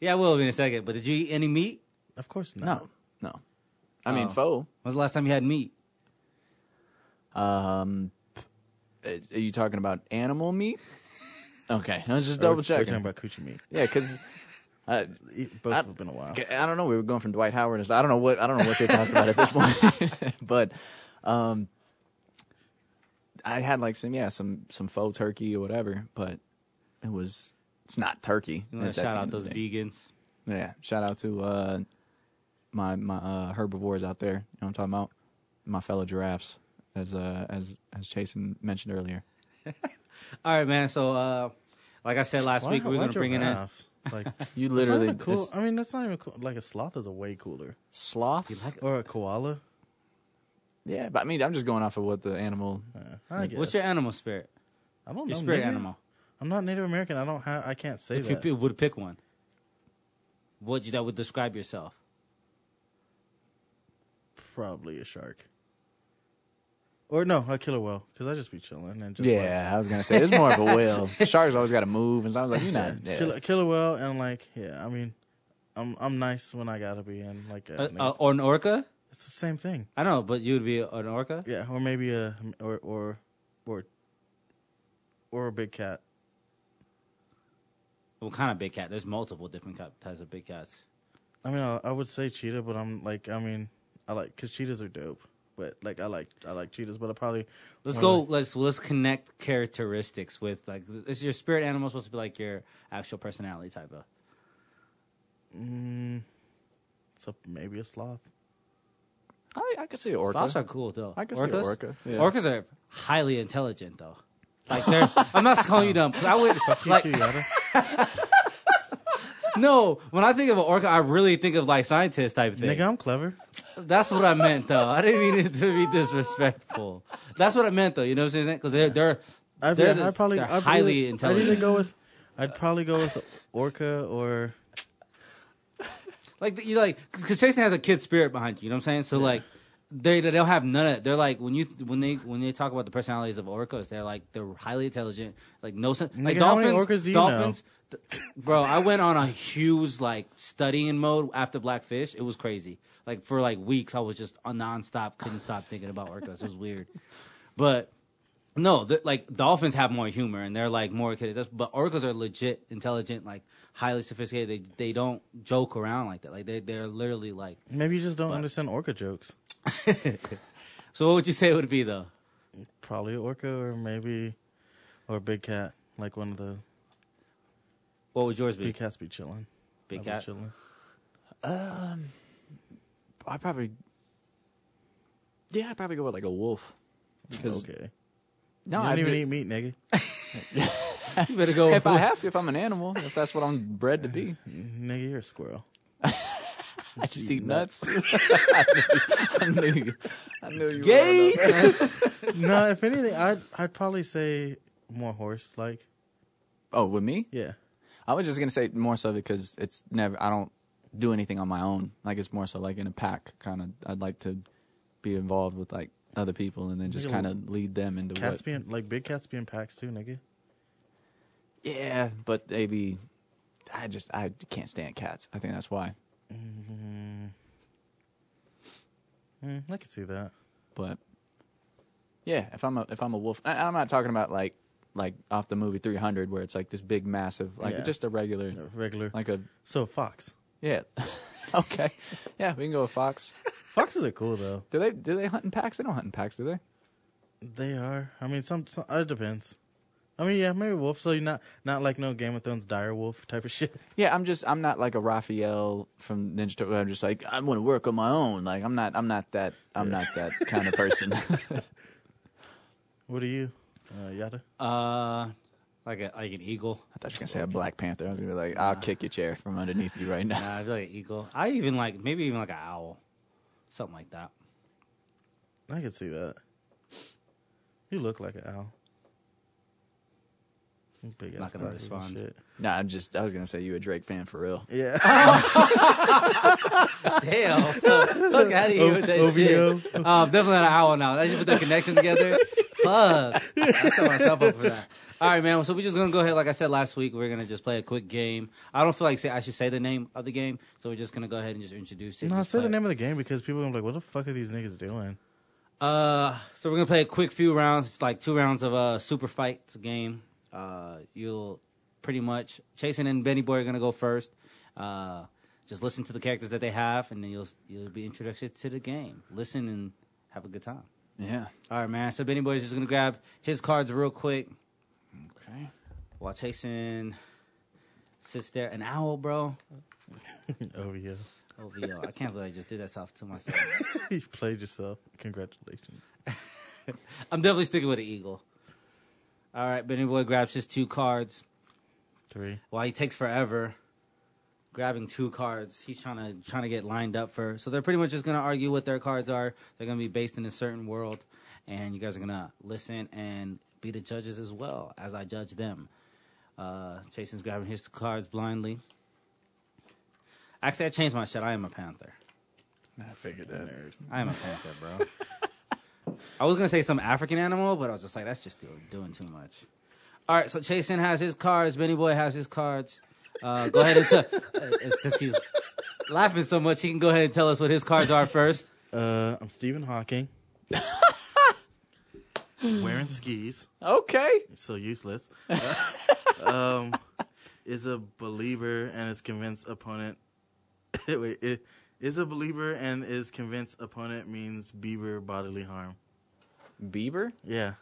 Speaker 3: Yeah, I will be in a second. But did you eat any meat?
Speaker 2: Of course not.
Speaker 1: no, no. I mean,
Speaker 3: Oh.
Speaker 1: faux.
Speaker 3: When's the last time you had meat?
Speaker 1: Um, is- are you talking about animal meat? Okay, I was just
Speaker 2: Or
Speaker 1: double
Speaker 2: We're talking
Speaker 1: checking.
Speaker 2: about coochie meat.
Speaker 1: Yeah, because. Uh,
Speaker 2: Eat- Both
Speaker 1: I-
Speaker 2: have been a while.
Speaker 1: Okay, I don't know. We were going from Dwight Howard and stuff. I don't know what I don't know what you're talking about at this point. *laughs* but um, I had like some yeah some some faux turkey or whatever, but it was it's not turkey.
Speaker 3: You want
Speaker 1: at
Speaker 3: to
Speaker 1: that
Speaker 3: shout
Speaker 1: end
Speaker 3: out
Speaker 1: of the
Speaker 3: those
Speaker 1: day.
Speaker 3: vegans?
Speaker 1: Yeah, shout out to uh, my my uh, herbivores out there. You know what I'm talking about? My fellow giraffes, as uh, as as Jason mentioned earlier.
Speaker 3: All right, man. So, uh, like I said last
Speaker 2: Why-
Speaker 3: week, we're
Speaker 2: why
Speaker 3: gonna bring it in.
Speaker 2: giraffe?
Speaker 3: *laughs*
Speaker 2: Like that's
Speaker 1: You
Speaker 2: not
Speaker 1: literally
Speaker 2: even cool.
Speaker 1: it's-
Speaker 2: I mean, that's not even cool. Like a sloth is a way cooler.
Speaker 1: sloths.
Speaker 2: Or a koala.
Speaker 1: yeah, but I mean, I'm just going off of what the animal.
Speaker 2: Uh, I guess.
Speaker 3: What's your animal spirit?
Speaker 2: I don't
Speaker 3: Your
Speaker 2: know.
Speaker 3: spirit
Speaker 2: Native-
Speaker 3: animal.
Speaker 2: I'm not Native American. I don't have. I can't say
Speaker 3: If you
Speaker 2: that.
Speaker 3: p- would pick one, what you, that would describe yourself?
Speaker 2: Probably a shark. Or no, a killer whale. Because I just be chilling and just
Speaker 1: yeah, I was gonna say it's more of *laughs* a will. Sharks always got to move, and so I was like, you're not.
Speaker 2: Like,
Speaker 1: Yeah.
Speaker 2: Killer, killer whale and like yeah. I mean, I'm I'm nice when I gotta be and like a,
Speaker 3: Uh, uh, or an orca?
Speaker 2: it's the same thing.
Speaker 3: I know, but you would be an orca.
Speaker 2: Yeah, or maybe a or or or or a big cat.
Speaker 3: What kind of big cat? There's multiple different cat- types of big cats.
Speaker 2: I mean, I, I would say cheetah, but I'm like, I mean, I like because cheetahs are dope. But like, I like I like cheetahs, but I probably
Speaker 3: Let's
Speaker 2: wanna,
Speaker 3: go.
Speaker 2: like-
Speaker 3: Let's let's connect characteristics with like is your spirit animal supposed to be like your actual personality type of?
Speaker 2: mm, it's a, maybe a sloth.
Speaker 1: I, I could see an orca.
Speaker 3: Sloths are cool though.
Speaker 1: I could see
Speaker 3: Orcas?
Speaker 1: an orca, yeah.
Speaker 3: Orcas are highly intelligent though. Like they're. *laughs* I'm not calling you dumb. 'cause I would
Speaker 2: Fuck you
Speaker 3: like
Speaker 2: too,
Speaker 3: *laughs*
Speaker 2: Yada.
Speaker 3: no. When I think of an orca, I really think of like scientist type thing.
Speaker 2: Nigga, I'm clever.
Speaker 3: That's what I meant though. I didn't mean it to be disrespectful. That's what I meant though. You know what I'm saying? Because they're they're
Speaker 2: I'd,
Speaker 3: They're
Speaker 2: yeah,
Speaker 3: the-
Speaker 2: I'd probably
Speaker 3: they're
Speaker 2: I'd
Speaker 3: highly
Speaker 2: either- I'd
Speaker 3: intelligent.
Speaker 2: either go with I'd probably go with orca or
Speaker 3: like you like because Jason has a kid spirit behind you. You know what I'm saying? So like they they don't have none of it. They're like when you when they when they talk about the personalities of orcas, they're like they're highly intelligent. Like no sense. Like
Speaker 2: Nigga, how many orcas do you know?
Speaker 3: th- bro, I went on a huge like studying mode after Blackfish. It was crazy. Like for like weeks, I was just a nonstop, couldn't stop thinking about orcas. It was weird, but. No, th- like dolphins have more humor and they're like more kids. That's, but orcas are legit intelligent, like highly sophisticated. They they don't joke around like that. Like they they're literally like.
Speaker 2: maybe you just don't understand orca jokes.
Speaker 3: So what would you say it would be though?
Speaker 2: Probably orca or maybe or big cat, like one of the
Speaker 3: What would yours be?
Speaker 2: big cats be chilling.
Speaker 3: Big
Speaker 2: I'd be
Speaker 3: cat?
Speaker 2: chilling.
Speaker 1: Um, I probably. Yeah, I probably go with like a wolf. Because
Speaker 2: Okay.
Speaker 1: no,
Speaker 2: you don't
Speaker 1: I
Speaker 2: even
Speaker 1: do-
Speaker 2: eat meat, nigga.
Speaker 1: *laughs*
Speaker 3: You better go.
Speaker 1: if I have to, if I'm an animal, if that's what I'm bred to be,
Speaker 2: nigga, you're a squirrel.
Speaker 1: *laughs* I just
Speaker 2: eat
Speaker 1: eat nuts. *laughs* I knew, I knew you. I knew you. were
Speaker 3: Gay?
Speaker 1: enough.
Speaker 2: no, if anything, I'd I'd probably say more horse like.
Speaker 1: Oh, with me?
Speaker 2: Yeah.
Speaker 1: I was just gonna say more so because it's never. I don't do anything on my own. Like it's more so like in a pack kind of. I'd like to be involved with like other people and then just
Speaker 2: Yeah,
Speaker 1: kind of lead them into
Speaker 2: Cats
Speaker 1: what.
Speaker 2: being like big cats being packs too, nigga.
Speaker 1: Yeah, but they be. I just I can't stand cats. I think that's why.
Speaker 2: Mm-hmm. Mm, I can see that.
Speaker 1: But yeah, if I'm a if I'm a wolf, and I'm not talking about like like off the movie 300 where it's like this big massive like
Speaker 2: Yeah.
Speaker 1: just a regular
Speaker 2: Uh, Regular.
Speaker 1: like a
Speaker 2: so fox.
Speaker 1: yeah *laughs* okay yeah we can go with fox.
Speaker 2: Foxes are cool though.
Speaker 1: Do they do they hunt in packs? They don't hunt in packs, do they?
Speaker 2: They are. I mean, some. some uh, it depends. I mean, yeah, maybe wolf. So you're not not like no Game of Thrones dire wolf type of *laughs* shit.
Speaker 1: Yeah, I'm just I'm not like a Raphael from Ninja Turtle. I'm just like I want to work on my own. Like I'm not I'm not that I'm not that kind of *laughs* person.
Speaker 2: What are you, uh, Yada?
Speaker 3: Uh, like a like an eagle.
Speaker 1: I thought you were gonna say a Black Panther. I was gonna be like, I'll kick your chair from underneath you right *laughs* now.
Speaker 3: Nah, I feel like an eagle. I even like maybe even like an owl, something like that.
Speaker 2: I can see that. You look like an owl. Big
Speaker 3: Not
Speaker 2: ass
Speaker 3: gonna
Speaker 2: glasses and
Speaker 3: respond.
Speaker 2: shit.
Speaker 1: No, I'm just I was gonna say you a Drake fan for real.
Speaker 2: Yeah.
Speaker 3: Damn, *laughs* fuck out *laughs* of
Speaker 2: *laughs*
Speaker 3: here with that
Speaker 2: OVO.
Speaker 3: shit. *laughs* Um, definitely not an owl now. That should put the connection together. Fuck, I set myself up for that. All right, man. So we're just gonna go ahead, like I said last week, we're gonna just play a quick game. I don't feel like say I should say the name of the game, so we're just gonna go ahead and just introduce it.
Speaker 2: no,
Speaker 3: Just
Speaker 2: say the
Speaker 3: play it.
Speaker 2: name of the game because people are gonna be like, "What the fuck are these niggas doing?" *laughs*
Speaker 3: Uh, so we're gonna play a quick few rounds, like two rounds of a super fights game. Uh, you'll pretty much Jason and Benny Boy are gonna go first. Uh, just listen to the characters that they have, and then you'll you'll be introduced to the game. Listen and have a good time.
Speaker 1: Yeah.
Speaker 3: All right, man. So Benny Boy is just gonna grab his cards real quick
Speaker 1: Okay.
Speaker 3: while Jason sits there. An owl, bro.
Speaker 2: OVO.
Speaker 3: OVO. I can't believe I just did that off to myself.
Speaker 2: *laughs* you played yourself. Congratulations.
Speaker 3: *laughs* I'm definitely sticking with an eagle. All right, Benny Boy grabs his two cards.
Speaker 2: Three.
Speaker 3: while he takes forever grabbing two cards he's trying to trying to get lined up for so they're pretty much just going to argue what their cards are they're going to be based in a certain world and you guys are going to listen and be the judges as well as i judge them uh jason's grabbing his cards blindly actually i changed my shit i am a panther
Speaker 2: I figured that. Nerd.
Speaker 3: i am a panther bro i was going to say some african animal but i was just like that's just doing, doing too much all right so jason has his cards benny boy has his cards uh, go ahead and tell. *laughs* uh, since he's laughing so much, he can go ahead and tell us what his cards
Speaker 2: *laughs*
Speaker 3: are first.
Speaker 2: Uh, I'm Stephen
Speaker 3: *laughs*
Speaker 2: Hawking. Wearing skis,
Speaker 1: Okay.
Speaker 2: so
Speaker 3: *laughs*
Speaker 2: useless. um, is a believer and is convinced opponent. *laughs* wait, i- is a believer and is convinced opponent means Bieber bodily harm.
Speaker 1: Bieber?
Speaker 2: Yeah,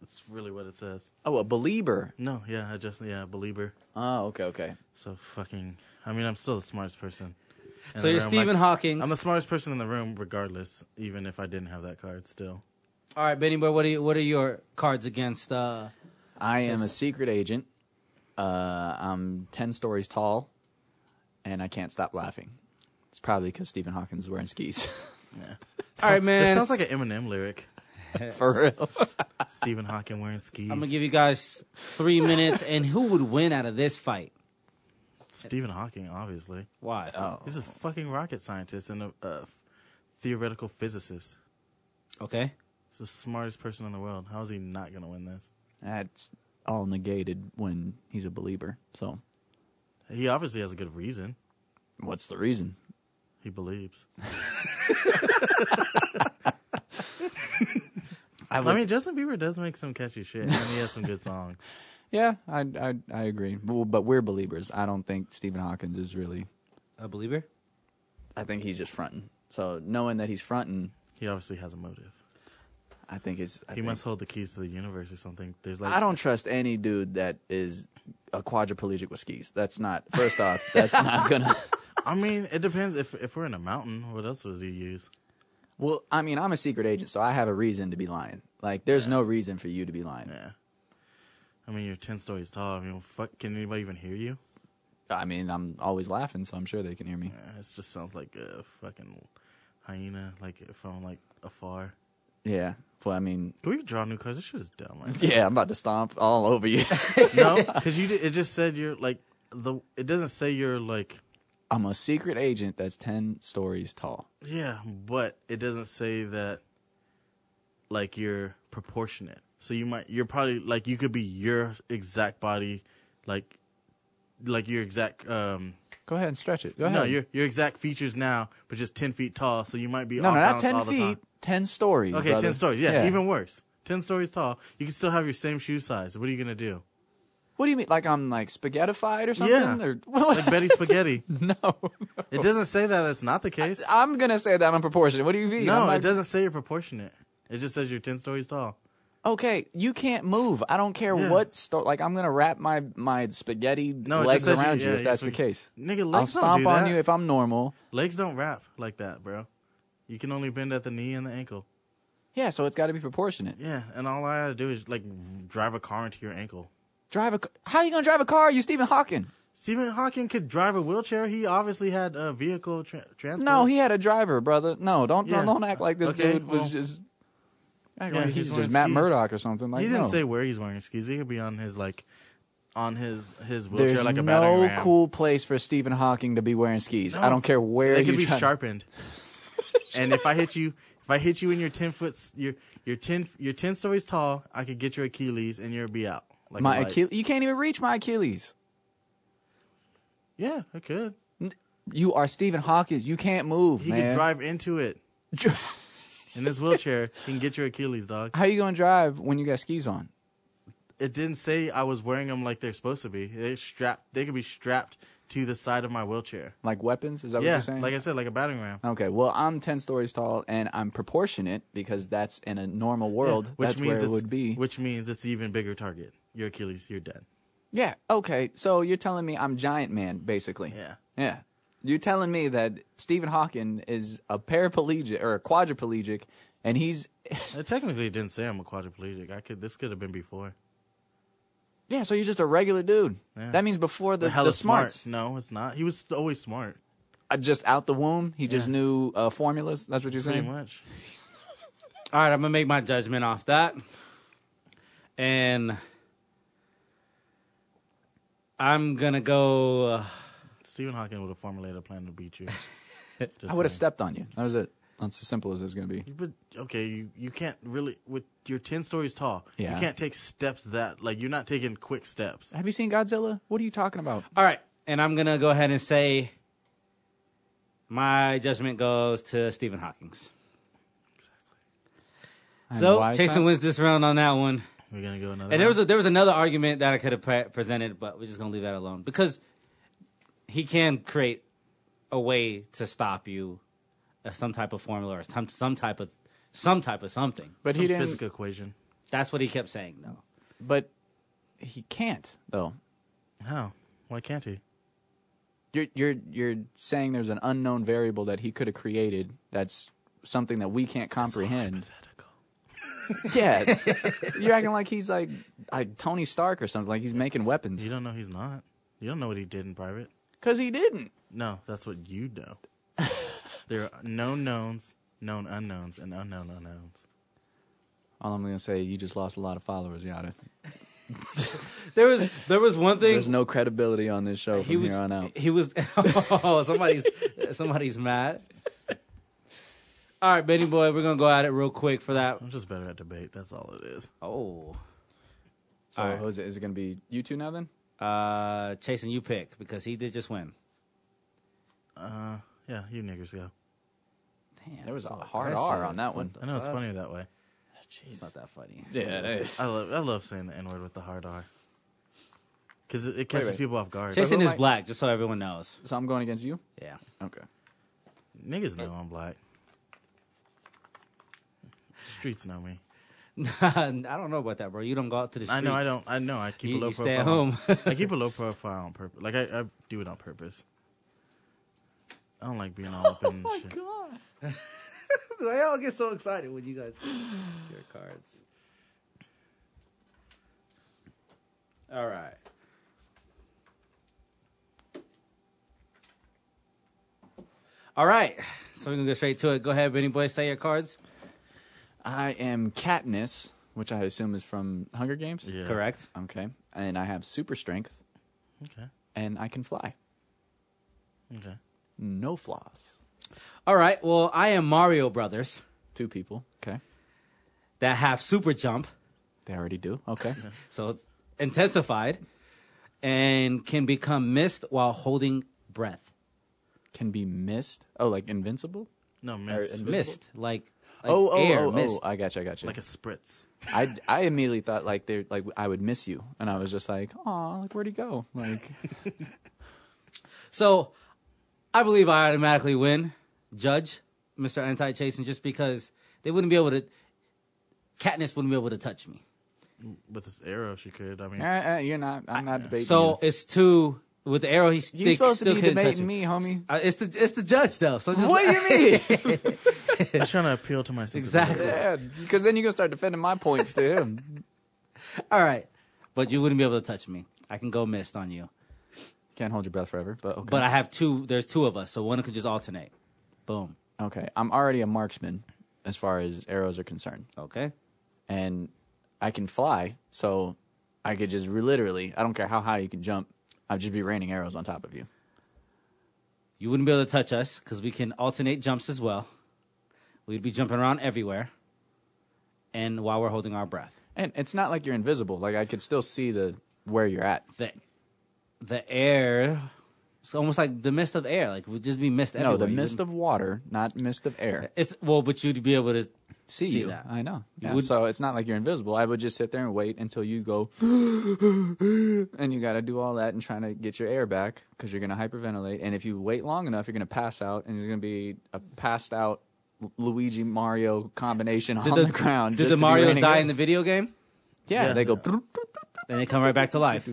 Speaker 2: that's really what it says.
Speaker 1: Oh, a belieber.
Speaker 2: No, yeah, I just yeah, believer.
Speaker 1: Oh, okay, okay.
Speaker 2: So fucking. I mean, I'm still the smartest person. in
Speaker 3: So
Speaker 2: the
Speaker 3: you're
Speaker 2: room.
Speaker 3: Stephen
Speaker 2: Like,
Speaker 3: Hawking.
Speaker 2: I'm the smartest person in the room, regardless. Even if I didn't have that card, still.
Speaker 3: All right, Benny Boy, what are you, what are your cards against? Uh,
Speaker 1: I am a secret agent. Uh, I'm ten stories tall, and I can't stop laughing. It's probably because Stephen Hawkins is wearing skis. *laughs*
Speaker 3: all right,
Speaker 2: It
Speaker 3: man.
Speaker 2: sounds like an Eminem lyric.
Speaker 1: for real.
Speaker 2: *laughs* Stephen Hawking wearing skis.
Speaker 3: I'm gonna give you guys three minutes, and who would win out of this fight?
Speaker 2: Stephen Hawking, obviously.
Speaker 3: Why?
Speaker 1: Oh.
Speaker 2: He's a fucking rocket scientist and a, a theoretical physicist.
Speaker 3: Okay.
Speaker 2: He's the smartest person in the world. How is he not going to win this?
Speaker 1: That's all negated when he's a believer. So,
Speaker 2: He obviously has a good reason.
Speaker 1: what's the reason?
Speaker 2: He believes.
Speaker 1: I,
Speaker 2: I mean, Justin Bieber does make some catchy shit, and he has some good songs.
Speaker 1: yeah, I I, I agree. But, but we're believers. I don't think Stephen Hawkins is really.
Speaker 3: A believer.
Speaker 1: I think he's just fronting. So knowing that he's fronting,
Speaker 2: He obviously has a motive.
Speaker 1: I think is. I
Speaker 2: He
Speaker 1: think-
Speaker 2: must hold the keys to the universe or something. There's like
Speaker 1: I don't trust any dude that is a quadriplegic with skis. That's not. First *laughs* off, that's not gonna.
Speaker 2: I mean, it depends. If if we're in a mountain, what else would you use?
Speaker 1: Well, I mean, I'm a secret agent, so I have a reason to be lying. Like, there's no reason for you to be lying.
Speaker 2: Yeah. I mean, you're ten stories tall. I mean, fuck, can anybody even hear you?
Speaker 1: I mean, I'm always laughing, so I'm sure they can hear me.
Speaker 2: Yeah, It Uh, just sounds like a fucking hyena, like from like afar.
Speaker 1: Yeah. Well, I mean, *laughs*
Speaker 2: Can we draw new cards? This shit is dumb. Right
Speaker 1: yeah, I'm about to stomp all over you. *laughs*
Speaker 2: now. no, because you. di- It just said you're like the. It doesn't say you're like
Speaker 1: I'm a secret agent that's 10 stories tall.
Speaker 2: Yeah, but it doesn't say that like you're proportionate. So you might you're probably like you could be your exact body like like your exact um
Speaker 1: Go ahead and stretch it. Go ahead.
Speaker 2: no your your exact features now, but just ten feet tall. So you might be
Speaker 1: no,
Speaker 2: off
Speaker 1: no, not
Speaker 2: balance all
Speaker 1: 10
Speaker 2: the time.
Speaker 1: feet, 10 stories.
Speaker 2: Okay,
Speaker 1: brother.
Speaker 2: ten stories. Yeah, even worse. Ten stories tall. You can still have your same shoe size. What are you gonna do?
Speaker 1: What do you mean? Like I'm like spaghettified or something?
Speaker 2: Yeah.
Speaker 1: Or, *laughs*
Speaker 2: Like Betty Spaghetti.
Speaker 1: no.
Speaker 2: It doesn't say that. That's not the case.
Speaker 1: I'm going to say that on proportion. What do you mean?
Speaker 2: no,
Speaker 1: I'm not-
Speaker 2: it doesn't say you're proportionate. It just says you're ten stories tall.
Speaker 1: Okay, you can't move. I don't care
Speaker 2: Yeah.
Speaker 1: what sto- like I'm gonna wrap my my spaghetti
Speaker 2: No, it
Speaker 1: legs
Speaker 2: just says
Speaker 1: around
Speaker 2: you-
Speaker 1: you,
Speaker 2: yeah,
Speaker 1: if that's
Speaker 2: you're
Speaker 1: the case.
Speaker 2: Nigga, legs
Speaker 1: I'll
Speaker 2: don't
Speaker 1: stomp
Speaker 2: do
Speaker 1: on
Speaker 2: that.
Speaker 1: you if I'm normal.
Speaker 2: Legs don't wrap like that, bro. You can only bend at the knee and the ankle.
Speaker 1: Yeah, so it's got to be proportionate.
Speaker 2: Yeah, and all I gotta do is like drive a car into your ankle.
Speaker 1: Drive a ca- how you gonna drive a car? You Stephen Hawking?
Speaker 2: Stephen Hawking could drive a wheelchair. He obviously had a vehicle tra- transport.
Speaker 1: No, he had a driver, brother. No, don't
Speaker 2: Yeah.
Speaker 1: don't, don't act like this
Speaker 2: Okay,
Speaker 1: dude was
Speaker 2: well.
Speaker 1: just. act
Speaker 2: Yeah,
Speaker 1: like
Speaker 2: he's
Speaker 1: he's
Speaker 2: wearing
Speaker 1: just Matt
Speaker 2: skis.
Speaker 1: Murdock or something. Like
Speaker 2: He didn't
Speaker 1: no.
Speaker 2: say where he's wearing skis. He could be on his like, on his his wheelchair
Speaker 1: There's
Speaker 2: like a battering
Speaker 1: no
Speaker 2: ram.
Speaker 1: cool place for Stephen Hawking to be wearing skis. I don't care where
Speaker 2: They
Speaker 1: you
Speaker 2: could be
Speaker 1: try- *laughs*
Speaker 2: sharpened. and if I hit you, if I hit you in your ten foot, s- your your ten your ten stories tall, I could get your Achilles and you'll be out. Like
Speaker 1: My
Speaker 2: a light.
Speaker 1: Achilles, you can't even reach my Achilles.
Speaker 2: Yeah, I could.
Speaker 1: You are Stephen Hawking. You can't move,
Speaker 2: He
Speaker 1: man.
Speaker 2: could drive into it
Speaker 1: *laughs*
Speaker 2: in his wheelchair. he can get your Achilles, dog.
Speaker 1: How you gonna drive when you got skis on?
Speaker 2: It didn't say I was wearing them like they're supposed to be. They strapped. They could be strapped to the side of my wheelchair.
Speaker 1: Like weapons? Is that what
Speaker 2: Yeah,
Speaker 1: you're saying? Uh,
Speaker 2: like I said, like a battering ram.
Speaker 1: okay, well I'm ten stories tall and I'm proportionate because that's in a normal world.
Speaker 2: Yeah, which
Speaker 1: that's
Speaker 2: means
Speaker 1: where it
Speaker 2: it's-
Speaker 1: would be.
Speaker 2: Which means it's even bigger target. Your Achilles, you're dead.
Speaker 1: yeah. Okay. So you're telling me I'm giant man, basically.
Speaker 2: Yeah.
Speaker 1: Yeah. You're telling me that Stephen Hawking is a paraplegic or a quadriplegic and he's *laughs*
Speaker 2: It technically didn't say I'm a quadriplegic. I could. This could have been before.
Speaker 1: Yeah, so you're just a regular dude.
Speaker 2: Yeah.
Speaker 1: That means before the,
Speaker 2: But hella
Speaker 1: the smarts.
Speaker 2: smart. No, it's not. He was always smart.
Speaker 1: Uh, Just out the womb, he just
Speaker 2: Yeah.
Speaker 1: knew uh, formulas. That's what you're
Speaker 2: Pretty
Speaker 1: saying.
Speaker 2: much.
Speaker 3: All right, I'm gonna make my judgment off that, and I'm gonna go. Uh,
Speaker 2: Stephen Hawking would have formulated a plan to beat you.
Speaker 1: *laughs* I would have stepped on you. That was it. That's as simple as it's going to be.
Speaker 2: But okay, you, you can't really with you're ten stories tall.
Speaker 1: Yeah.
Speaker 2: You can't take steps that like you're not taking quick steps.
Speaker 1: Have you seen Godzilla? What are you talking about?
Speaker 3: all right, and I'm gonna go ahead and say my judgment goes to Stephen Hawking's. So Jason wins this round on that one.
Speaker 2: We're gonna go another.
Speaker 3: And there was
Speaker 2: round?
Speaker 3: a, there was another argument that I could have pre- presented, but we're just gonna leave that alone because he can create a way to stop you, uh, some type of formula or some some type of some type of something.
Speaker 1: but
Speaker 2: Some
Speaker 1: he didn't.
Speaker 2: physical equation.
Speaker 3: That's what he kept saying, though.
Speaker 1: But he can't though.
Speaker 2: How? Why can't he?
Speaker 1: You're you're you're saying there's an unknown variable that he could have created. That's something that we can't comprehend.
Speaker 2: Hypothetical.
Speaker 1: *laughs* Yeah, *laughs* you're acting like he's like like Tony Stark or something. Like he's making weapons
Speaker 2: You don't know he's not. You don't know what he did in private.
Speaker 1: because he didn't.
Speaker 2: No, that's what you
Speaker 3: *laughs*
Speaker 2: know. there are known knowns, known unknowns, and unknown unknowns.
Speaker 1: All I'm gonna say, you just lost a lot of followers, Yada.
Speaker 3: There was there was one thing
Speaker 1: There's no credibility on this show from
Speaker 3: he was
Speaker 1: here on out.
Speaker 3: he was *laughs* oh somebody's somebody's mad. All right, Benny boy, we're gonna go at it real quick for that.
Speaker 2: I'm just better at debate. That's all it is.
Speaker 3: Oh,
Speaker 1: So
Speaker 3: All right.
Speaker 1: Jose, is it gonna be you two now then?
Speaker 3: uh, Jason, you pick because he did just win.
Speaker 2: Uh, yeah, you niggers go.
Speaker 3: Damn,
Speaker 1: There was a
Speaker 3: so
Speaker 1: hard R
Speaker 3: aggressive.
Speaker 1: on that one.
Speaker 2: I know it's funnier that way.
Speaker 3: It's not that funny.
Speaker 1: Yeah.
Speaker 2: I love I love saying the N word with the hard R. Because it, it catches
Speaker 1: wait.
Speaker 2: people off guard.
Speaker 3: Jason
Speaker 1: who
Speaker 3: is
Speaker 1: am I-
Speaker 3: black, just so everyone knows.
Speaker 1: So I'm going against you.
Speaker 3: Yeah. *laughs*
Speaker 1: Okay.
Speaker 2: Niggas know I'm black. Streets know me.
Speaker 3: I don't know about that, bro. You don't go out to the streets.
Speaker 2: I know I don't. I know I keep
Speaker 3: You-
Speaker 2: a low
Speaker 3: you
Speaker 2: profile.
Speaker 3: stay at *laughs*
Speaker 2: I keep a low profile on purpose. Like I, I do it on purpose. I don't like being all up in shit.
Speaker 1: God.
Speaker 3: I all get so excited when you guys pick your cards. All right. All right. So we're going to go straight to it. Go ahead, Benny Boy. Say your cards.
Speaker 1: I am Katniss, which I assume is from Hunger Games.
Speaker 2: Yeah.
Speaker 3: Correct.
Speaker 1: Okay. And I have super strength
Speaker 2: Okay.
Speaker 1: and I can fly.
Speaker 2: Okay.
Speaker 1: No flaws.
Speaker 3: All right. Well, I am Mario Brothers
Speaker 1: Two people. Okay.
Speaker 3: that have super jump,
Speaker 1: They already do. Okay.
Speaker 3: so it's intensified, and can become missed while holding breath.
Speaker 1: Can be missed. Oh, like invincible?
Speaker 2: No, mist.
Speaker 1: and-
Speaker 3: Mist like, like
Speaker 1: oh, oh,
Speaker 3: air
Speaker 1: oh,
Speaker 3: mist.
Speaker 1: oh, I got you. I got you.
Speaker 2: Like a spritz.
Speaker 1: I, I immediately thought like they like I would miss you, and I was just like, oh, like where'd he go? Like
Speaker 3: So I believe I automatically win, Judge, Mr. Anti Chasing, just because they wouldn't be able to, Katniss wouldn't be able to touch me.
Speaker 2: With this arrow, she could. I mean,
Speaker 1: eh, eh, you're not. I'm not debating.
Speaker 3: So it's two, with the arrow, he's
Speaker 1: you. you're supposed
Speaker 3: still
Speaker 1: to be
Speaker 3: couldn't touch
Speaker 1: debating
Speaker 3: me.
Speaker 1: me, homie.
Speaker 3: Uh, it's, the, it's the judge, though. So just
Speaker 1: What do *laughs* you mean?
Speaker 2: I was trying to appeal to my
Speaker 3: *laughs* Exactly.
Speaker 2: sensibilities.
Speaker 1: Yeah, because then you're gonna start defending my points to him.
Speaker 3: All right. But you wouldn't be able to touch me. I can go missed on you.
Speaker 1: Can't hold your breath forever, but okay.
Speaker 3: But I have two, there's two of us, so one could just alternate. Boom.
Speaker 1: okay, I'm already a marksman as far as arrows are concerned,
Speaker 3: Okay.
Speaker 1: and I can fly, so I could just re- literally. I don't care how high you can jump. I'd just be raining arrows on top of you.
Speaker 3: You wouldn't be able to touch us because we can alternate jumps as well. We'd be jumping around everywhere, and while we're holding our breath,
Speaker 1: And it's not like you're invisible. Like I could still see the where you're at.
Speaker 3: the the air. It's almost like the mist of air. Like we'd just be mist
Speaker 1: No,
Speaker 3: everywhere.
Speaker 1: the mist of water, not mist of air.
Speaker 3: it's well, but you'd be able to
Speaker 1: See,
Speaker 3: see,
Speaker 1: you.
Speaker 3: that.
Speaker 1: I know.
Speaker 3: You
Speaker 1: Yeah,
Speaker 3: would-
Speaker 1: so it's not like you're invisible. I would just sit there and wait until you go, *gasps* and you got to do all that and trying to get your air back because you're going to hyperventilate. And if you wait long enough, you're going to pass out, and you're going to be a passed out Lu- Luigi Mario combination on the, ground.
Speaker 3: Did
Speaker 1: just to
Speaker 3: the
Speaker 1: be
Speaker 3: Mario's
Speaker 1: raining
Speaker 3: die in the
Speaker 1: arrows.
Speaker 3: video game?
Speaker 1: Yeah,
Speaker 2: Yeah.
Speaker 1: they go. *laughs*
Speaker 3: Then they come right back to life.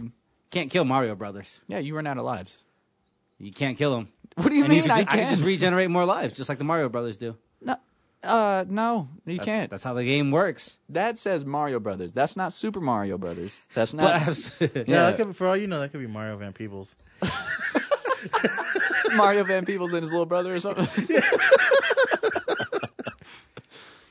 Speaker 3: Can't kill Mario Brothers.
Speaker 1: Yeah, you run out of lives.
Speaker 3: You can't kill them.
Speaker 1: What do you
Speaker 3: and
Speaker 1: mean?
Speaker 3: you could ju-
Speaker 1: I
Speaker 3: I could
Speaker 1: can.
Speaker 3: just regenerate more lives, just like the Mario Brothers do.
Speaker 1: no, uh, no, you can't.
Speaker 3: That's how the game works.
Speaker 1: That says Mario Brothers. That's not Super Mario Brothers. That's
Speaker 3: But *laughs*
Speaker 1: not
Speaker 2: Yeah, that could be, for all you know, that could be Mario Van Peebles.
Speaker 1: *laughs* Mario Van Peebles and his little brother or something.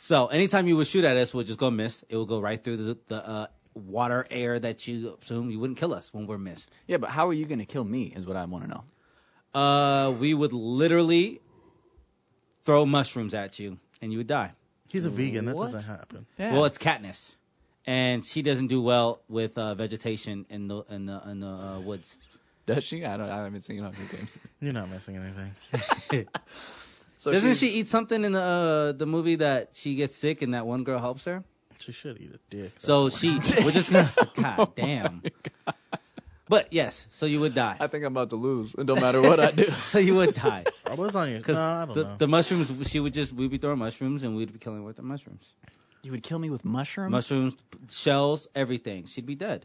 Speaker 3: So anytime you would shoot at us, we'll just go missed. It will go right through the, the uh, water, air that you assume you wouldn't kill us when we're missed.
Speaker 1: Yeah, but how are you going to kill me? Is what I want to know.
Speaker 3: Uh, we would literally throw mushrooms at you, and you would die.
Speaker 2: He's a vegan. That
Speaker 1: What?
Speaker 2: doesn't happen.
Speaker 3: Well, it's Katniss, and she doesn't do well with uh, vegetation in the in the in the uh, woods.
Speaker 1: does she? I don't. I haven't seen it on the game.
Speaker 2: You're not missing anything.
Speaker 1: So
Speaker 3: Doesn't
Speaker 1: she's-
Speaker 3: she eat something in the uh, the movie that she gets sick and that one girl helps her?
Speaker 2: She should eat a dick.
Speaker 3: So she, we're just gonna.
Speaker 1: *laughs*
Speaker 3: God damn. But yes, so you would die.
Speaker 1: *laughs* Oh I think I'm about to lose. *laughs* It don't matter what I
Speaker 3: *laughs*
Speaker 1: do.
Speaker 3: So you would die.
Speaker 2: I was on your.
Speaker 3: Because
Speaker 2: No, I don't
Speaker 3: the,
Speaker 2: know.
Speaker 3: the mushrooms, she would just we'd be throwing mushrooms and we'd be killing her with the mushrooms,
Speaker 1: You would kill me with mushrooms.
Speaker 3: mushrooms, shells, everything. She'd be dead.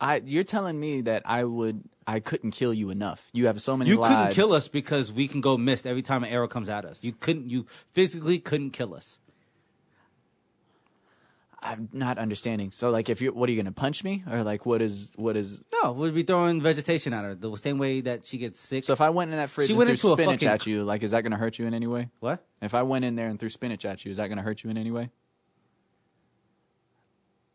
Speaker 1: I. You're telling me that I would. I couldn't kill you enough. You have so many.
Speaker 3: You couldn't
Speaker 1: lives.
Speaker 3: kill us because we can go missed every time an arrow comes at us. You couldn't. You physically couldn't kill us.
Speaker 1: I'm not understanding. So like, if you, what are you going to punch me, or like, what is, what is?
Speaker 3: No, we'd be throwing vegetation at her the same way that she gets sick.
Speaker 1: So if I went in that fridge
Speaker 3: She
Speaker 1: and
Speaker 3: went
Speaker 1: threw
Speaker 3: into a
Speaker 1: spinach
Speaker 3: fucking-
Speaker 1: at you, like, is that going to hurt you in any way?
Speaker 3: what?
Speaker 1: If I went in there and threw spinach at you, is that going to hurt you in any way?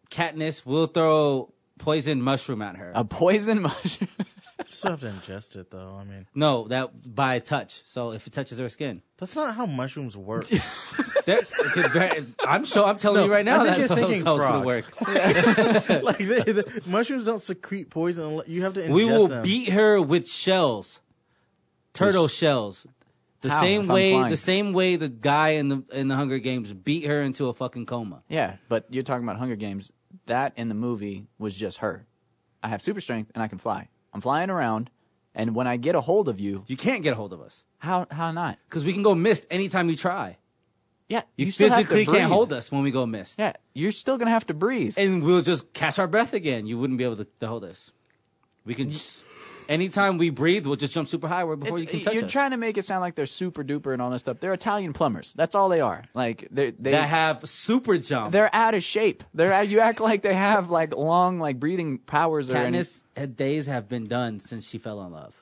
Speaker 3: Katniss will throw poison mushroom at
Speaker 2: Oh.
Speaker 3: her.
Speaker 1: A poison *laughs* mushroom.
Speaker 2: You still have to ingest it though. I mean,
Speaker 3: no, that by touch. So if it touches her skin,
Speaker 2: that's not how mushrooms
Speaker 3: *laughs*
Speaker 2: work.
Speaker 3: There- it could very- I'm sure. I'm telling you right now
Speaker 2: I think
Speaker 3: that's
Speaker 2: you're
Speaker 3: how it's
Speaker 2: thinking
Speaker 3: going to
Speaker 2: frogs.
Speaker 3: work.
Speaker 2: like they, the, mushrooms don't secrete poison. unless- You have to ingest
Speaker 3: We will
Speaker 2: them.
Speaker 3: beat her with shells, turtle shells. The
Speaker 1: How?
Speaker 3: same
Speaker 1: If I'm
Speaker 3: way,
Speaker 1: blind.
Speaker 3: the same way the guy in the in the Hunger Games beat her into a fucking coma.
Speaker 1: Yeah, but you're talking about Hunger Games. That in the movie was just her. I have super strength and I can fly. I'm flying around, and when I get a hold of you,
Speaker 3: You can't get a hold of us
Speaker 1: how how not?
Speaker 3: because we can go missed anytime you try.
Speaker 1: Yeah,
Speaker 3: You,
Speaker 1: still have to
Speaker 3: physically
Speaker 1: breathe.
Speaker 3: can't hold us when we go missed,
Speaker 1: Yeah, you're still gonna have to breathe.
Speaker 3: and we'll just catch our breath again. You wouldn't be able to, to hold us. We can. Just, anytime we breathe, we'll just jump super high where before
Speaker 1: It's-
Speaker 3: you can touch
Speaker 1: you're
Speaker 3: us.
Speaker 1: trying to make it sound like they're super duper and all this stuff. They're Italian plumbers. That's all they are. Like they they
Speaker 3: that have super jump.
Speaker 1: they're out of shape. They're out, you act like they have like long like breathing powers or any-
Speaker 3: Katniss had- days have been done since she fell in love.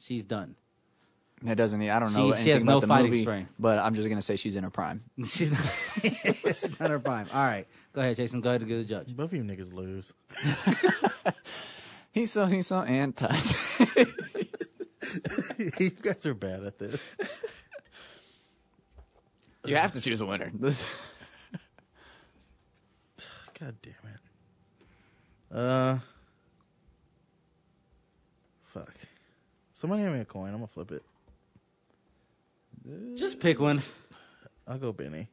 Speaker 3: She's done.
Speaker 1: That doesn't. e, I don't
Speaker 3: She-
Speaker 1: know.
Speaker 3: she
Speaker 1: anything
Speaker 3: has
Speaker 1: about
Speaker 3: no
Speaker 1: the
Speaker 3: fighting
Speaker 1: movie,
Speaker 3: strength.
Speaker 1: But I'm just gonna say she's in her prime.
Speaker 3: She's not, *laughs* she's not her prime. All right. Go ahead, Jason. Go ahead and get the judge.
Speaker 2: Both of you niggas lose.
Speaker 1: He's so he's so anti.
Speaker 2: *laughs* you guys are bad at this.
Speaker 1: You have to choose a winner. *laughs*
Speaker 2: God damn it. Uh, fuck. Somebody hand me a coin. I'm gonna flip it.
Speaker 3: Just pick one.
Speaker 2: I'll go Benny.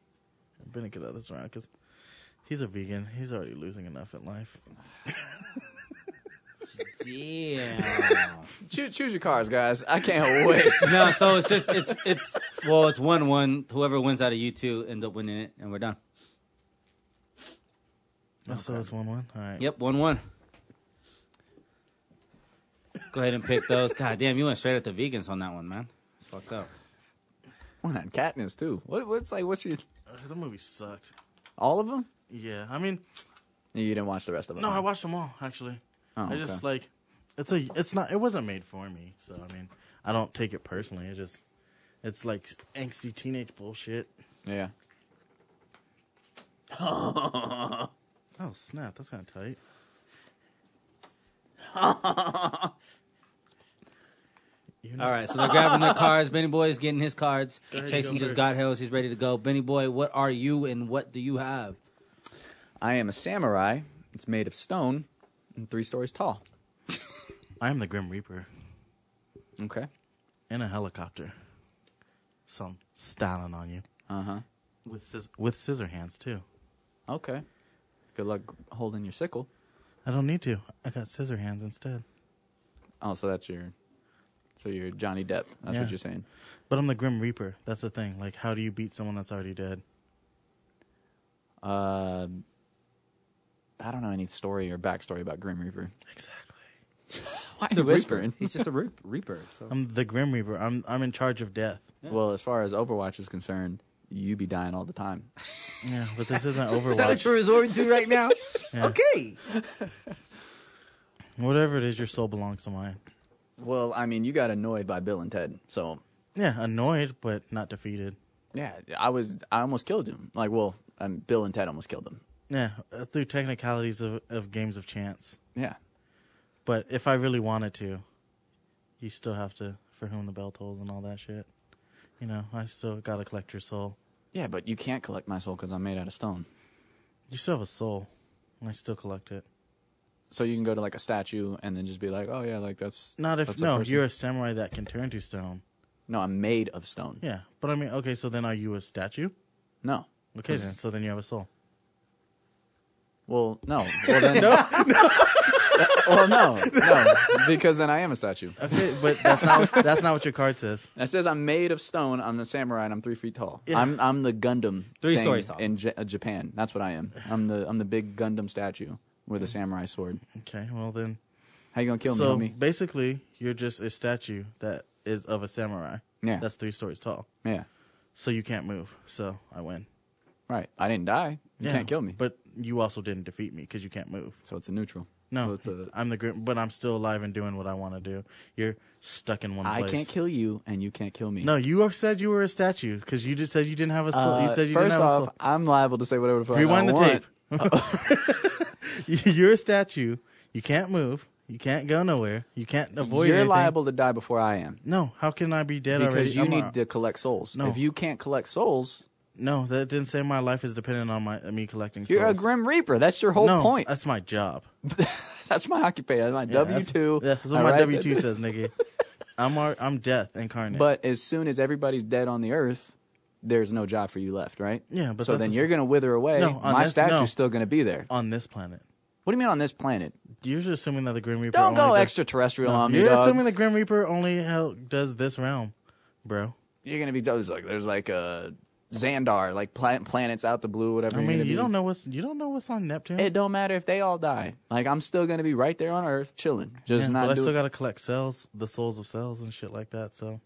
Speaker 2: Benny could have this round because he's a vegan. He's already losing enough in life.
Speaker 3: Damn.
Speaker 1: choose, choose your cars, guys. I can't wait.
Speaker 3: no, so it's just *laughs* it's it's well, it's one one. Whoever wins out of you two ends up winning it, and we're done.
Speaker 2: Oh, So it's one one. All right.
Speaker 3: Yep, one one. Go ahead and pick those. God damn, you went straight at the vegans on that one, man. It's fucked up.
Speaker 1: One on Katniss too. What? What's like? What's your?
Speaker 2: Ugh, the movie sucked.
Speaker 1: All of them?
Speaker 2: Yeah. I mean,
Speaker 1: You didn't watch the rest of it?
Speaker 2: no,
Speaker 1: huh?
Speaker 2: I watched them all actually.
Speaker 1: Uh-huh. Oh,
Speaker 2: I
Speaker 1: okay.
Speaker 2: just like it's a it's not it wasn't made for me. So I mean, I don't take it personally. It's just it's like angsty teenage bullshit.
Speaker 1: yeah.
Speaker 2: Oh snap! That's kind of *laughs* tight. You know-
Speaker 3: All right, so they're grabbing their cards. Benny Boy's getting his cards.
Speaker 2: ahead, you
Speaker 3: Jason
Speaker 2: go
Speaker 3: just
Speaker 2: first.
Speaker 3: got his. He's ready to go. Benny Boy, what are you and what do you have?
Speaker 1: I am a samurai. It's made of stone and three stories tall.
Speaker 2: I am the Grim Reaper
Speaker 1: Okay.
Speaker 2: in a helicopter. So I'm styling on you
Speaker 1: Uh huh.
Speaker 2: with scis- with scissor hands too.
Speaker 1: Okay. Good luck holding your sickle.
Speaker 2: I don't need to. I got scissor hands instead.
Speaker 1: Oh, so that's your. So you're Johnny Depp. That's
Speaker 2: Yeah.
Speaker 1: what you're saying.
Speaker 2: But I'm the Grim Reaper. That's the thing. Like, how do you beat someone that's already dead?
Speaker 1: Uh, I don't know any story or backstory about Grim Reaper.
Speaker 2: Exactly.
Speaker 1: Why are you whispering? *laughs*
Speaker 3: He's just a reap- reaper. So.
Speaker 2: I'm the Grim Reaper. I'm I'm in charge of death.
Speaker 1: Well, as far as Overwatch is concerned, you be dying all the time.
Speaker 2: Yeah, but this *laughs* isn't
Speaker 3: Is that what
Speaker 2: Overwatch.
Speaker 3: you're resorting to right now?
Speaker 2: Yeah.
Speaker 3: Okay.
Speaker 2: Whatever it is, your soul belongs to mine.
Speaker 1: Well, I mean, you got annoyed by Bill and Ted, so
Speaker 2: Yeah, annoyed but not defeated.
Speaker 1: yeah, I was I almost killed him. Like, well, um, Bill and Ted almost killed him.
Speaker 2: Yeah, uh, through technicalities of, of games of chance.
Speaker 1: Yeah,
Speaker 2: But if I really wanted to, you still have to for whom the bell tolls and all that shit. You know, I still gotta collect your soul.
Speaker 1: yeah, but you can't collect my soul because I'm made out of stone.
Speaker 2: You still have a soul, and I still collect it.
Speaker 1: So you can go to like a statue and then just be like, oh yeah, like that's
Speaker 2: Not if
Speaker 1: that's a
Speaker 2: no,
Speaker 1: person.
Speaker 2: you're a samurai that can turn to stone.
Speaker 1: no, I'm made of stone.
Speaker 2: Yeah, but I mean, okay, so then are you a statue?
Speaker 1: No,
Speaker 2: Okay, then so then you have a soul.
Speaker 1: well,
Speaker 2: *laughs*
Speaker 1: no, well then, no, *laughs* well no, no, because then I am a statue.
Speaker 2: Okay, but that's not that's not what your card says.
Speaker 1: And it says I'm made of stone. I'm the samurai, and I'm three feet tall.
Speaker 2: Yeah.
Speaker 1: I'm I'm the Gundam.
Speaker 3: Three
Speaker 1: thing
Speaker 3: stories tall.
Speaker 1: in J- uh, Japan. That's what I am. I'm the I'm the big Gundam statue with a samurai sword.
Speaker 2: Okay, well then,
Speaker 1: How you gonna kill
Speaker 2: so
Speaker 1: me,
Speaker 2: basically, you're just a statue that is of a samurai.
Speaker 1: Yeah.
Speaker 2: that's three stories tall.
Speaker 1: homie? Yeah,
Speaker 2: So you can't move. So I win.
Speaker 1: right. I didn't die. You
Speaker 2: Yeah,
Speaker 1: can't kill me.
Speaker 2: But you also didn't defeat me because you can't move.
Speaker 1: so it's a neutral. so
Speaker 2: No,
Speaker 1: it's a,
Speaker 2: I'm the grim, but I'm still alive and doing what I want to do. You're stuck in one
Speaker 1: I
Speaker 2: place.
Speaker 1: can't kill you, and you can't kill me.
Speaker 2: No, you said you were a statue because you just said you didn't have a soul.
Speaker 1: Uh,
Speaker 2: you said you didn't
Speaker 1: first
Speaker 2: have a
Speaker 1: off,
Speaker 2: soul.
Speaker 1: I'm liable to say whatever the fuck
Speaker 2: Rewind
Speaker 1: I
Speaker 2: the
Speaker 1: want.
Speaker 2: tape. *laughs* You're a statue. You can't move. You can't go nowhere. You can't avoid.
Speaker 1: You're
Speaker 2: anything.
Speaker 1: liable to die before I am
Speaker 2: No, how can I be dead
Speaker 1: because
Speaker 2: already?
Speaker 1: you
Speaker 2: I'm
Speaker 1: need
Speaker 2: a-
Speaker 1: to collect souls.
Speaker 2: No.
Speaker 1: If you can't collect souls,
Speaker 2: No, that didn't say my life is dependent on my me collecting.
Speaker 1: you're a
Speaker 2: souls.
Speaker 1: grim reaper. That's your whole
Speaker 2: no,
Speaker 1: point.
Speaker 2: That's my job.
Speaker 1: That's my occupation. That's my
Speaker 2: Yeah,
Speaker 1: W two.
Speaker 2: That's, yeah, that's what my W two says, nigga. *laughs* I'm our, I'm death incarnate.
Speaker 1: But as soon as everybody's dead on the earth, there's no job for you left, right?
Speaker 2: Yeah, but
Speaker 1: so
Speaker 2: that's
Speaker 1: then
Speaker 2: the-
Speaker 1: you're gonna wither away.
Speaker 2: No, on
Speaker 1: my
Speaker 2: this-
Speaker 1: statue's
Speaker 2: no.
Speaker 1: still gonna be there.
Speaker 2: on this planet,
Speaker 1: What do you mean on this planet?
Speaker 2: you're just assuming that the Grim Reaper.
Speaker 1: Don't
Speaker 2: only
Speaker 1: go
Speaker 2: does-
Speaker 1: extraterrestrial
Speaker 2: No,
Speaker 1: on me,
Speaker 2: You're
Speaker 1: dog.
Speaker 2: assuming the Grim Reaper only hel- does this realm, bro.
Speaker 1: You're gonna be there's like there's like a Xandar, like pla- planets out the blue, whatever.
Speaker 2: I
Speaker 1: you're
Speaker 2: mean,
Speaker 1: gonna
Speaker 2: you
Speaker 1: be.
Speaker 2: don't know what's you don't know what's on Neptune.
Speaker 1: It don't matter if they all die. Like I'm still gonna be right there on Earth, chilling,
Speaker 2: Yeah,
Speaker 1: just not
Speaker 2: but I
Speaker 1: doing.
Speaker 2: still gotta collect cells, the souls of cells and shit like that. So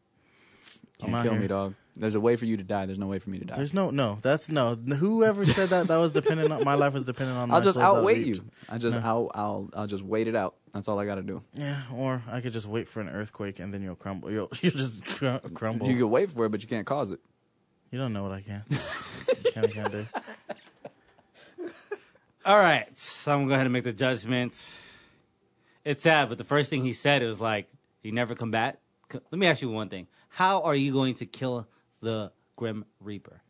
Speaker 2: I'm
Speaker 1: Can't
Speaker 2: out
Speaker 1: kill
Speaker 2: here.
Speaker 1: me, dog. There's a way for you to die. There's no way for me to die.
Speaker 2: There's no no. That's no. Whoever said that that was dependent on my life was dependent on.
Speaker 1: I'll
Speaker 2: my
Speaker 1: just
Speaker 2: souls that
Speaker 1: outweigh
Speaker 2: leaped.
Speaker 1: you. I just I'll I'll I'll just wait it out. That's all I gotta do.
Speaker 2: Yeah, or I could just wait for an earthquake and then you'll crumble. You'll *laughs* you'll just cr- crumble.
Speaker 1: You
Speaker 2: You,
Speaker 1: can wait for it, but you can't cause it.
Speaker 2: don't know what I
Speaker 1: *laughs*
Speaker 2: can. can I can do.
Speaker 3: All right, so I'm gonna go ahead and make the judgment. It's sad, but the first thing he said it was like, "You never combat c- let me ask you one thing. How are you going to kill the Grim Reaper?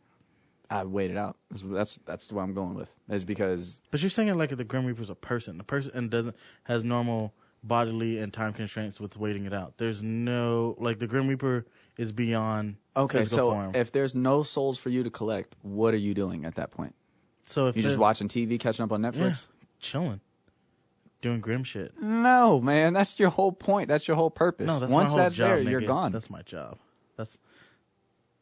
Speaker 1: I waited out. That's that's, that's what I'm going with. Is because
Speaker 2: But you're saying it like the Grim Reaper's a person. The person and doesn't has normal bodily and time constraints with waiting it out. There's no like the Grim Reaper is beyond
Speaker 1: okay,
Speaker 2: physical
Speaker 1: so
Speaker 2: form.
Speaker 1: if there's no souls for you to collect, what are you doing at that point?
Speaker 2: so if
Speaker 1: You just
Speaker 2: they're-
Speaker 1: watching TV, catching up on Netflix?
Speaker 2: yeah, chilling, doing grim shit.
Speaker 1: No, man, that's your whole point. That's your whole purpose.
Speaker 2: No, that's
Speaker 1: Once
Speaker 2: my whole
Speaker 1: that's
Speaker 2: job.
Speaker 1: there, you're
Speaker 2: nigga.
Speaker 1: gone.
Speaker 2: That's my job. That's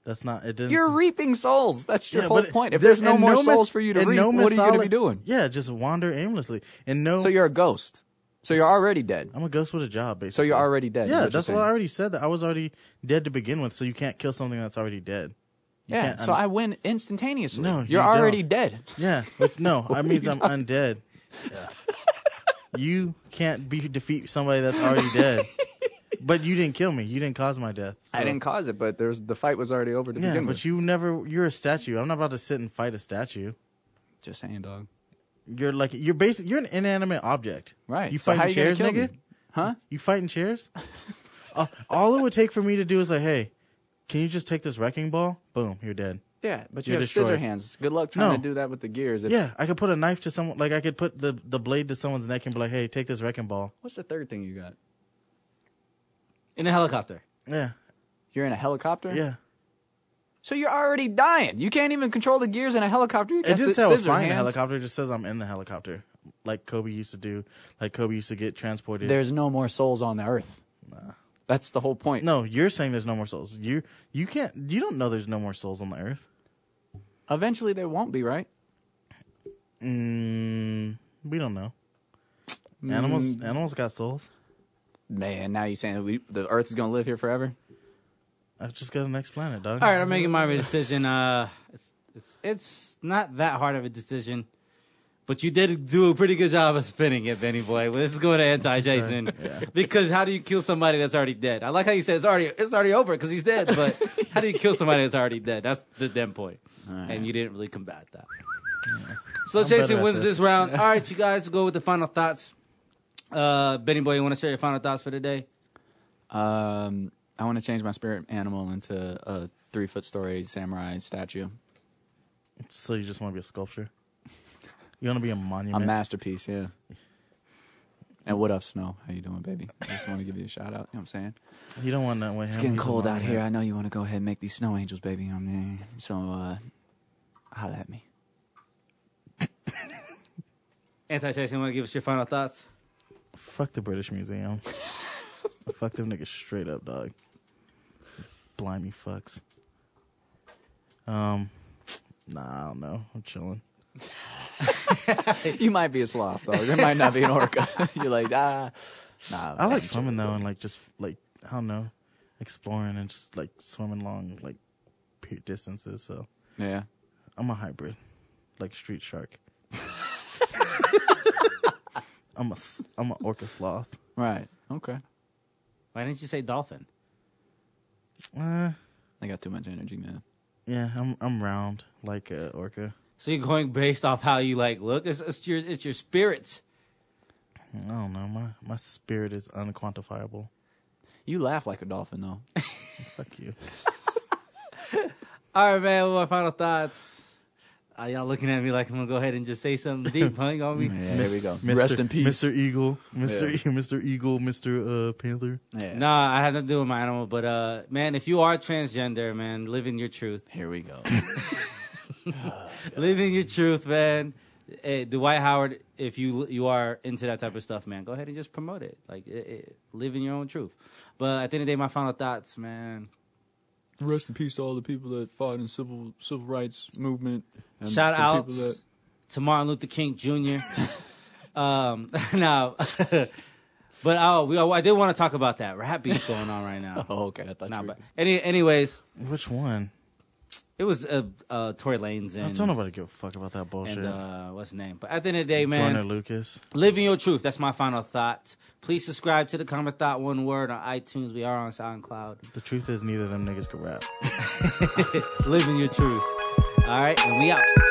Speaker 2: that's not. It didn't.
Speaker 1: you're reaping souls. That's your
Speaker 2: Yeah,
Speaker 1: whole
Speaker 2: but
Speaker 1: point. If
Speaker 2: there-
Speaker 1: there's no
Speaker 2: and
Speaker 1: more
Speaker 2: myth-
Speaker 1: souls for you to
Speaker 2: and
Speaker 1: reap,
Speaker 2: no
Speaker 1: what are you going to be
Speaker 2: mytholo-
Speaker 1: doing?
Speaker 2: Yeah, just wander aimlessly and no.
Speaker 1: So you're a ghost. So you're already dead.
Speaker 2: I'm a ghost with a job, basically.
Speaker 1: So you're already dead, is what
Speaker 2: Yeah,
Speaker 1: you're
Speaker 2: that's what
Speaker 1: saying.
Speaker 2: I already said. That I was already dead to begin with, so you can't kill something that's already dead. You
Speaker 1: Yeah.
Speaker 2: can't
Speaker 1: So
Speaker 2: un-
Speaker 1: I win instantaneously.
Speaker 2: No, you
Speaker 1: you're already
Speaker 2: don't.
Speaker 1: dead.
Speaker 2: *laughs* Yeah, but
Speaker 1: *laughs*
Speaker 2: no, I means I'm undead. you can't be defeat somebody that's already
Speaker 1: *laughs*
Speaker 2: dead. but you didn't kill me. You didn't cause my death.
Speaker 1: I
Speaker 2: so-
Speaker 1: didn't cause it, but there's the fight was already over to
Speaker 2: Yeah,
Speaker 1: begin
Speaker 2: but
Speaker 1: with.
Speaker 2: you never. You're a statue. I'm not about to sit and fight a statue.
Speaker 1: Just saying, dog.
Speaker 2: You're like you're basic. You're an inanimate object.
Speaker 1: Right.
Speaker 2: You
Speaker 1: so
Speaker 2: fight
Speaker 1: how
Speaker 2: in
Speaker 1: you gonna
Speaker 2: chairs,
Speaker 1: kill
Speaker 2: nigga.
Speaker 1: me? Huh?
Speaker 2: You fighting
Speaker 1: *laughs*
Speaker 2: chairs? uh, all it would take for me to do is like, hey, can you just take this wrecking ball? Boom, you're dead.
Speaker 1: Yeah, but you
Speaker 2: You're
Speaker 1: have scissor
Speaker 2: destroyed.
Speaker 1: hands. Good luck trying to
Speaker 2: No.
Speaker 1: do that with the gears. If-
Speaker 2: Yeah, I could put a knife to someone. Like I could put the the blade to someone's neck and be like, hey, take this wrecking ball.
Speaker 1: What's the third thing you got?
Speaker 3: In a helicopter.
Speaker 2: Yeah,
Speaker 1: You're in a helicopter.
Speaker 2: yeah.
Speaker 1: So you're already dying. You can't even control the gears in a helicopter. You
Speaker 2: It
Speaker 1: got
Speaker 2: didn't
Speaker 1: sci-
Speaker 2: say I was
Speaker 1: scissor
Speaker 2: flying the
Speaker 1: hands.
Speaker 2: helicopter. It just says I'm in the helicopter, like Kobe used to do. Like Kobe used to get transported.
Speaker 1: There's no more souls on the earth. That's the whole point.
Speaker 2: no, you're saying there's no more souls. You you can't. You don't know there's no more souls on the earth.
Speaker 1: Eventually there won't be, right?
Speaker 2: Mm, we don't know.
Speaker 1: Mm.
Speaker 2: Animals animals got souls.
Speaker 1: Man, now you're saying we, the earth is going to live here forever?
Speaker 2: I just go to the next planet, dog.
Speaker 3: All right, I'm making my decision. Uh, it's, it's it's not that hard of a decision, but you did do a pretty good job of spinning it, Benny boy. Let's go to
Speaker 2: *laughs*
Speaker 3: anti Jason because how do you kill somebody that's already dead? I like how you said it's already it's already over because he's dead, but
Speaker 2: *laughs*
Speaker 3: how do you kill somebody that's already dead? That's the them point, and you didn't really combat that. So
Speaker 2: better
Speaker 3: Jason
Speaker 2: at
Speaker 3: wins
Speaker 2: this. *laughs*
Speaker 3: this round. All right, you guys go with the final thoughts. Uh, Benny boy, you want to share your final thoughts for today?
Speaker 1: Um, I want to change my spirit animal into a three foot story samurai statue.
Speaker 2: So you just want to be a sculpture? You want to be a
Speaker 1: A
Speaker 2: monument?
Speaker 1: masterpiece, yeah. And what up, Snow? How you doing, baby? I just want to give you a shout out. You know what I'm saying?
Speaker 2: you don't want that way.
Speaker 1: It's getting cold out here. I know you want to go ahead and make these snow angels, baby. You know what I mean? So, uh, holla
Speaker 2: *laughs*
Speaker 1: at me.
Speaker 3: Anti Jason, want to give us your final thoughts?
Speaker 2: Fuck the British Museum. *laughs* Fuck them niggas straight up, dog. Blimey fucks. Um, nah, I don't know. I'm chilling.
Speaker 1: You might be a sloth, though. There might not be
Speaker 2: *laughs*
Speaker 1: an orca. *laughs* You're like, ah, nah.
Speaker 2: I like swimming though, and like just like I don't know, exploring and just like swimming long like pe- distances. So
Speaker 1: Yeah.
Speaker 2: I'm a hybrid, like street shark. *laughs* I'm a s- I'm a orca sloth.
Speaker 1: Right. Okay.
Speaker 3: Why didn't you say dolphin?
Speaker 2: Uh,
Speaker 1: I got too much energy, man.
Speaker 2: yeah, I'm I'm round like a orca.
Speaker 3: So you're going based off how you like look. It's, it's your it's your spirits.
Speaker 2: I don't know. My my spirit is unquantifiable.
Speaker 1: You laugh like a
Speaker 2: *laughs*
Speaker 1: dolphin, though.
Speaker 2: Fuck you.
Speaker 3: All right, man. What my final thoughts? Are y'all looking at me like I'm gonna go ahead and just say something deep, huh? You want me?
Speaker 1: Yeah, there we go.
Speaker 2: Mr.
Speaker 1: Rest in peace.
Speaker 2: Mr. Eagle, Mr.
Speaker 1: Yeah.
Speaker 2: E- *laughs* Mr. Eagle, Mr. Uh, Panther.
Speaker 1: *laughs* Yeah.
Speaker 3: Nah, I had nothing to do with my animal. But uh, man, if you are transgender, man, live in your truth.
Speaker 1: Here
Speaker 2: *coughs*
Speaker 1: we go.
Speaker 3: Live in your truth, man. Hey, Dwight Howard, if you you are into that type of stuff, man, go ahead and just promote it. Like, it, it, live in your own truth. But at the end of the day, my final thoughts, man.
Speaker 1: Rest in peace to all the people that fought in civil civil rights movement. And
Speaker 3: Shout
Speaker 1: for
Speaker 3: out
Speaker 1: people that-
Speaker 3: to Martin Luther King Jr. *laughs* um, *laughs* now, but oh, we, I did want to talk about that rap beef going on right now.
Speaker 1: *laughs* Oh, okay. I thought
Speaker 3: Nah,
Speaker 1: you were-
Speaker 3: but any, anyways,
Speaker 2: Which one?
Speaker 3: it was uh, uh, Tory Lanez
Speaker 2: I
Speaker 3: and,
Speaker 2: don't nobody give a fuck about that bullshit.
Speaker 3: and uh, what's his name. But at the end of the day, man,
Speaker 2: Joyner Lucas.
Speaker 3: Living your truth. That's my final thought. Please subscribe to the Common Thought One Word on iTunes. We are on SoundCloud.
Speaker 2: The truth is, neither of them niggas could rap.
Speaker 3: Living your truth. All right, and we out.